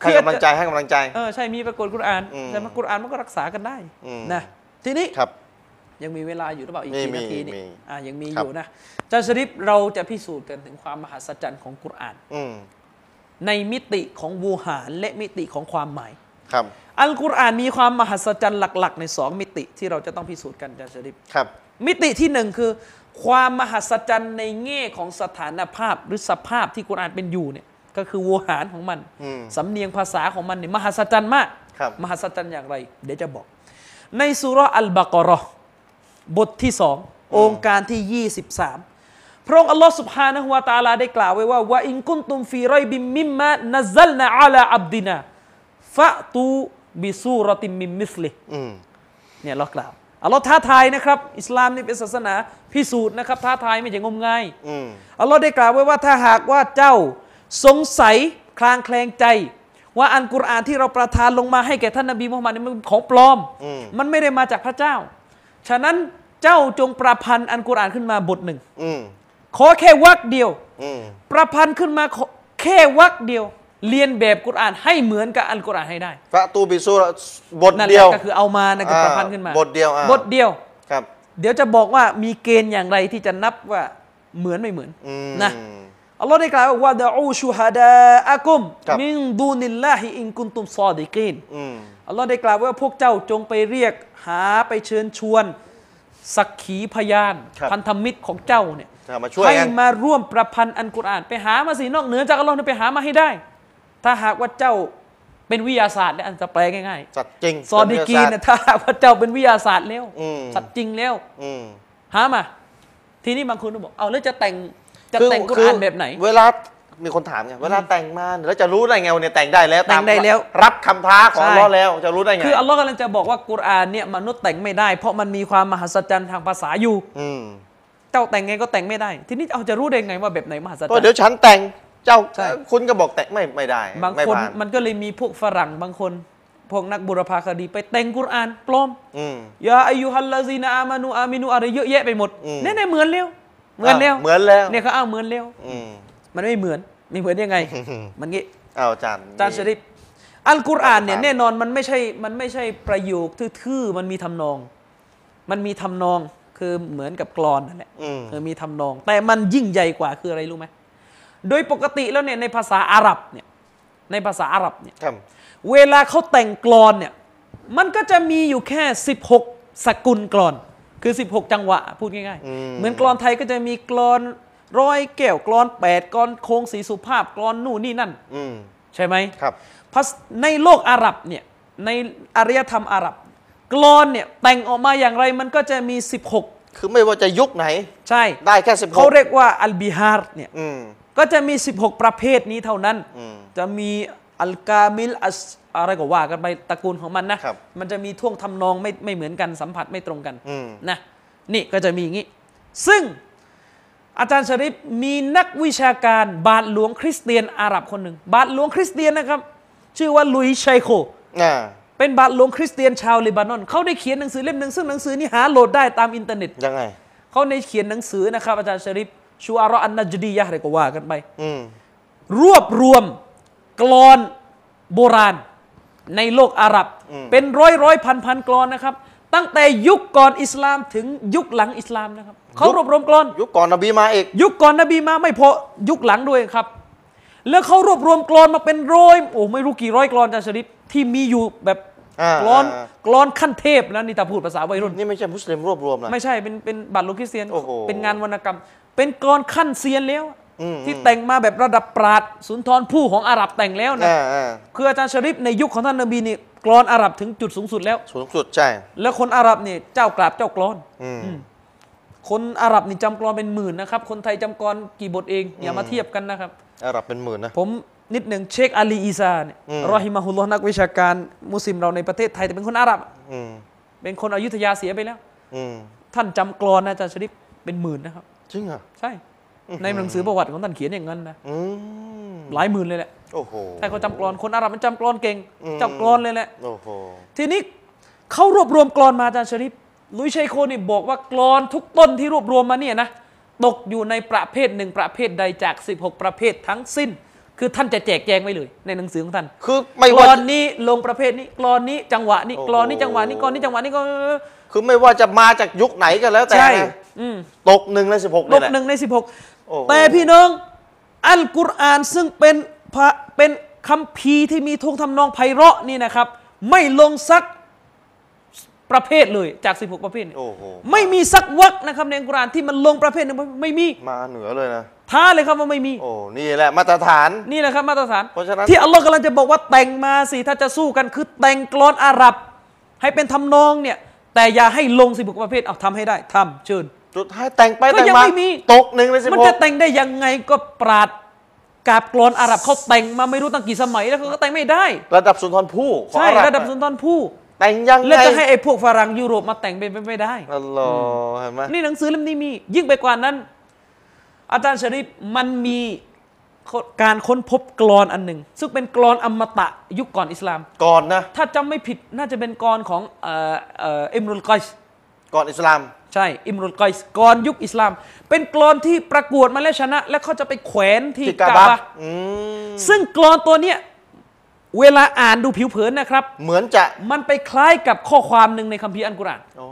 [SPEAKER 2] คื
[SPEAKER 1] ให้
[SPEAKER 2] อ
[SPEAKER 1] กำลังใจให้กำลังใจ
[SPEAKER 2] เออใช่มีประกวดคุณอ่าน
[SPEAKER 1] อืม
[SPEAKER 2] แต่มาคุณอ่านมันก็รักษากันได้
[SPEAKER 1] อืม
[SPEAKER 2] นะทีนี้
[SPEAKER 1] ครับ
[SPEAKER 2] ยังมีเวลาอยู่หรือเปล่าอีก
[SPEAKER 1] มี
[SPEAKER 2] กี่นาที
[SPEAKER 1] มี
[SPEAKER 2] เนี่
[SPEAKER 1] มี
[SPEAKER 2] ยอ่ะยังมี
[SPEAKER 1] ค
[SPEAKER 2] อ
[SPEAKER 1] รับ
[SPEAKER 2] ยู่นะอาจารย์ชริปเราจะพิสูจน์กันถึงความมหัศจรรย์ของกุรอาน
[SPEAKER 1] อืม
[SPEAKER 2] ในมิติของวูหารและมิติของความหมาย
[SPEAKER 1] ครับ
[SPEAKER 2] อัลกุรอานมีความมหัศจรรย์หลัก ๆ ในสองมิติที่เราจะต้องพิสูจน์กันอาจารย์ชริป
[SPEAKER 1] ครับ
[SPEAKER 2] มิติที่หนึ่งคือ ความมหัศจรรย์ในแง่ของสถานภาพหรือสภาพที่กุรอานเป็นอยู่เนี่ยก็คือโวหารของมัน
[SPEAKER 1] อืม
[SPEAKER 2] สำเนียงภาษาของมันเนี่ยมหัศจรรย์มาก
[SPEAKER 1] ครับ
[SPEAKER 2] มหัศจรรย์อย่างไร เดี๋ยวจะบอก ในสุราะห์อัลบากอรอห์บทที่สององค์การที่ 23 พระองค์อัลลอฮ์สุบฮานะฮุวาตาลาได้กล่าวไว้ว่าวะอินกุนตุมฟีไรอยบิมมิมมานัซซัลนาอาลาอับดินาฟะตูบิซูรติมมิมมิสลิฮ
[SPEAKER 1] อืม
[SPEAKER 2] เนี่ยเรากล่าวอัลลอฮ์ท้าทายนะครับ อิสลามนี่เป็นศาสนาพิสูจน์นะครับ ท้าทายไม่ใช่งมงาย
[SPEAKER 1] อืม
[SPEAKER 2] อัลลอฮ์ได้กล่าวไว้ว่าถ้าหากว่าเจ้าสงสัยคลางแคลงใจ ว่าอันกุรอานที่เราประทานลงมาให้แก่ท่านนบีมุฮัมมัดนี่มันเป็นของปลอม มันไม่ได้มาจากพระเจ้า ฉะนั้นเจ้าจงประพันธ์อันกุรอานขึ้นมาบทหนึ่ง
[SPEAKER 1] อืม
[SPEAKER 2] ขอแค่วักเดียว
[SPEAKER 1] อืม
[SPEAKER 2] ประพันธ์ขึ้นมาขอแค่วักเดียว เรียนแบบกุรอานให้เหมือนกับอันกุรอานให้ได้
[SPEAKER 1] พระตูบิซูเราะห์บท
[SPEAKER 2] นั่นแห
[SPEAKER 1] เดีย
[SPEAKER 2] ละ
[SPEAKER 1] ว
[SPEAKER 2] ก็คือเอามานะคือประพันธ์ขึ้นมา
[SPEAKER 1] อ่าบทเดียวอ่า
[SPEAKER 2] บทเดียว
[SPEAKER 1] ครับ
[SPEAKER 2] เดี๋ยวจะบอกว่ามีเกณฑ์อย่างไรที่จะนับว่าเหมือนไม่เหมือน
[SPEAKER 1] อืม
[SPEAKER 2] นะอัลลอฮ์ได้กล่าวว่าดะอูชูฮาดาอากุม
[SPEAKER 1] ครับ
[SPEAKER 2] มิงดูนิลลาฮิอิงกุนตุมซอดิกีน
[SPEAKER 1] อืม
[SPEAKER 2] อัลลอฮ์ได้กล่าวว่าพวกเจ้าจงไปเรียกหาไปเชิญชวน สักขีพยาน พันธมิตรของเจ้าเนี่ย
[SPEAKER 1] ถ้ามาช่วย
[SPEAKER 2] ให้
[SPEAKER 1] กัน
[SPEAKER 2] มาร่วมประพันธ์อันกุรอาน ไปหามาสินอกเหนือจากอัลลอฮ์เนี่ยไปหามาให้ได้ ถ้าหากว่าเจ้าเป็นวิทยาศาสตร์เนี่ยอันจะแปลง่าย
[SPEAKER 1] สัตว์จริง
[SPEAKER 2] ๆซอดิกีน
[SPEAKER 1] เป็
[SPEAKER 2] เนี่ย
[SPEAKER 1] เรื่องสัตว์
[SPEAKER 2] ถ้าหากว่าเจ้าเป็นวิทยาศาสตร์แล้ว
[SPEAKER 1] อืม
[SPEAKER 2] สัตว์จริงแล้ว
[SPEAKER 1] อืม
[SPEAKER 2] หามา ทีนี้บางคนก็บอก เอาแล้วจะแต่ง จะ
[SPEAKER 1] คือ
[SPEAKER 2] แต่งกุร
[SPEAKER 1] คือ
[SPEAKER 2] อานแบบไหน
[SPEAKER 1] เวลา มีคนถามไง เวลาแต่งมาเนี่ยแล้วจะรู้ได้ไงว่าเนี่ยแต่งได้แล้วาม
[SPEAKER 2] แต่งได้แล้ว
[SPEAKER 1] รับคำท้าของ
[SPEAKER 2] ใช่
[SPEAKER 1] อัลเลอฮ์แล้ว จะรู้ได้ไง
[SPEAKER 2] คืออัลลอฮ์กำลังจะบอกว่ากุรอานเนี่ยมนุษย์แต่งไม่ได้ เพราะมันมีความมหัศจรรย์ทางภาษาอยู่
[SPEAKER 1] อืม
[SPEAKER 2] เจ้าแต่งไงก็แต่งไม่ได้ ทีนี้เอาจะรู้ได้ไงว่าแบบไหนมหัศจร
[SPEAKER 1] ก็
[SPEAKER 2] ร
[SPEAKER 1] เดี๋ย
[SPEAKER 2] ย์
[SPEAKER 1] วฉันแต่ง เจ้า
[SPEAKER 2] ใช่
[SPEAKER 1] คุณก็บอกแต่งไม่ไม่ได้
[SPEAKER 2] บาง
[SPEAKER 1] ไม่
[SPEAKER 2] คน
[SPEAKER 1] ผ่าน
[SPEAKER 2] มันก็เลยมีพวกฝรั่งบางคน พวกนักบุรพาคดีไปแต่งกุรอานปลอม
[SPEAKER 1] อืม
[SPEAKER 2] ยาอายุฮัลลาซีนาอามานูอามินูอะไรเยอะแยะไปหมด
[SPEAKER 1] อืม
[SPEAKER 2] แน่ๆเหมือนแล้วเหมือนแล้ว
[SPEAKER 1] อ่ะเหมือนแล้ว
[SPEAKER 2] เนี่ยเขาอ้าวเหมือนแล้ว
[SPEAKER 1] อืม
[SPEAKER 2] มันไม่เหมือนไม่เหมือนยังไง มันงี้
[SPEAKER 1] เอาอาจารย์
[SPEAKER 2] อาจารย์ชริปอัลกุรอานเนี่ยแน่นอนมันไม่ใช่มันไม่ใช่ประโยคทื่อๆมันมีทำนอง มันมีทำนองคือเหมือนกับกลอนนั่นแหละ
[SPEAKER 1] อืม
[SPEAKER 2] คือมีทำนอง แต่มันยิ่งใหญ่กว่าคืออะไรรู้ไหมโดยปกติแล้วเนี่ยในภาษาอาหรับเนี่ยในภาษาอาหรับเนี่ย
[SPEAKER 1] ครับ
[SPEAKER 2] เวลาเขาแต่งกลอนเนี่ย มันก็จะมีอยู่แค่ 16 สกุลกลอน คือ 16 จังหวะ พูดง่าย
[SPEAKER 1] อืม
[SPEAKER 2] ๆ เหมือนกลอนไทยก็จะมีกลอนร้อยแก้วกลอนแปดกลอนโค้งสีสุภาพกลอนนู่นนี่นั่น
[SPEAKER 1] อืม
[SPEAKER 2] ใช่ไหม
[SPEAKER 1] ครับ
[SPEAKER 2] พัสในโลกอาหรับเนี่ยในอารยธรรมอาหรับ กลอนเนี่ยแต่งออกมาอย่างไรมันก็จะมี 16
[SPEAKER 1] คือไม่ว่าจะยุคไหน
[SPEAKER 2] ใช่
[SPEAKER 1] ได้แค่สิบห
[SPEAKER 2] เขาเรียกว่าอัลบิฮาร์เนี่ย
[SPEAKER 1] อืม
[SPEAKER 2] ก็จะมี 16 ประเภทนี้เท่านั้น
[SPEAKER 1] อืม
[SPEAKER 2] จะมีอัลกามิลอัสอะไรก็ว่ากันไปตระกูลของมันนะครับ มันจะมีท่วงทำนองไม่ไม่เหมือนกันสัมผัสไม่ตรงกัน
[SPEAKER 1] อืม
[SPEAKER 2] นะนี่ก็จะมีอย่างนี้ ซึ่งอาจารย์ชริปมีนักวิชาการบาทหลวงคริสเตียนอาหรับคนหนึ่งบาทหลวงคริสเตียนนะครับ ชื่อว่าลุยชัยโค
[SPEAKER 1] อ่า
[SPEAKER 2] เป็นบาทหลวงคริสเตียนชาวเลบานอน เขาได้เขียนหนังสือเล่มหนึ่งซึ่งหนังสือนี้หาโหลดได้ตามอินเทอร์เน็ต
[SPEAKER 1] ยังไง
[SPEAKER 2] เขาในเขียนหนังสือนะครับ อาจารย์ชริปชูอาระอันนัจดียะห์อะไรก็ว่ากันไป
[SPEAKER 1] อืม
[SPEAKER 2] รวบรวมกลอนโบราณในโลกอาหรับ เป็นร้อยร้อยพันพันกลอนนะครับ ตั้งแต่ยุคก่อนอิสลามถึงยุคหลังอิสลามนะครับเขารวบรวมกลอน
[SPEAKER 1] ยุคก่อนนบีมาอีก
[SPEAKER 2] ยุคก่อนนบีมาไม่พอยุคหลังด้วยครับ แล้วเขารวบรวมกลอนมาเป็นร้อยโอ้ไม่รู้กี่ร้อยกลอนอาจารย์ชริปที่มีอยู่แบบ
[SPEAKER 1] อ่าก
[SPEAKER 2] ลอน
[SPEAKER 1] อ่า
[SPEAKER 2] กลอนขั้นเทพแล้วนี่ตาพูดภาษาวัยรุ่น
[SPEAKER 1] นี่ไม่ใช่มุสลิมรวบรวมนะ
[SPEAKER 2] ไม่ใช่เป็นเป็นบัตรลูกคริสเตียน
[SPEAKER 1] โอ้โห
[SPEAKER 2] เป็นงานวรรณกรรม เป็นกลอนขั้นเซียนแล้ว
[SPEAKER 1] อืม
[SPEAKER 2] ที่แต่งมาแบบระดับปราดสุนทรภู่ของอาหรับแต่งแล้วนะ
[SPEAKER 1] อ่าอ่า
[SPEAKER 2] คืออาจารย์ชริปในยุคของท่านนบีนี่กลอนอาหรับถึงจุดสูงสุดแล้ว
[SPEAKER 1] สูงสุดใช่
[SPEAKER 2] แล้วคนอาหรับเนี่ยเจ้ากราบเจ้ากลอน
[SPEAKER 1] อืม
[SPEAKER 2] คนอาหรับนี่จำกลอนเป็นหมื่นนะครับ คนไทยจำกลอนกี่บทเองอย่ามาเทียบกันนะครับ
[SPEAKER 1] อาหรับเป็นหมื่นนะ
[SPEAKER 2] ผมนิดหนึ่งเชคอาลีอีซาเนี่ย
[SPEAKER 1] อืม
[SPEAKER 2] รอฮิมาฮุลลอฮ์นักวิชาการมุสลิมเราในประเทศไทยแต่เป็นคนอาหรับ
[SPEAKER 1] อืม
[SPEAKER 2] เป็นคนอยุธยาเสียไปแล้ว
[SPEAKER 1] อืม
[SPEAKER 2] ท่านจำกลอนนะอาจารย์ชริปเป็นหมื่นนะครับ
[SPEAKER 1] จริงเหรอ่ะ
[SPEAKER 2] ใช่ ในหนังสือประวัติของท่านเขียนอย่างนั้นนะ
[SPEAKER 1] อืม
[SPEAKER 2] หลายหมื่นเลยแหละ
[SPEAKER 1] โอ้โห
[SPEAKER 2] ใช่เขาจำกรอนคนอาหรับมันจำกรอนเก่ง
[SPEAKER 1] อืม
[SPEAKER 2] จำกรอนเลยแหละ
[SPEAKER 1] โอ้โห
[SPEAKER 2] ทีนี้เขารวบรวมกรอนมาอาจารย์ชริปลุยชัยโคนี่บอกว่ากรอนทุกต้นที่รวบรวมมาเนี่ยนะตกอยู่ในประเภทหนึ่งประเภทใดจาก 16 ประเภททั้งสิ้น คือท่านจะแจกแจงไว้เลย ในหนังสือของท่าน
[SPEAKER 1] คือไม่
[SPEAKER 2] กร
[SPEAKER 1] ว่า
[SPEAKER 2] อนนี้ลงประเภทนี้กรอนนี้จังหวะนี้
[SPEAKER 1] โอ้โห
[SPEAKER 2] กรอนนี้จังหวะนี้กรอนนี้จังหวะนี้ก็
[SPEAKER 1] คือไม่ว่าจะมาจากยุคไหนก็แล้วแต่
[SPEAKER 2] ใช่
[SPEAKER 1] นะ
[SPEAKER 2] อืม
[SPEAKER 1] ตกหนึ่งในสิบหก
[SPEAKER 2] ล
[SPEAKER 1] เนี่ย
[SPEAKER 2] บ
[SPEAKER 1] แหละ
[SPEAKER 2] หนึ่งในสิบหก
[SPEAKER 1] โอ้โห
[SPEAKER 2] แต่พี่น้อง อัลกุรอานซึ่งเป็นพระเป็นคำพีร์ที่มีท่วงทำนองไพเราะนี่นะครับ ไม่ลงสักประเภทเลยจาก 16 ประเภทเนี่ย
[SPEAKER 1] โอ้โห
[SPEAKER 2] ไม่มีสักวักนะครับในอัลกุรอานที่มันลงประเภทหนึงไม่มี
[SPEAKER 1] มาเหนือเลยนะ
[SPEAKER 2] ท้าเลยครับว่าไม่มี
[SPEAKER 1] โอ้ นี่แหละมาตรฐาน
[SPEAKER 2] นี่แหละครับมาตรฐาน
[SPEAKER 1] เพราะฉะนั้น
[SPEAKER 2] ที่อัลลอฮ์กำลังจะบอกว่าแต่งมาสิถ้าจะสู้กันคือแต่งกลอนอาหรับ ให้เป็นทำนองเนี่ยแต่อย่าให้ลง 16 ประเภทเอาทำให้ได้ทำเชิญ
[SPEAKER 1] สุดท้ายแต่งไป
[SPEAKER 2] ก็
[SPEAKER 1] แต่ง
[SPEAKER 2] ยัง
[SPEAKER 1] มา
[SPEAKER 2] ไม่มี
[SPEAKER 1] ตกหนึ่งในสิบ
[SPEAKER 2] มัน
[SPEAKER 1] ห
[SPEAKER 2] จะ
[SPEAKER 1] ก
[SPEAKER 2] แต่งได้ยังไงก็ปราดกาบกลอนอาหรับเขาแต่งมาไม่รู้ตั้งกี่สมัยแล้วเขาก็แต่งไม่ได้
[SPEAKER 1] ระดับสุนทรภู่ของ
[SPEAKER 2] ใช่
[SPEAKER 1] อาหบ
[SPEAKER 2] ระดับสุนทรภู่
[SPEAKER 1] แต่งยัง
[SPEAKER 2] แล้ว
[SPEAKER 1] ไง
[SPEAKER 2] จะให้ไอ้พวกฝรั่งยุโรปมาแต่งเป็นไปไม่ได้
[SPEAKER 1] อัลลอฮ์เห็นไหม
[SPEAKER 2] นี่หนังสือเล่มนี้มี ยิ่งไปกว่านั้น อาจารย์ชริปมันมีการค้นพบกลอนอันหนึ่ง ซึ่งเป็นกลอนอมตะยุคก่อนอิสลาม
[SPEAKER 1] ก่อนนะ
[SPEAKER 2] ถ้าจำไม่ผิดน่าจะเป็นกลอนของเอ่อเอ่ออิมรุลกอยส์
[SPEAKER 1] ก่อนอิสลาม
[SPEAKER 2] ใช่ อิมรุลกอยส์ก่อนยุคอิสลาม เป็นกลอนที่ประกวดมาแล้วชนะ และเขาจะไปแขวนที่กาก
[SPEAKER 1] ที่า
[SPEAKER 2] บะ
[SPEAKER 1] บะอืม
[SPEAKER 2] ซึ่งกลอนตัวเนี้ยเวลาอ่านดูผิวเผินนะครับ
[SPEAKER 1] เหมือนจะ
[SPEAKER 2] มันไปคล้ายกับข้อความหนึ่งในคัมภีร์อัลกุรอาน
[SPEAKER 1] โอ้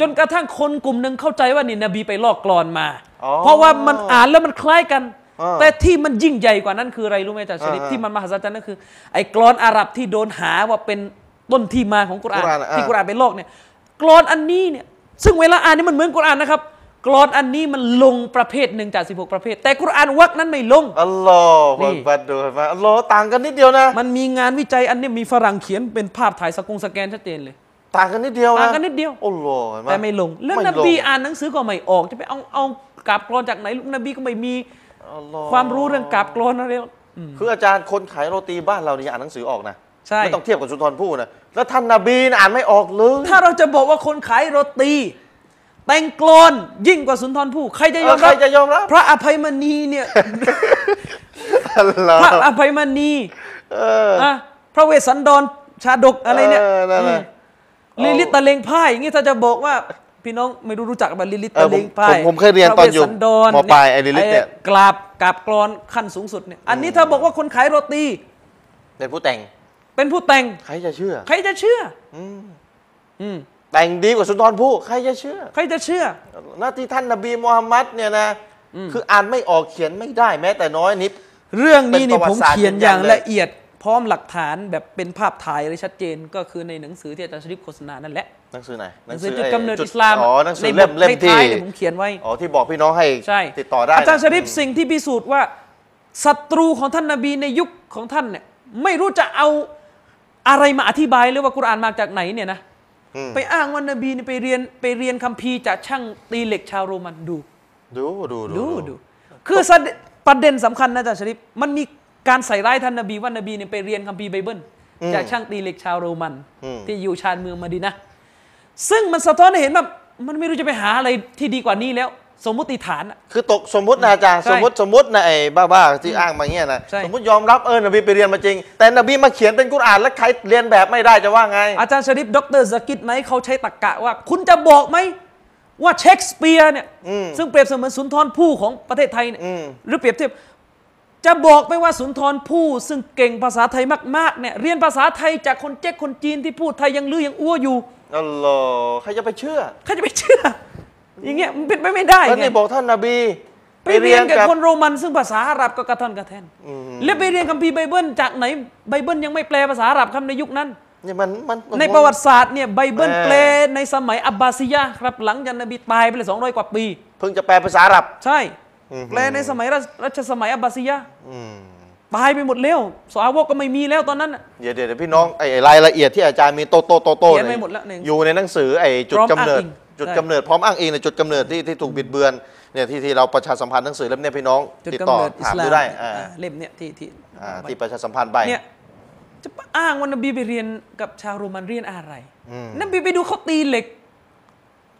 [SPEAKER 2] จนกระทั่งคนกลุ่มหนึ่งเข้าใจว่านี่นบีไปลอกกลอนมา
[SPEAKER 1] อ๋อ
[SPEAKER 2] เพราะว่ามันอ่านแล้วมันคล้ายกัน
[SPEAKER 1] อ่า
[SPEAKER 2] แต่ที่มันยิ่งใหญ่กว่านั้นคืออะไรรู้ไหมอาจารย์ชลิป
[SPEAKER 1] อ่า
[SPEAKER 2] ที่มันมหัศจรรย์นั่นคือไอ้กลอนอาหรับที่โดนหาว่าเป็นต้นที่มาของกุรอาน
[SPEAKER 1] กุรอานอ่า
[SPEAKER 2] ที่กุรอานไปลอกเนี่ยกลอนอันนี้เนี่ยซึ่งเวลาอ่านนี่มันเหมือนกุรอานนะครับกลอนอันนี้มันลงประเภทหนึ่งจาก 16 ประเภท แต่กุรอานวรรคนั้นไม่ลง
[SPEAKER 1] อัลลอฮ์บั
[SPEAKER 2] นี่
[SPEAKER 1] กบัดดูเห็นไหมอัลลอฮ์ต่างกันนิดเดียวนะ
[SPEAKER 2] มันมีงานวิจัยอันเนี้ยมีฝรั่งเขียนเป็นภาพถ่ายสกงสแกนชัดเจนเลย
[SPEAKER 1] ต่างกันนิดเดียวนะ
[SPEAKER 2] ต่างกันนิดเดียว
[SPEAKER 1] อัลลอฮ์เห็นห
[SPEAKER 2] แต่ไม่ลงเรื่องน
[SPEAKER 1] ไม่
[SPEAKER 2] บีอ่านหนังสือก็ไม่ออกจะไปเอาเอากราบกรอนจากไหนลูกนบีก็ไม่มี
[SPEAKER 1] อัลลอฮ์
[SPEAKER 2] ความรู้เรื่องกราบกรอนอะไรหรอก
[SPEAKER 1] คืออาจารย์คนขายโรตีบ้านเรานี่อ่านหนังสือออกนะ
[SPEAKER 2] ใช่
[SPEAKER 1] ไม่ต้องเทียบกับสุนทรภู่นะแล้วท่านนบีน่ะอ่านไม่ออกเลย
[SPEAKER 2] ถ้าเราจะบอกว่าคนขายโรตี แต่งกรอนยิ่งกว่าสุนทรภู่ใครจะยอม
[SPEAKER 1] เออใครจะยอมรับ
[SPEAKER 2] พระอภัยมณีเนี่ย
[SPEAKER 1] อัลลอ
[SPEAKER 2] พระ
[SPEAKER 1] ฮ์
[SPEAKER 2] อภัยมณี
[SPEAKER 1] เออ
[SPEAKER 2] อ่ะพระเวสสันดรชาดกอะไรเนี่ย
[SPEAKER 1] เออนั่นแหละ
[SPEAKER 2] อืมลิลิตตะเลงพ่ายอย่างงี้ถ้าจะบอกว่าพี่น้องไม่รู้รู้จักกับลิลิต
[SPEAKER 1] เออผม
[SPEAKER 2] ตะเลงพ่าย
[SPEAKER 1] ผมผมเคยเรียนตอนอยู่
[SPEAKER 2] พะเวสสัดร
[SPEAKER 1] มปลายไอ้ลิลิตเนี่ย
[SPEAKER 2] กราบกราบกรอนขั้นสูงสุดเนี่ยอันนี้ถ้าบอกว่าคนขายโรตี
[SPEAKER 1] เป็นผู้แต่ง
[SPEAKER 2] เป็นผู้แต่ง
[SPEAKER 1] ใครจะเชื่อ
[SPEAKER 2] ใครจะเชื่อออืม
[SPEAKER 1] แต่งดีกว่าสุนทรภู่ใครจะเชื่อ
[SPEAKER 2] ใครจะเชื่อ
[SPEAKER 1] หน้าที่ท่านนบีมูฮัมมัดเนี่ยนะคืออ่านไม่ออกเขียนไม่ได้แม้แต่น้อยนิด
[SPEAKER 2] เรื่องนี้นี่
[SPEAKER 1] เป็นประวั
[SPEAKER 2] ผ
[SPEAKER 1] ติ
[SPEAKER 2] ม
[SPEAKER 1] ศาสตร์
[SPEAKER 2] เขียนอย่าง
[SPEAKER 1] ยืนยันเลย
[SPEAKER 2] ละเอียด พร้อมหลักฐานแบบเป็นภาพถ่ายเลยชัดเจน ก็คือในหนังสือที่อาจารย์ชริปโฆษณานั่นแหละ
[SPEAKER 1] หนังสือไหน
[SPEAKER 2] หนังสือจุด
[SPEAKER 1] ไ
[SPEAKER 2] กำเนิดอิสลาม
[SPEAKER 1] อ๋อหนังสือ
[SPEAKER 2] ใน
[SPEAKER 1] เล่ม
[SPEAKER 2] บท
[SPEAKER 1] เล่มที่
[SPEAKER 2] ท้ายๆเนี่ยผมเขียนไว้
[SPEAKER 1] อ๋อที่บอกพี่น้องให้
[SPEAKER 2] ใช่
[SPEAKER 1] ติดต่อได้
[SPEAKER 2] อาจารย์
[SPEAKER 1] นะ
[SPEAKER 2] ชริปสิ่งที่พิสูจน์ว่าศัตรูของท่านนาบีในยุคของท่านเนี่ยไม่รู้จะเอาอะไรมาอธิบายเลยว่ากุรอานมาจากไหนเนี่ยนะ
[SPEAKER 1] อืม
[SPEAKER 2] ไปอ้างว่านาบีเนี่ยไปเรียนไปเรียนคัมภีร์จากช่างตีเหล็กชาวโรมันดู
[SPEAKER 1] ดูดู
[SPEAKER 2] ดูดูคือสะเดประเด็นสำคัญนะอาจารย์ชริปมันมีการใส่ร้ายท่านนบีว่านบีเนี่ยไปเรียนคัมภีร์ไบเบิลจากช่างตีเหล็กชาวโรมัน ที่อยู่ชานเมืองมาดีนะห์ซึ่งมันสะท้อนให้เห็นว่ามันไม่รู้จะไปหาอะไรที่ดีกว่านี้แล้ว สมมติฐานอะ
[SPEAKER 1] คือตกสมมตินะอาจารย์
[SPEAKER 2] ใช่
[SPEAKER 1] สมมติสมมตินะไอ้บ้าๆที่อ้างมาเงี้ยนะ
[SPEAKER 2] ใช่
[SPEAKER 1] สมมติยอมรับเออนบีไปเรียนมาจริง แต่นบีมาเขียนเป็นกุรอานแล้วใครเรียนแบบไม่ได้จะว่าไง
[SPEAKER 2] อาจารย์ชริปดรสกิตไหมเขาใช้ตรกกะว่า คุณจะบอกไหมว่าเชคสเปียร์เนี่ยซึ่งเปรียบเสมือนสุนทรภู่ของประเทศไทยเนี่ย
[SPEAKER 1] อืม
[SPEAKER 2] หรือเปรียบเทียบจะบอกไหมว่าสุนทรภู่ซึ่งเก่งภาษาไทยมากๆเนี่ยเรียนภาษาไทยจากคนเจ๊กคนจีนที่พูดไทยยังลือยังอ้วอยู่
[SPEAKER 1] อัลลอฮ์ใครจะไปเชื่อ
[SPEAKER 2] ใครจะไปเชื่อ อย่างเงี้ยมันเป็นไปไม่ได้
[SPEAKER 1] แล้ว
[SPEAKER 2] ไง
[SPEAKER 1] นี่บอกท่านนบี
[SPEAKER 2] ไปเรียนกับคนโรมันซึ่งภาษาอาหรับก็กระท่อนกระแทนและไปเรียนคัมภีร์ไบเบิลจากไหนไบเบิลยังไม่แปลภาษาอาหรับครับในยุคนั้น
[SPEAKER 1] นี่มันมัน
[SPEAKER 2] ในประวัติศาสตร์เนี่ยไบเบิล
[SPEAKER 1] เออ
[SPEAKER 2] แปลในสมัยอับบาซียะห์ครับหลังจากนบีตายไปเลยสองร้อยกว่าปี
[SPEAKER 1] เพิ่งจะแปลภาษาอาหรับ
[SPEAKER 2] ใช่
[SPEAKER 1] อือหือ
[SPEAKER 2] แปลในสมัยรัชรัชสมัยอับบาซียะห์
[SPEAKER 1] อืม
[SPEAKER 2] ตายไปหมดแล้วสาวกก็ไม่มีแล้วตอนนั้นน่ะ
[SPEAKER 1] เดี๋ยวเดี๋ยวเดี๋ยวพี่น้องไอ้ไอ้รายละเอียดที่อาจารย์มีโตโตโตโต
[SPEAKER 2] เขียนไว้หมดแล้วหนึ่ง
[SPEAKER 1] อยู่ในหนังสือไอ้จุด
[SPEAKER 2] พร้อม
[SPEAKER 1] กำเนิดจุ
[SPEAKER 2] อ้างอิง
[SPEAKER 1] ด
[SPEAKER 2] ใช่
[SPEAKER 1] กำเนิดพร้อมอ้างอิงในจุดกำเนิดที่ที่ถูกบิดเบือนเนี่ยที่ที่เราประชาสัมพันธ์หนังสือเล่มเนี้พี่น้อง
[SPEAKER 2] จุด
[SPEAKER 1] ติด
[SPEAKER 2] กำ
[SPEAKER 1] ต่อ
[SPEAKER 2] เนิดอิ
[SPEAKER 1] ถาม
[SPEAKER 2] สลาม
[SPEAKER 1] ดูได้อ่า
[SPEAKER 2] อ่าเล่มเนี่ยที่ที่
[SPEAKER 1] อ่าที่ประชาสัมพันธ์ไป
[SPEAKER 2] เนี่ยจะอ้างว่านบีไปเรียนกับชาวโรมันเรียนอะไร
[SPEAKER 1] อืม
[SPEAKER 2] นบีไปดูเขาตีเหล็ก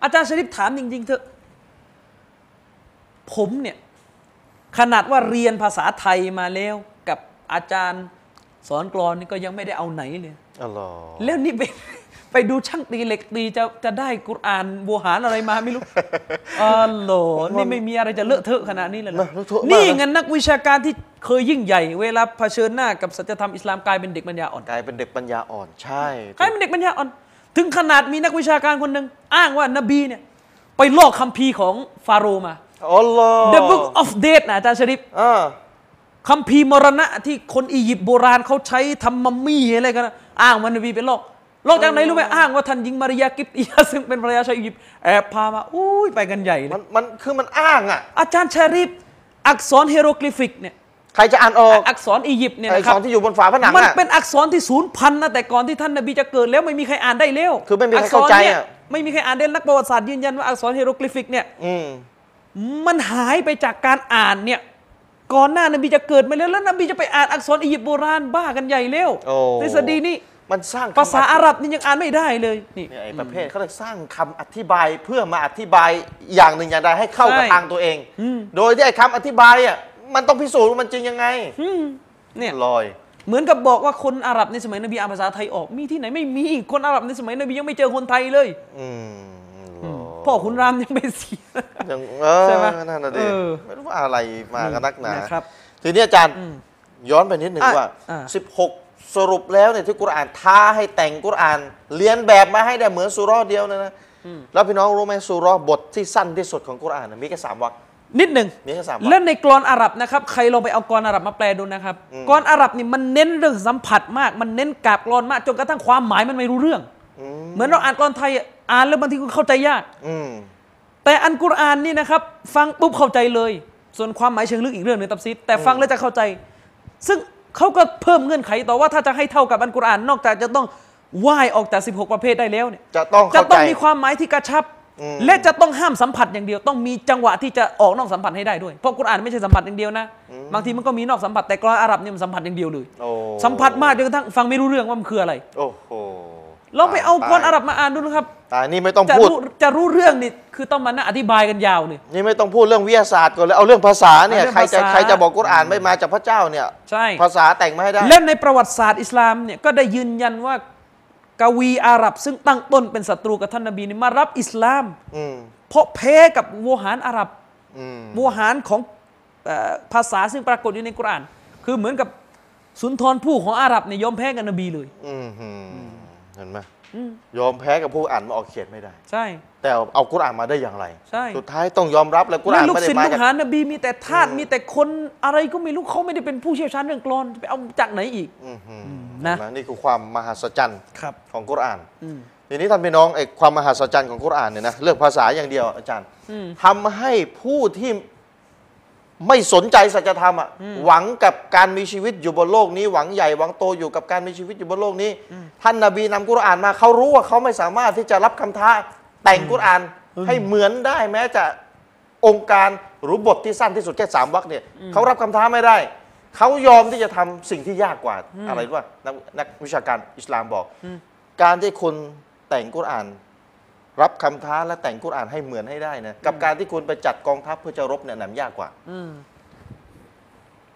[SPEAKER 2] อาจารย์ชริปถามจริงๆเถอะผมเนี่ยขนาดว่าเรียนภาษาไทยมาแล้ว กับอาจารย์สอนกลอนนี่ก็ยังไม่ได้เอาไหนเลย
[SPEAKER 1] อัลลอฮ์
[SPEAKER 2] แล้วนี่ไป ไปดูช่างตีเหล็กตีจะจะได้กุรอานบูหารอะไรมาไม่ รู้ อ๋อโหลนี่ไม่มีอะไรจะเลอะเทอะขนาดนี้เลยเหรอนี่เงินนักวิชาการที่เคยยิ่งใหญ่ เวลาเผชิญหน้ากับสัจธรรมอิสลามกลายเป็นเด็กปัญญาอ่อน
[SPEAKER 1] กลายเป็นเด็กปัญญาอ่อนใช่
[SPEAKER 2] กลายเป็นเด็กปัญญาอ่อน ถึงขนาดมีนักวิชาการคนหนึ่งอ้างว่านบีเนี่ย ไปลอกคัมภีร์ของฟาโรห์มา
[SPEAKER 1] อัลลอฮ์
[SPEAKER 2] The Book of Dead นะอาจารย์ชริป
[SPEAKER 1] อ่า
[SPEAKER 2] คัมภีร์มรณะที่คนอียิปต์โบราณเขาใช้ทำมัมมี่อะไรกันนะอ้างว่านบีเป็นโรคโรคจากไหนรู้ไหมอ้างว่าท่านหญิงมาริยากิบ ตียาซึ่งเป็นภรรยาชาวอียิปต์แอบพามาอุ้ยไปกันใหญ่เล
[SPEAKER 1] มัน
[SPEAKER 2] ย
[SPEAKER 1] มันคือมันอ้างอ่ะ
[SPEAKER 2] อาจารย์ชาริฟอักษรเฮโรกลิฟิกเนี่ย
[SPEAKER 1] ใครจะอ่านออก
[SPEAKER 2] อักษรอียิปต์เนี่ย
[SPEAKER 1] ไอ้
[SPEAKER 2] นะครับ
[SPEAKER 1] สองที่อยู่บนฝาผนัง
[SPEAKER 2] มัน
[SPEAKER 1] อ่ะ
[SPEAKER 2] เป็นอักษรที่ศูนย์พันนะแต่ก่อนที่ท่านนบีจะเกิดแล้วไม่มีใครอ่านได้แล้ว
[SPEAKER 1] คือไม่มีใครเข้าใจ
[SPEAKER 2] อักษนี่ย
[SPEAKER 1] อะ
[SPEAKER 2] ไม่มีใครอ่านได้นักประวัติศาสตร์ยืนยันว่าอักษรเฮโรกลิฟิกเนี่ย
[SPEAKER 1] อืม
[SPEAKER 2] มันหายไปจากการอ่านเนี่ยก่อนหน้านบีจะเกิดมาแล้วแล้วนบีจะไปอ่านอักษรอียิปต์โบราณบ้ากันใหญ่เร็ว
[SPEAKER 1] โอ้
[SPEAKER 2] ทฤษฎีนี่
[SPEAKER 1] มันสร้างคำ
[SPEAKER 2] ภาษาอาหรับนี่ยังอ่านไม่ได้เลยนี่
[SPEAKER 1] เนี่ยไอ้ประเภทเขาเลยสร้างคำอธิบายเพื่อมาอธิบายอย่างหนึ่งอย่างใดให้เข้ากับ
[SPEAKER 2] ใช่
[SPEAKER 1] ทางตัวเอง โดยที่ไอ้คำอธิบายอ่ะมันต้องพิสูจน์ว่ามันจริงยังไง
[SPEAKER 2] เนี่ย
[SPEAKER 1] ลอย
[SPEAKER 2] เหมือนกับบอกว่าคนอาหรับในสมัยนบีอ่านภาษาไทยออกมีที่ไหนไม่มีคนอาหรับในสมัยนบียังไม่เจอคนไทยเลย
[SPEAKER 1] อืมลอย
[SPEAKER 2] พ่อขุนรามยังไปเสีย
[SPEAKER 1] ยังเออ
[SPEAKER 2] ใช่ไหม
[SPEAKER 1] นั่นน่ะดิ
[SPEAKER 2] เออ
[SPEAKER 1] ไม่รู้ว่าอะไรมากันนักหนา
[SPEAKER 2] นะครับ
[SPEAKER 1] ทีนี้อาจารย์ย้อนไปนิดหนึ่ง
[SPEAKER 2] อ่ะ
[SPEAKER 1] ว่า
[SPEAKER 2] อ่ะ
[SPEAKER 1] 16 สรุปแล้วเนี่ยที่กุรอานท้าให้แต่งกุรอานเรียนแบบมาให้ได้เหมือนสุราะห์เดียวนะนะแล้วพี่น้องรู้ไหมสุราะห์บทที่สั้นที่สุดของกุรอานน่ะมีแค่สามวรรค
[SPEAKER 2] นิดหนึ่ง
[SPEAKER 1] มีแค่สามวรรค
[SPEAKER 2] และในกรอนอาหรับนะครับ ใครลองไปเอากรอนอาหรับมาแปลดูนะครับกรอนอาหรับนี่มันเน้นเรื่องสัมผัสมาก มันเน้นกาบกรอนมากจนกระทั่งความหมายมันไม่รู้เรื่อง
[SPEAKER 1] อืม
[SPEAKER 2] เหมือนเราอ่านกรอนไทยอะอ่านแล้วบางทีก็เข้าใจยาก
[SPEAKER 1] อืม
[SPEAKER 2] แต่อันกุรอานนี่นะครับ ฟังปุ๊บเข้าใจเลย ส่วนความหมายเชิงลึกอีกเรื่องหนึ่งตับซิดแต่ฟังแล้วจะเข้าใจ ซึ่งเขาก็เพิ่มเงื่อนไขต่อว่าถ้าจะให้เท่ากับอันกุรอานนอกจากจะต้องไหว้ออกจาก 16 ประเภทได้แล้วเนี่ย
[SPEAKER 1] จะต้อง
[SPEAKER 2] จะ
[SPEAKER 1] เข้า
[SPEAKER 2] ต้อ
[SPEAKER 1] ใจ
[SPEAKER 2] งมีความหมายที่กระชับ และจะต้องห้ามสัมผัสอย่างเดียว ต้องมีจังหวะที่จะออกนอกสัมผัสให้ได้ด้วยเพราะกุรอานไม่ใช่สัมผัสอย่างเดียวนะบางทีมันก็มีนอกสัมผัสแต่กรอนอาหรับเนี่ยมันสัมผัสอย่างเดียวเลย
[SPEAKER 1] โอ้
[SPEAKER 2] สัมผัสมากจนกระทั่งฟังไม่รู้เรื่องว่ามันคืออะไร
[SPEAKER 1] โอ้โห
[SPEAKER 2] ลองไปเอากรอนอา
[SPEAKER 1] ต
[SPEAKER 2] ห
[SPEAKER 1] ย
[SPEAKER 2] รับมาอ่านดูนะครับ
[SPEAKER 1] ตายนี่ไม่ต้อง
[SPEAKER 2] จะ
[SPEAKER 1] พูด
[SPEAKER 2] รู้จะรู้เรื่องนี่คือต้องมานั่งอธิบายกันยาวเนี่ย
[SPEAKER 1] นี่ไม่ต้องพูดเรื่องวิทยาศาสตร์ก่อนเลยเอาเรื่องภาษาเนี่ย
[SPEAKER 2] เอาเรื่อง
[SPEAKER 1] ใครจะ
[SPEAKER 2] ภาษา
[SPEAKER 1] ใครจะบอกกุรอานไม่มาจากพระเจ้าเนี่ย
[SPEAKER 2] ใช่
[SPEAKER 1] ภาษาแต่งมาให้ได้
[SPEAKER 2] และในประวัติศาสตร์อิสลามเนี่ยก็ได้ยืนยันว่ากวีอาหรับ ซึ่งตั้งต้นเป็นศัตรูกับท่านนบีเนี่ยมารับอิสลาม
[SPEAKER 1] อืม
[SPEAKER 2] เพราะแพ้กับโวหารอาหรับ
[SPEAKER 1] อืม
[SPEAKER 2] โวหารของเอ่อภาษาซึ่งปรากฏอยู่ในกุรอาน คือเหมือนกับสุนทรภู่ของอาหรับเนี่ยยอมแพ้กับนบีเลย
[SPEAKER 1] อืมหืมเห็นไหม ยอมแพ้กับผู้อ่านมาออกเขียนไม่ได้
[SPEAKER 2] ใช่
[SPEAKER 1] แต่เอากุรอานมาได้อย่างไร
[SPEAKER 2] ใช่
[SPEAKER 1] สุดท้ายต้องยอมรับแล้วกุรอาน
[SPEAKER 2] ลูก
[SPEAKER 1] ไม่ได้
[SPEAKER 2] ศิษย์
[SPEAKER 1] มา
[SPEAKER 2] ลูก
[SPEAKER 1] จาก
[SPEAKER 2] หานบีมีแต่ทาสมีแต่คนอะไรก็ไม่รู้เขาไม่ได้เป็นผู้เชี่ยวชาญเรื่องกลอนจะไปเอาจากไหนอีก
[SPEAKER 1] อื้อหือ
[SPEAKER 2] นะ
[SPEAKER 1] เห็นไหมนี่คือความมหัศจรรย์
[SPEAKER 2] ครับ
[SPEAKER 1] ของกุรอาน
[SPEAKER 2] อืม
[SPEAKER 1] ทีนี้ท่านพี่น้องไอ้ความมหัศจรรย์ของกุรอานเนี่ยนะเรื่องภาษาอย่างเดียวอาจารย์ทำให้ผู้ที่ไม่สนใจสัจธรรมอะหวังกับการมีชีวิตอยู่บนโลกนี้หวังใหญ่หวังโตอยู่กับการมีชีวิตอยู่บนโลกนี้ ท่านนาบีนำกุรอานมาเขารู้ว่าเขาไม่สามารถที่จะรับคำท้าแต่งกุรอานให้เหมือนได้แม้จะ องค์การหรือบทที่สั้นที่สุดแค่สามวรรคเนี่ยเขารับคำท้าไม่ได้ เขายอมที่จะทำสิ่งที่ยากกว่าอะไรรู้ป่ะนักนักวิชาการอิสลามบอก การที่คุณแต่งกุรอาน รับคำท้าและแต่งกุรอานให้เหมือนให้ได้นะกับการที่คุณไปจัดกองทัพเพื่อจะรบเนี่ยหนำยากกว่า
[SPEAKER 2] อืม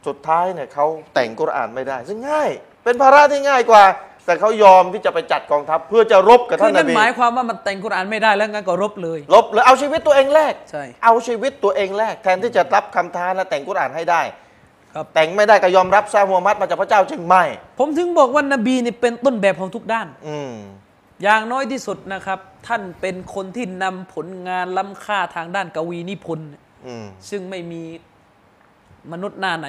[SPEAKER 1] สุดท้ายเนี่ยเขาแต่งกุรอานไม่ได้ ซึ่งง่าย เป็นภาระที่ง่ายกว่า แต่เขายอมที่จะไปจัดกองทัพเพื่อจะรบกับ
[SPEAKER 2] คื
[SPEAKER 1] ท่า
[SPEAKER 2] อน นั่
[SPEAKER 1] น
[SPEAKER 2] น
[SPEAKER 1] บี
[SPEAKER 2] หมายความว่ามันแต่งกุรอานไม่ได้แล้วงั้นก็รบเลย
[SPEAKER 1] รบหรือเอาชีวิตตัวเองแลก
[SPEAKER 2] ใช่
[SPEAKER 1] เอาชีวิตตัวเองแลกแทนที่จะรับคำท้าและแต่งกุรอานให้ได้
[SPEAKER 2] ครับ
[SPEAKER 1] แต่งไม่ได้ก็ยอมรับซามูฮัมมัดมาจากพระเจ้าจริงไหม
[SPEAKER 2] ผมถึงบอกว่านบีนี่เป็นต้นแบบของทุกด้าน
[SPEAKER 1] อืม
[SPEAKER 2] อย่างน้อยที่สุดนะครับ ท่านเป็นคนที่นำผลงานล้ำค่าทางด้านกวีนิพนธ์
[SPEAKER 1] อืม
[SPEAKER 2] ซึ่งไม่มีมนุษย์หน้าไหน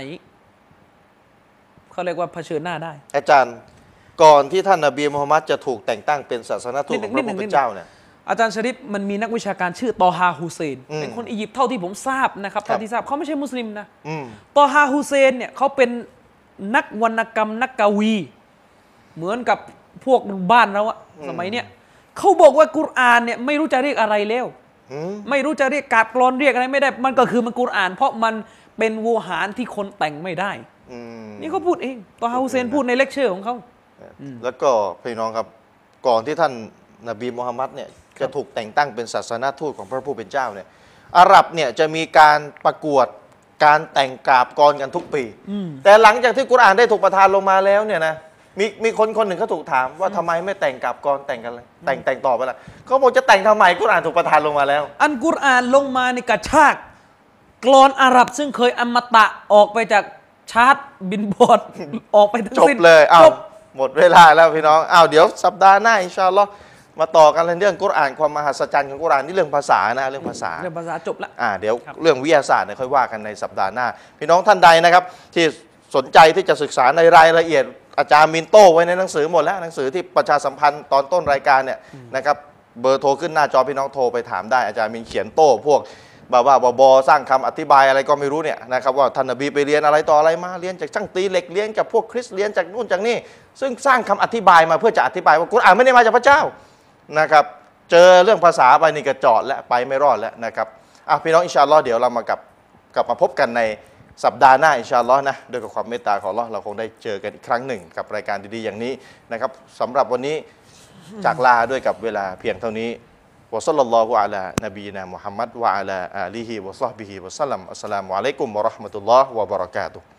[SPEAKER 2] เขาเรียกว่าเผชิญหน้าได้
[SPEAKER 1] อาจารย์ ก่อนที่ท่านนบีมูฮัมมัดจะถูกแต่งตั้งเป็นศาสนทูตของพระ
[SPEAKER 2] นิดหนึ่
[SPEAKER 1] ผู้เป็น
[SPEAKER 2] งนิดหนึ่ง
[SPEAKER 1] เจ้าเนี่ย
[SPEAKER 2] อาจารย์ชริปมันมีนักวิชาการชื่อตอฮาฮูเซน
[SPEAKER 1] อืม
[SPEAKER 2] เป็นคนอียิปต์เท่าที่ผมทราบนะครับ
[SPEAKER 1] ครั
[SPEAKER 2] เท่า
[SPEAKER 1] บ
[SPEAKER 2] ที่ทราบเขาไม่ใช่มุสลิมนะ
[SPEAKER 1] อืม
[SPEAKER 2] ตอฮาฮูเซนเนี่ยเขาเป็นนักวรรณกรรมนักกวี เหมือนกับพวกบ้านเราอะสมัยเนี้ยเขาบอกว่ากุรอานเนี่ยไม่รู้จะเรียกอะไรแล้ว
[SPEAKER 1] อืม
[SPEAKER 2] ไม่รู้จะเรียกกาบกรอนเรียกอะไรไม่ได้ มันก็คือมันกุรอาน เพราะมันเป็นโวหารที่คนแต่งไม่ได้
[SPEAKER 1] อืม
[SPEAKER 2] นี่เขาพูดเองตอฮาฮูเซน
[SPEAKER 1] พูดเองนะ
[SPEAKER 2] พูดในเลคเชอร์ของเขา
[SPEAKER 1] แล้วก็พี่น้องครับ ก่อนที่ท่านนบีมูฮัมมัดเนี่ยจะถูกแต่งตั้งเป็นศาสนทูตของพระผู้เป็นเจ้าเนี่ย อาหรับเนี่ยจะมีการประกวดการแต่งกาบกรกันทุกปี แต่หลังจากที่กุรอานได้ถูกประทานลงมาแล้วเนี่ยนะ มีมีคนคนหนึ่งเขาถูกถามว่าทำไมไม่แต่งกาบกรแต่งกันเลยแต่งแต่งต่อไปละเขาบอกจะแต่งทำไมกุรอานถูกประทานลงมาแล้ว
[SPEAKER 2] อันกุรอานลงมาในกระชากกรอนอาหรับซึ่งเคยอมตะออกไปจากชาร์ตบินบอร์ด ออกไปทั้ง
[SPEAKER 1] จบ
[SPEAKER 2] สิ้น
[SPEAKER 1] เลยอ้า
[SPEAKER 2] จ
[SPEAKER 1] ว
[SPEAKER 2] บ
[SPEAKER 1] หมดเวลาแล้วพี่น้องอ้าวเดี๋ยวสัปดาห์หน้าอินชาอัลลอฮ์มาต่อกันเรื่องกุรอานความมหัศจรรย์ของกุรอานนี่เรื่องภาษานะเรื่องภาษา
[SPEAKER 2] เรื่องภาษาจบละ
[SPEAKER 1] อ่าเดี๋ยว
[SPEAKER 2] ครับ
[SPEAKER 1] เรื่องวิทยาศาสตร์เนี่ยค่อยว่ากันในสัปดาห์หน้า พี่น้องท่านใดนะครับ ที่สนใจที่จะศึกษาในรายละเอียด อาจารย์มินโต้ไว้ในหนังสือหมดแล้วหนังสือที่ประชาสัมพันธ์ตอนต้นรายการเนี่ยนะครับเบอร์โทรขึ้นหน้าจอพี่น้องโทรไปถามได้อาจารย์มินเขียนโต้พวกบ้าๆบอๆสร้างคำอธิบายอะไรก็ไม่รู้เนี่ยนะครับว่าท่านนบีไปเรียนอะไรต่ออะไรมาเรียนจากช่างตีเหล็กเรียนจากพวกคริสเรียนจากนู่นจากนี่ซึ่งสร้างคำอธิบายมาเพื่อจะอธิบายว่ากุรอานไม่ได้มาจากพระเจ้า นะครับ เจอเรื่องภาษาไปนี่กระจอดและไปไม่รอดแล้วนะครับอ่ะพี่น้องอินชาอัลลอฮ์เดี๋ยวเรามากลับกลับมาพบกันในสัปดาห์หน้าอินชาอัลลอฮ์นะด้วยกับความเมตตาของอัลลอฮ์เราคงได้เจอกันอีกครั้งหนึ่ง กับรายการดีๆอย่างนี้นะครับสำหรับวันนี้จากลาด้วยกับเวลาเพียงเท่านี้วะซัลลัลลอฮุอะลานบีนามุฮัมมัดวะอะลาอาลีฮิวะซอฮบิฮิวะสัลลัมอัสสลามุอะลัยกุมวะเราะห์มะตุลลอฮ์วะบะเราะกาตุฮ์